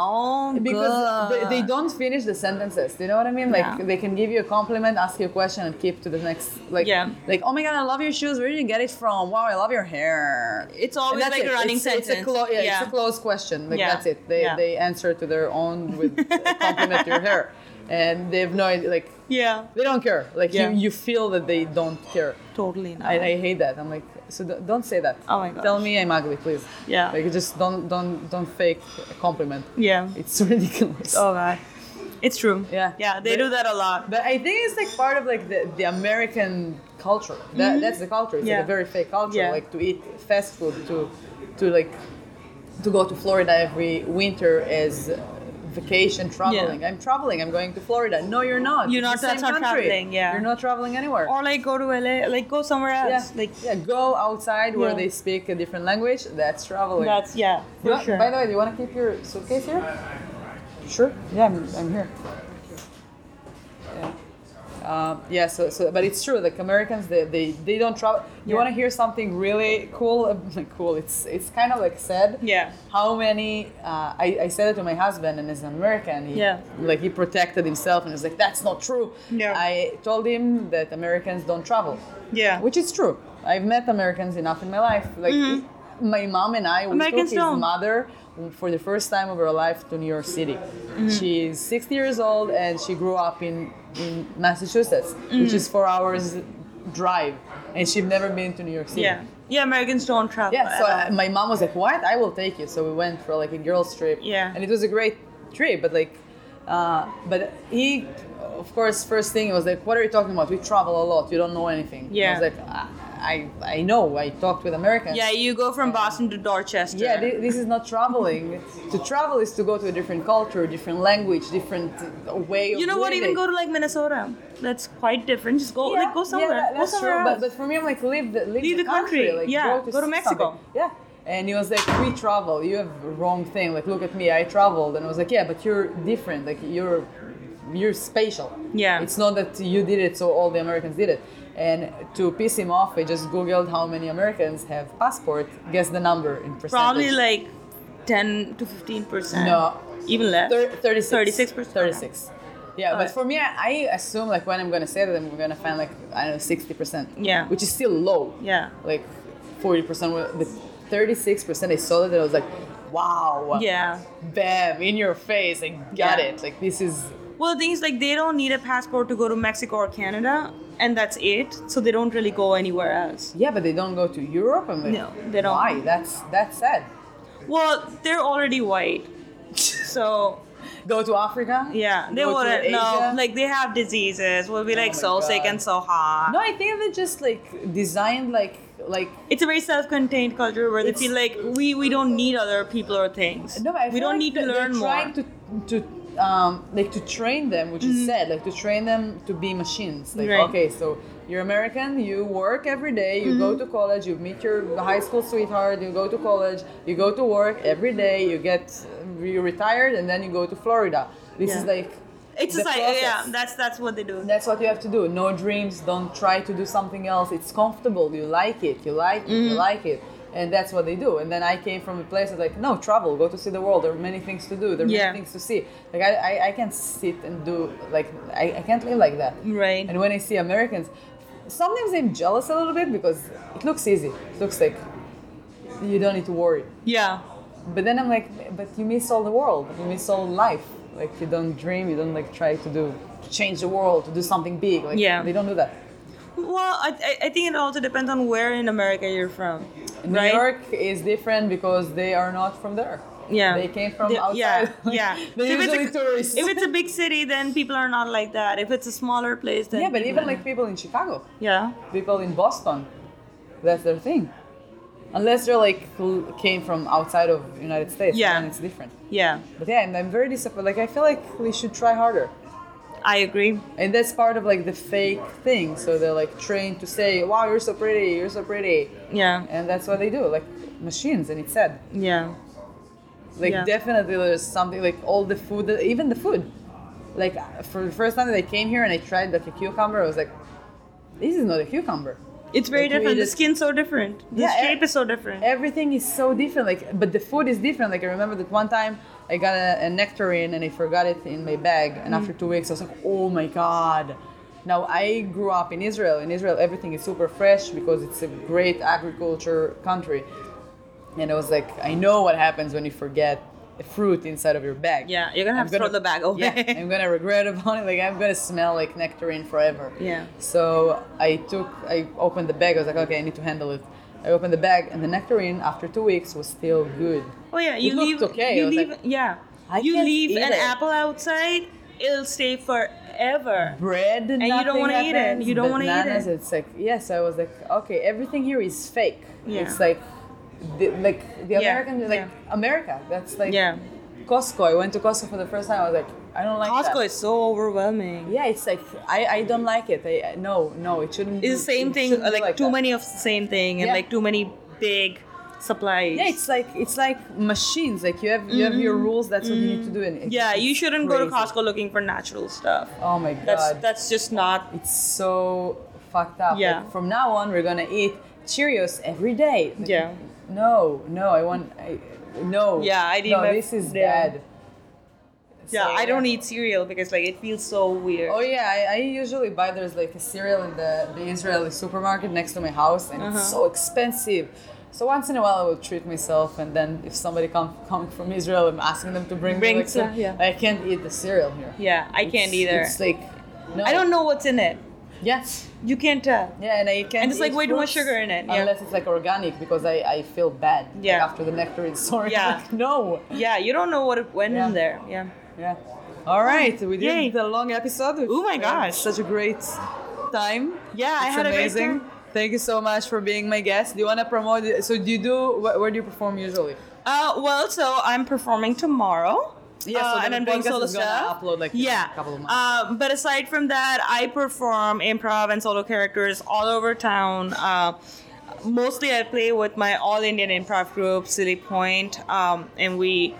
Speaker 1: because
Speaker 2: good.
Speaker 1: they, they don't finish the sentences. Do you know what I mean? Like
Speaker 2: Yeah.
Speaker 1: they can give you a compliment, ask you a question, and keep to the next. Like
Speaker 2: Yeah.
Speaker 1: like oh my god, I love your shoes. Where did you get it from? Wow, I love your hair.
Speaker 2: It's
Speaker 1: And
Speaker 2: always
Speaker 1: that's
Speaker 2: like
Speaker 1: it.
Speaker 2: a running
Speaker 1: it's,
Speaker 2: sentence.
Speaker 1: It's a, clo- yeah,
Speaker 2: yeah.
Speaker 1: it's a close question. Like
Speaker 2: Yeah.
Speaker 1: that's it. They,
Speaker 2: Yeah.
Speaker 1: they answer to their own with a compliment to your hair, and they have no idea. Like
Speaker 2: yeah,
Speaker 1: they don't care. Like
Speaker 2: Yeah.
Speaker 1: you, you feel that they don't care.
Speaker 2: totally not.
Speaker 1: I, I hate that. I'm like, so d- don't say that.
Speaker 2: Oh my gosh.
Speaker 1: Tell me I'm ugly, please.
Speaker 2: Yeah.
Speaker 1: Like just don't don't don't fake a compliment.
Speaker 2: yeah.
Speaker 1: It's ridiculous.
Speaker 2: Oh god, it's true.
Speaker 1: Yeah.
Speaker 2: yeah. They
Speaker 1: They-
Speaker 2: do that a lot.
Speaker 1: But I think it's like part of like the, the American culture. That, That's the culture. It's like
Speaker 2: Mm-hmm.
Speaker 1: a
Speaker 2: Yeah.
Speaker 1: very fake culture.
Speaker 2: Yeah.
Speaker 1: Like to eat fast food, to to like to go to Florida every winter as uh, vacation traveling. I'm traveling. I'm going to Florida. No, you're not.
Speaker 2: You're
Speaker 1: It's
Speaker 2: not-
Speaker 1: the
Speaker 2: that's
Speaker 1: same
Speaker 2: not
Speaker 1: country.
Speaker 2: traveling, yeah.
Speaker 1: you're not traveling anywhere.
Speaker 2: Or like go to LA, like go somewhere
Speaker 1: yeah.
Speaker 2: else. Like
Speaker 1: yeah, go outside where
Speaker 2: Yeah.
Speaker 1: they speak a different language. That's traveling.
Speaker 2: that's yeah,
Speaker 1: You
Speaker 2: for
Speaker 1: want-
Speaker 2: sure.
Speaker 1: By the way, do you want to keep your suitcase here? Sure. Yeah, I'm, I'm here. Yeah. Um, yeah. So, so, but it's true. Like Americans, they, they, they don't travel. You
Speaker 2: Yeah.
Speaker 1: want to hear something really cool? Like cool. It's it's kind of like sad.
Speaker 2: Yeah.
Speaker 1: How many? Uh, I I said it to my husband, and as an American, he,
Speaker 2: Yeah.
Speaker 1: Like he protected himself, and was like, "That's not true."
Speaker 2: Yeah.
Speaker 1: I told him that Americans don't travel,
Speaker 2: yeah,
Speaker 1: which is true. I've met Americans enough in my life. Like my mom and I, we
Speaker 2: Mm-hmm. Americans
Speaker 1: took his
Speaker 2: don't.
Speaker 1: mother for the first time of her life to New York City.
Speaker 2: Mm-hmm.
Speaker 1: She's 60 years old and she grew up in, in Massachusetts, which
Speaker 2: Mm-hmm.
Speaker 1: is four hours drive, and she'd never been to New York City.
Speaker 2: yeah, yeah. Americans don't travel.
Speaker 1: Yeah, so
Speaker 2: at all.
Speaker 1: uh, my mom was like, "What? I will take you." So we went for like a girls trip.
Speaker 2: Yeah.
Speaker 1: and it was a great trip. But like, uh, but he, of course, first thing was like, "What are you talking about? We travel a lot. You don't know anything." And
Speaker 2: Yeah.
Speaker 1: I was like, I, I, I know. I talked with Americans.
Speaker 2: Yeah, you go from Boston to Dorchester.
Speaker 1: Yeah, thi- this is not traveling. to travel is to go to a different culture, different language, different uh, way of
Speaker 2: you know what?
Speaker 1: doing
Speaker 2: Even
Speaker 1: it.
Speaker 2: go to like Minnesota. That's quite different. Just go, like, go somewhere.
Speaker 1: that-
Speaker 2: go
Speaker 1: that's
Speaker 2: somewhere
Speaker 1: true.
Speaker 2: else.
Speaker 1: But, but for me, I'm like leave the leave,
Speaker 2: Leave the country.
Speaker 1: Like,
Speaker 2: Yeah,
Speaker 1: go to,
Speaker 2: go to Mexico.
Speaker 1: something. Yeah. And he was like, we travel. You have wrong thing. Like, look at me. I traveled, and I was like, yeah, but you're different. Like, you're you're spatial.
Speaker 2: Yeah.
Speaker 1: It's not that you did it, so all the Americans did it. And to piss him off, I just googled how many Americans have passport. Guess the number in percentage.
Speaker 2: Probably like 10 to 15 percent.
Speaker 1: No.
Speaker 2: Even less.
Speaker 1: Thir- 36.
Speaker 2: 36%.
Speaker 1: 36. Yeah, but
Speaker 2: Alright.
Speaker 1: for me, I, I assume like when I'm gonna say that, I'm gonna find like I don't know, 60%.
Speaker 2: Yeah.
Speaker 1: Which is still low.
Speaker 2: Yeah.
Speaker 1: Like 40%, wa- but 36% I saw that I was like, wow.
Speaker 2: Yeah.
Speaker 1: Bam, in your face. I got
Speaker 2: Yeah.
Speaker 1: it. Like this is.
Speaker 2: Well, the thing is, like, they don't need a passport to go to Mexico or Canada, and that's it. So they don't really go anywhere else.
Speaker 1: Yeah, but they don't go to Europe. I'm like,
Speaker 2: No, they don't.
Speaker 1: Why? That's that's sad.
Speaker 2: Well, they're already white. So
Speaker 1: Go to Africa.
Speaker 2: yeah, they
Speaker 1: Go to
Speaker 2: wouldn't. No,
Speaker 1: Asia? Oh
Speaker 2: like they have diseases. We'll be like
Speaker 1: my
Speaker 2: so sick
Speaker 1: God.
Speaker 2: and so hot.
Speaker 1: No, I think they just like designed like like
Speaker 2: It's a very self-contained culture where they
Speaker 1: It's-
Speaker 2: feel like we we don't need other people or things.
Speaker 1: No, but I
Speaker 2: we
Speaker 1: feel
Speaker 2: don't
Speaker 1: like
Speaker 2: need to
Speaker 1: th-
Speaker 2: learn
Speaker 1: they're
Speaker 2: more.
Speaker 1: trying to to um, like to train them, which is sad. Like to train them to be machines. Like
Speaker 2: Mm. Right.
Speaker 1: okay, so you're American, you work every day, you go
Speaker 2: Mm-hmm.
Speaker 1: to college, you meet your high school sweetheart, you go to college, you go to work every day, you get you retired, and then you go to Florida. This is
Speaker 2: Yeah.
Speaker 1: like
Speaker 2: It's
Speaker 1: the
Speaker 2: just like yeah,
Speaker 1: process.
Speaker 2: that's that's what they do.
Speaker 1: That's what you have to do. No dreams. Don't try to do something else. It's comfortable. You like it. You like it. You
Speaker 2: Mm-hmm.
Speaker 1: like it. And that's what they do. And then I came from a place that's like, no, travel, go to see the world. There are many things to do. There are
Speaker 2: Yeah.
Speaker 1: many things to see. Like I, I, I can't sit and do like I, I can't live like that.
Speaker 2: Right.
Speaker 1: And when I see Americans, sometimes I'm jealous a little bit because it looks easy. It looks like you don't need to worry.
Speaker 2: yeah.
Speaker 1: But then I'm like, but you miss all the world. You miss all life. Like you don't dream. You don't like try to do to change the world to do something big. Like
Speaker 2: Yeah.
Speaker 1: they don't do that.
Speaker 2: Well, I, I- I think it also depends on where in America you're from,
Speaker 1: New
Speaker 2: right?
Speaker 1: York is different because they are not from there.
Speaker 2: Yeah.
Speaker 1: They came from
Speaker 2: They-
Speaker 1: outside.
Speaker 2: Yeah,
Speaker 1: Like,
Speaker 2: yeah.
Speaker 1: They're
Speaker 2: So if it's a-
Speaker 1: usually tourists.
Speaker 2: If it's a big city, then people are not like that. If it's a smaller place, then
Speaker 1: yeah, but
Speaker 2: people
Speaker 1: even
Speaker 2: are-
Speaker 1: like people in Chicago,
Speaker 2: yeah,
Speaker 1: people in Boston, that's their thing. Unless they're like who came from outside of United States,
Speaker 2: Yeah.
Speaker 1: then it's different.
Speaker 2: yeah,
Speaker 1: But yeah, and I'm very disappointed. Like I feel like we should try harder.
Speaker 2: I agree.
Speaker 1: and that's part of like the fake thing so they're like trained to say wow you're so pretty you're so pretty
Speaker 2: Yeah,
Speaker 1: and that's what they do like machines and it's sad
Speaker 2: yeah,
Speaker 1: like
Speaker 2: Yeah.
Speaker 1: definitely there's something like all the food that, even the food like for the first time that i came here and i tried like a cucumber i was like this is not a cucumber
Speaker 2: it's very
Speaker 1: Like, we
Speaker 2: different. The
Speaker 1: just-
Speaker 2: skin's so different. The
Speaker 1: Yeah, e-
Speaker 2: shape is so different.
Speaker 1: everything is so different like but the food is different like i remember that one time i got a, a nectarine and i forgot it in my bag and
Speaker 2: Mm.
Speaker 1: after two weeks i was like oh my god now i grew up in israel in israel everything is super fresh because it's a great agriculture country and i was like i know what happens when you forget a fruit inside of your bag
Speaker 2: Yeah, you're gonna have
Speaker 1: I'm
Speaker 2: to throw the bag away.
Speaker 1: yeah, i'm gonna regret about it like i'm gonna smell like nectarine forever
Speaker 2: Yeah.
Speaker 1: so I took, I opened the bag. I was like, okay, I need to handle it. I opened the bag, and the nectarine after two weeks was still good.
Speaker 2: oh yeah, you
Speaker 1: it
Speaker 2: leave.
Speaker 1: looked okay.
Speaker 2: You
Speaker 1: I was
Speaker 2: leave.
Speaker 1: like,
Speaker 2: yeah,
Speaker 1: I
Speaker 2: you
Speaker 1: can't
Speaker 2: leave
Speaker 1: eat
Speaker 2: an
Speaker 1: it.
Speaker 2: apple outside, it'll stay forever.
Speaker 1: Bread, and
Speaker 2: you don't
Speaker 1: want
Speaker 2: wanna
Speaker 1: to
Speaker 2: eat it. You don't wanna eat it.
Speaker 1: It's like yes. I was like, okay, everything here is fake.
Speaker 2: Yeah.
Speaker 1: It's like, the, like the
Speaker 2: Yeah,
Speaker 1: American, like America. That's like
Speaker 2: Yeah.
Speaker 1: Costco. I went to Costco for the first time. I was like, I don't like that.
Speaker 2: Costco is so overwhelming.
Speaker 1: Yeah, it's like I, I don't like it. I I- no no it shouldn't.
Speaker 2: It's the
Speaker 1: be-
Speaker 2: same
Speaker 1: it
Speaker 2: thing,
Speaker 1: shouldn't be
Speaker 2: like, too
Speaker 1: that.
Speaker 2: many of the same thing, and
Speaker 1: Yeah.
Speaker 2: like too many big supplies.
Speaker 1: Yeah, it's like it's like machines. Like you have you have your rules. That's what you need to do. And it-
Speaker 2: Mm-hmm. Yeah, you
Speaker 1: it's
Speaker 2: shouldn't go to
Speaker 1: crazy.
Speaker 2: Costco looking for natural stuff.
Speaker 1: Oh my god,
Speaker 2: That's that's just not.
Speaker 1: it's so fucked up.
Speaker 2: Yeah.
Speaker 1: Like, from now on, we're gonna eat Cheerios every day. Like,
Speaker 2: Yeah.
Speaker 1: No, no, I want. I, no.
Speaker 2: Yeah, I didn't
Speaker 1: No,
Speaker 2: have-
Speaker 1: this is
Speaker 2: yeah.
Speaker 1: bad.
Speaker 2: Yeah,
Speaker 1: So,
Speaker 2: I don't eat cereal because like it feels so weird.
Speaker 1: Oh yeah, I, I usually buy there's like a cereal in the, the Israeli supermarket next to my house, and it's
Speaker 2: Uh-huh.
Speaker 1: so expensive. So once in a while, I will treat myself, and then if somebody come come from Israel, I'm asking them to bring,
Speaker 2: Bring
Speaker 1: me like
Speaker 2: some,
Speaker 1: some-
Speaker 2: yeah.
Speaker 1: I can't eat the cereal here.
Speaker 2: Yeah, I can't
Speaker 1: It's-
Speaker 2: either.
Speaker 1: It's like no.
Speaker 2: I don't know what's in it.
Speaker 1: Yes.
Speaker 2: You can't tell.
Speaker 1: Yeah, and I can't.
Speaker 2: And it's like
Speaker 1: eat
Speaker 2: way too much
Speaker 1: fruits
Speaker 2: sugar in it, yeah.
Speaker 1: Unless it's like organic, because I, I feel bad. like,
Speaker 2: Yeah.
Speaker 1: after the nectarine, sorry.
Speaker 2: Yeah.
Speaker 1: Like, no.
Speaker 2: Yeah, you don't know what went
Speaker 1: Yeah.
Speaker 2: in there. Yeah.
Speaker 1: Yeah. All right, we did
Speaker 2: Oh, Yay.
Speaker 1: the long episode.
Speaker 2: Oh my gosh.
Speaker 1: such a great time.
Speaker 2: Yeah, I
Speaker 1: It's
Speaker 2: had a great
Speaker 1: amazing.
Speaker 2: time.
Speaker 1: Thank you so much for being my guest. Do you want to promote? it? So do you do? Where, where do you perform usually?
Speaker 2: Uh, well, so I'm performing tomorrow.
Speaker 1: Yeah, so
Speaker 2: uh,
Speaker 1: then
Speaker 2: and I'm
Speaker 1: the
Speaker 2: doing
Speaker 1: podcast
Speaker 2: solo
Speaker 1: is gonna
Speaker 2: stuff.
Speaker 1: upload, like, in
Speaker 2: yeah.
Speaker 1: a couple of
Speaker 2: months. but aside from that, I perform improv and solo characters all over town. Uh, mostly, I play with my all Indian improv group, Silly Point, um, and we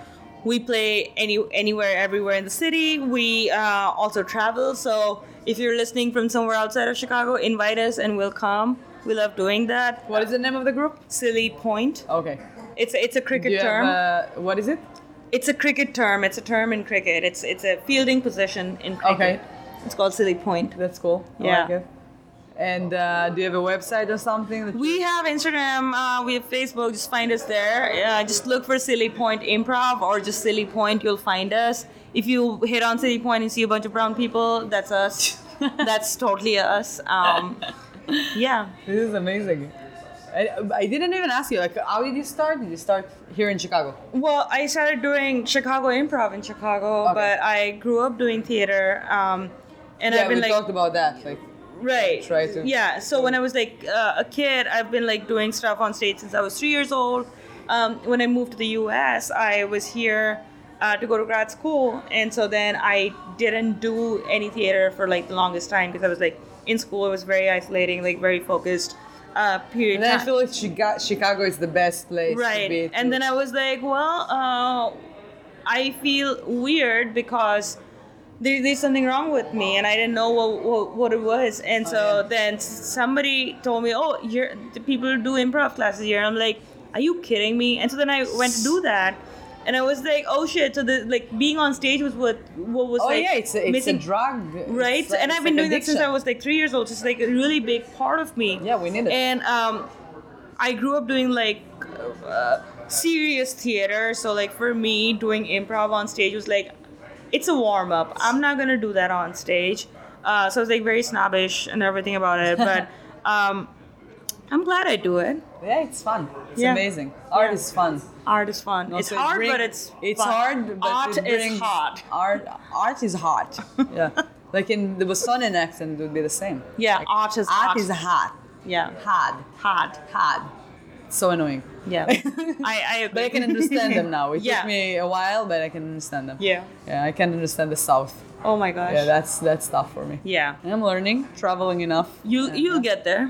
Speaker 2: we play any anywhere, everywhere in the city. We uh, also travel. So if you're listening from somewhere outside of Chicago, invite us and we'll come. We love doing that.
Speaker 1: What is the name of the group?
Speaker 2: Silly Point.
Speaker 1: Okay.
Speaker 2: It's it's a cricket
Speaker 1: Do you
Speaker 2: term.
Speaker 1: have, uh, what is it?
Speaker 2: It's a cricket term. It's a term in cricket. It's it's a fielding position in cricket.
Speaker 1: Okay.
Speaker 2: It's called silly point.
Speaker 1: That's cool. I
Speaker 2: Yeah.
Speaker 1: like it. And uh, do you have a website or something? that you-
Speaker 2: We have Instagram. Uh, we have Facebook. Just find us there. Uh, just look for silly point improv or just silly point. You'll find us. If you hit on silly point and see a bunch of brown people, that's us. that's totally us. Um, yeah.
Speaker 1: This is amazing. I, I didn't even ask you. Like, how did you start? Did you start here in Chicago?
Speaker 2: Well, I started doing Chicago improv in Chicago,
Speaker 1: Okay.
Speaker 2: but I grew up doing theater. Um, and
Speaker 1: yeah,
Speaker 2: I've been
Speaker 1: we
Speaker 2: like
Speaker 1: talked about that. Like,
Speaker 2: right
Speaker 1: try to-
Speaker 2: yeah so when i was like uh, a kid i've been like doing stuff on stage since i was three years old um, when i moved to the us i was here uh, to go to grad school and so then i didn't do any theater for like the longest time because i was like in school it was very isolating like very focused uh, period
Speaker 1: and then I
Speaker 2: time.
Speaker 1: feel like Chica- Chicago is the best place. To
Speaker 2: right
Speaker 1: be
Speaker 2: and
Speaker 1: to-
Speaker 2: then i was like well uh, i feel weird because there, there's something wrong with me and i didn't know what, what, what it was and so
Speaker 1: Oh, yeah.
Speaker 2: then somebody told me oh you're, the people do improv classes here i'm like are you kidding me and so then i went to do that and i was like oh shit so the like being on stage was what what was
Speaker 1: oh
Speaker 2: like
Speaker 1: yeah, it's a, it's a
Speaker 2: missing
Speaker 1: drug. It's
Speaker 2: right
Speaker 1: like-
Speaker 2: and
Speaker 1: it's
Speaker 2: i've been
Speaker 1: like
Speaker 2: doing that since i
Speaker 1: addiction.
Speaker 2: was like three years old it's like a really big part of me
Speaker 1: Yeah, we need it.
Speaker 2: and um i grew up doing like uh, serious theater so like for me doing improv on stage was like it's a warm-up i'm not gonna do that on stage uh, so it's like very snobbish and everything about it but um i'm glad i do it
Speaker 1: Yeah, it's fun. It's
Speaker 2: Yeah.
Speaker 1: amazing. Art is fun.
Speaker 2: art is fun
Speaker 1: No,
Speaker 2: it's
Speaker 1: so it
Speaker 2: hard
Speaker 1: bring-
Speaker 2: but it's
Speaker 1: it's
Speaker 2: fun.
Speaker 1: hard. But
Speaker 2: art
Speaker 1: it
Speaker 2: is
Speaker 1: brings-
Speaker 2: hard
Speaker 1: Art art is hot. yeah, like in the Bostonian accent would be the same.
Speaker 2: yeah art is
Speaker 1: Art
Speaker 2: hard
Speaker 1: is hot,
Speaker 2: yeah
Speaker 1: hard,
Speaker 2: hard
Speaker 1: hard. So annoying.
Speaker 2: yeah i i agree.
Speaker 1: But I can understand them now. It
Speaker 2: Yeah.
Speaker 1: took me a while, but I can understand them.
Speaker 2: yeah
Speaker 1: Yeah, I can understand the South.
Speaker 2: oh my gosh
Speaker 1: Yeah, that's that's tough for me.
Speaker 2: yeah
Speaker 1: I'm learning, traveling enough.
Speaker 2: You you'll get there.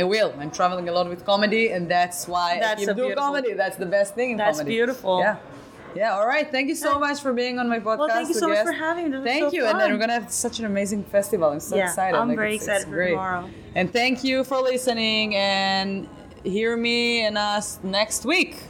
Speaker 1: I will. I'm traveling a lot with comedy, and that's why I
Speaker 2: That's a
Speaker 1: keep doing
Speaker 2: beautiful-
Speaker 1: comedy. That's the best thing in
Speaker 2: That's
Speaker 1: comedy.
Speaker 2: beautiful.
Speaker 1: Yeah. Yeah. All right. Thank you so much for being on my podcast.
Speaker 2: thank you
Speaker 1: I
Speaker 2: so much
Speaker 1: guess.
Speaker 2: for having me. This was
Speaker 1: Thank
Speaker 2: so
Speaker 1: you. And then
Speaker 2: fun.
Speaker 1: we're gonna have such an amazing festival. I'm so
Speaker 2: Yeah,
Speaker 1: excited.
Speaker 2: I'm very
Speaker 1: it's-
Speaker 2: excited
Speaker 1: it's
Speaker 2: for
Speaker 1: great.
Speaker 2: tomorrow.
Speaker 1: And thank you for listening. And hear me and us next week.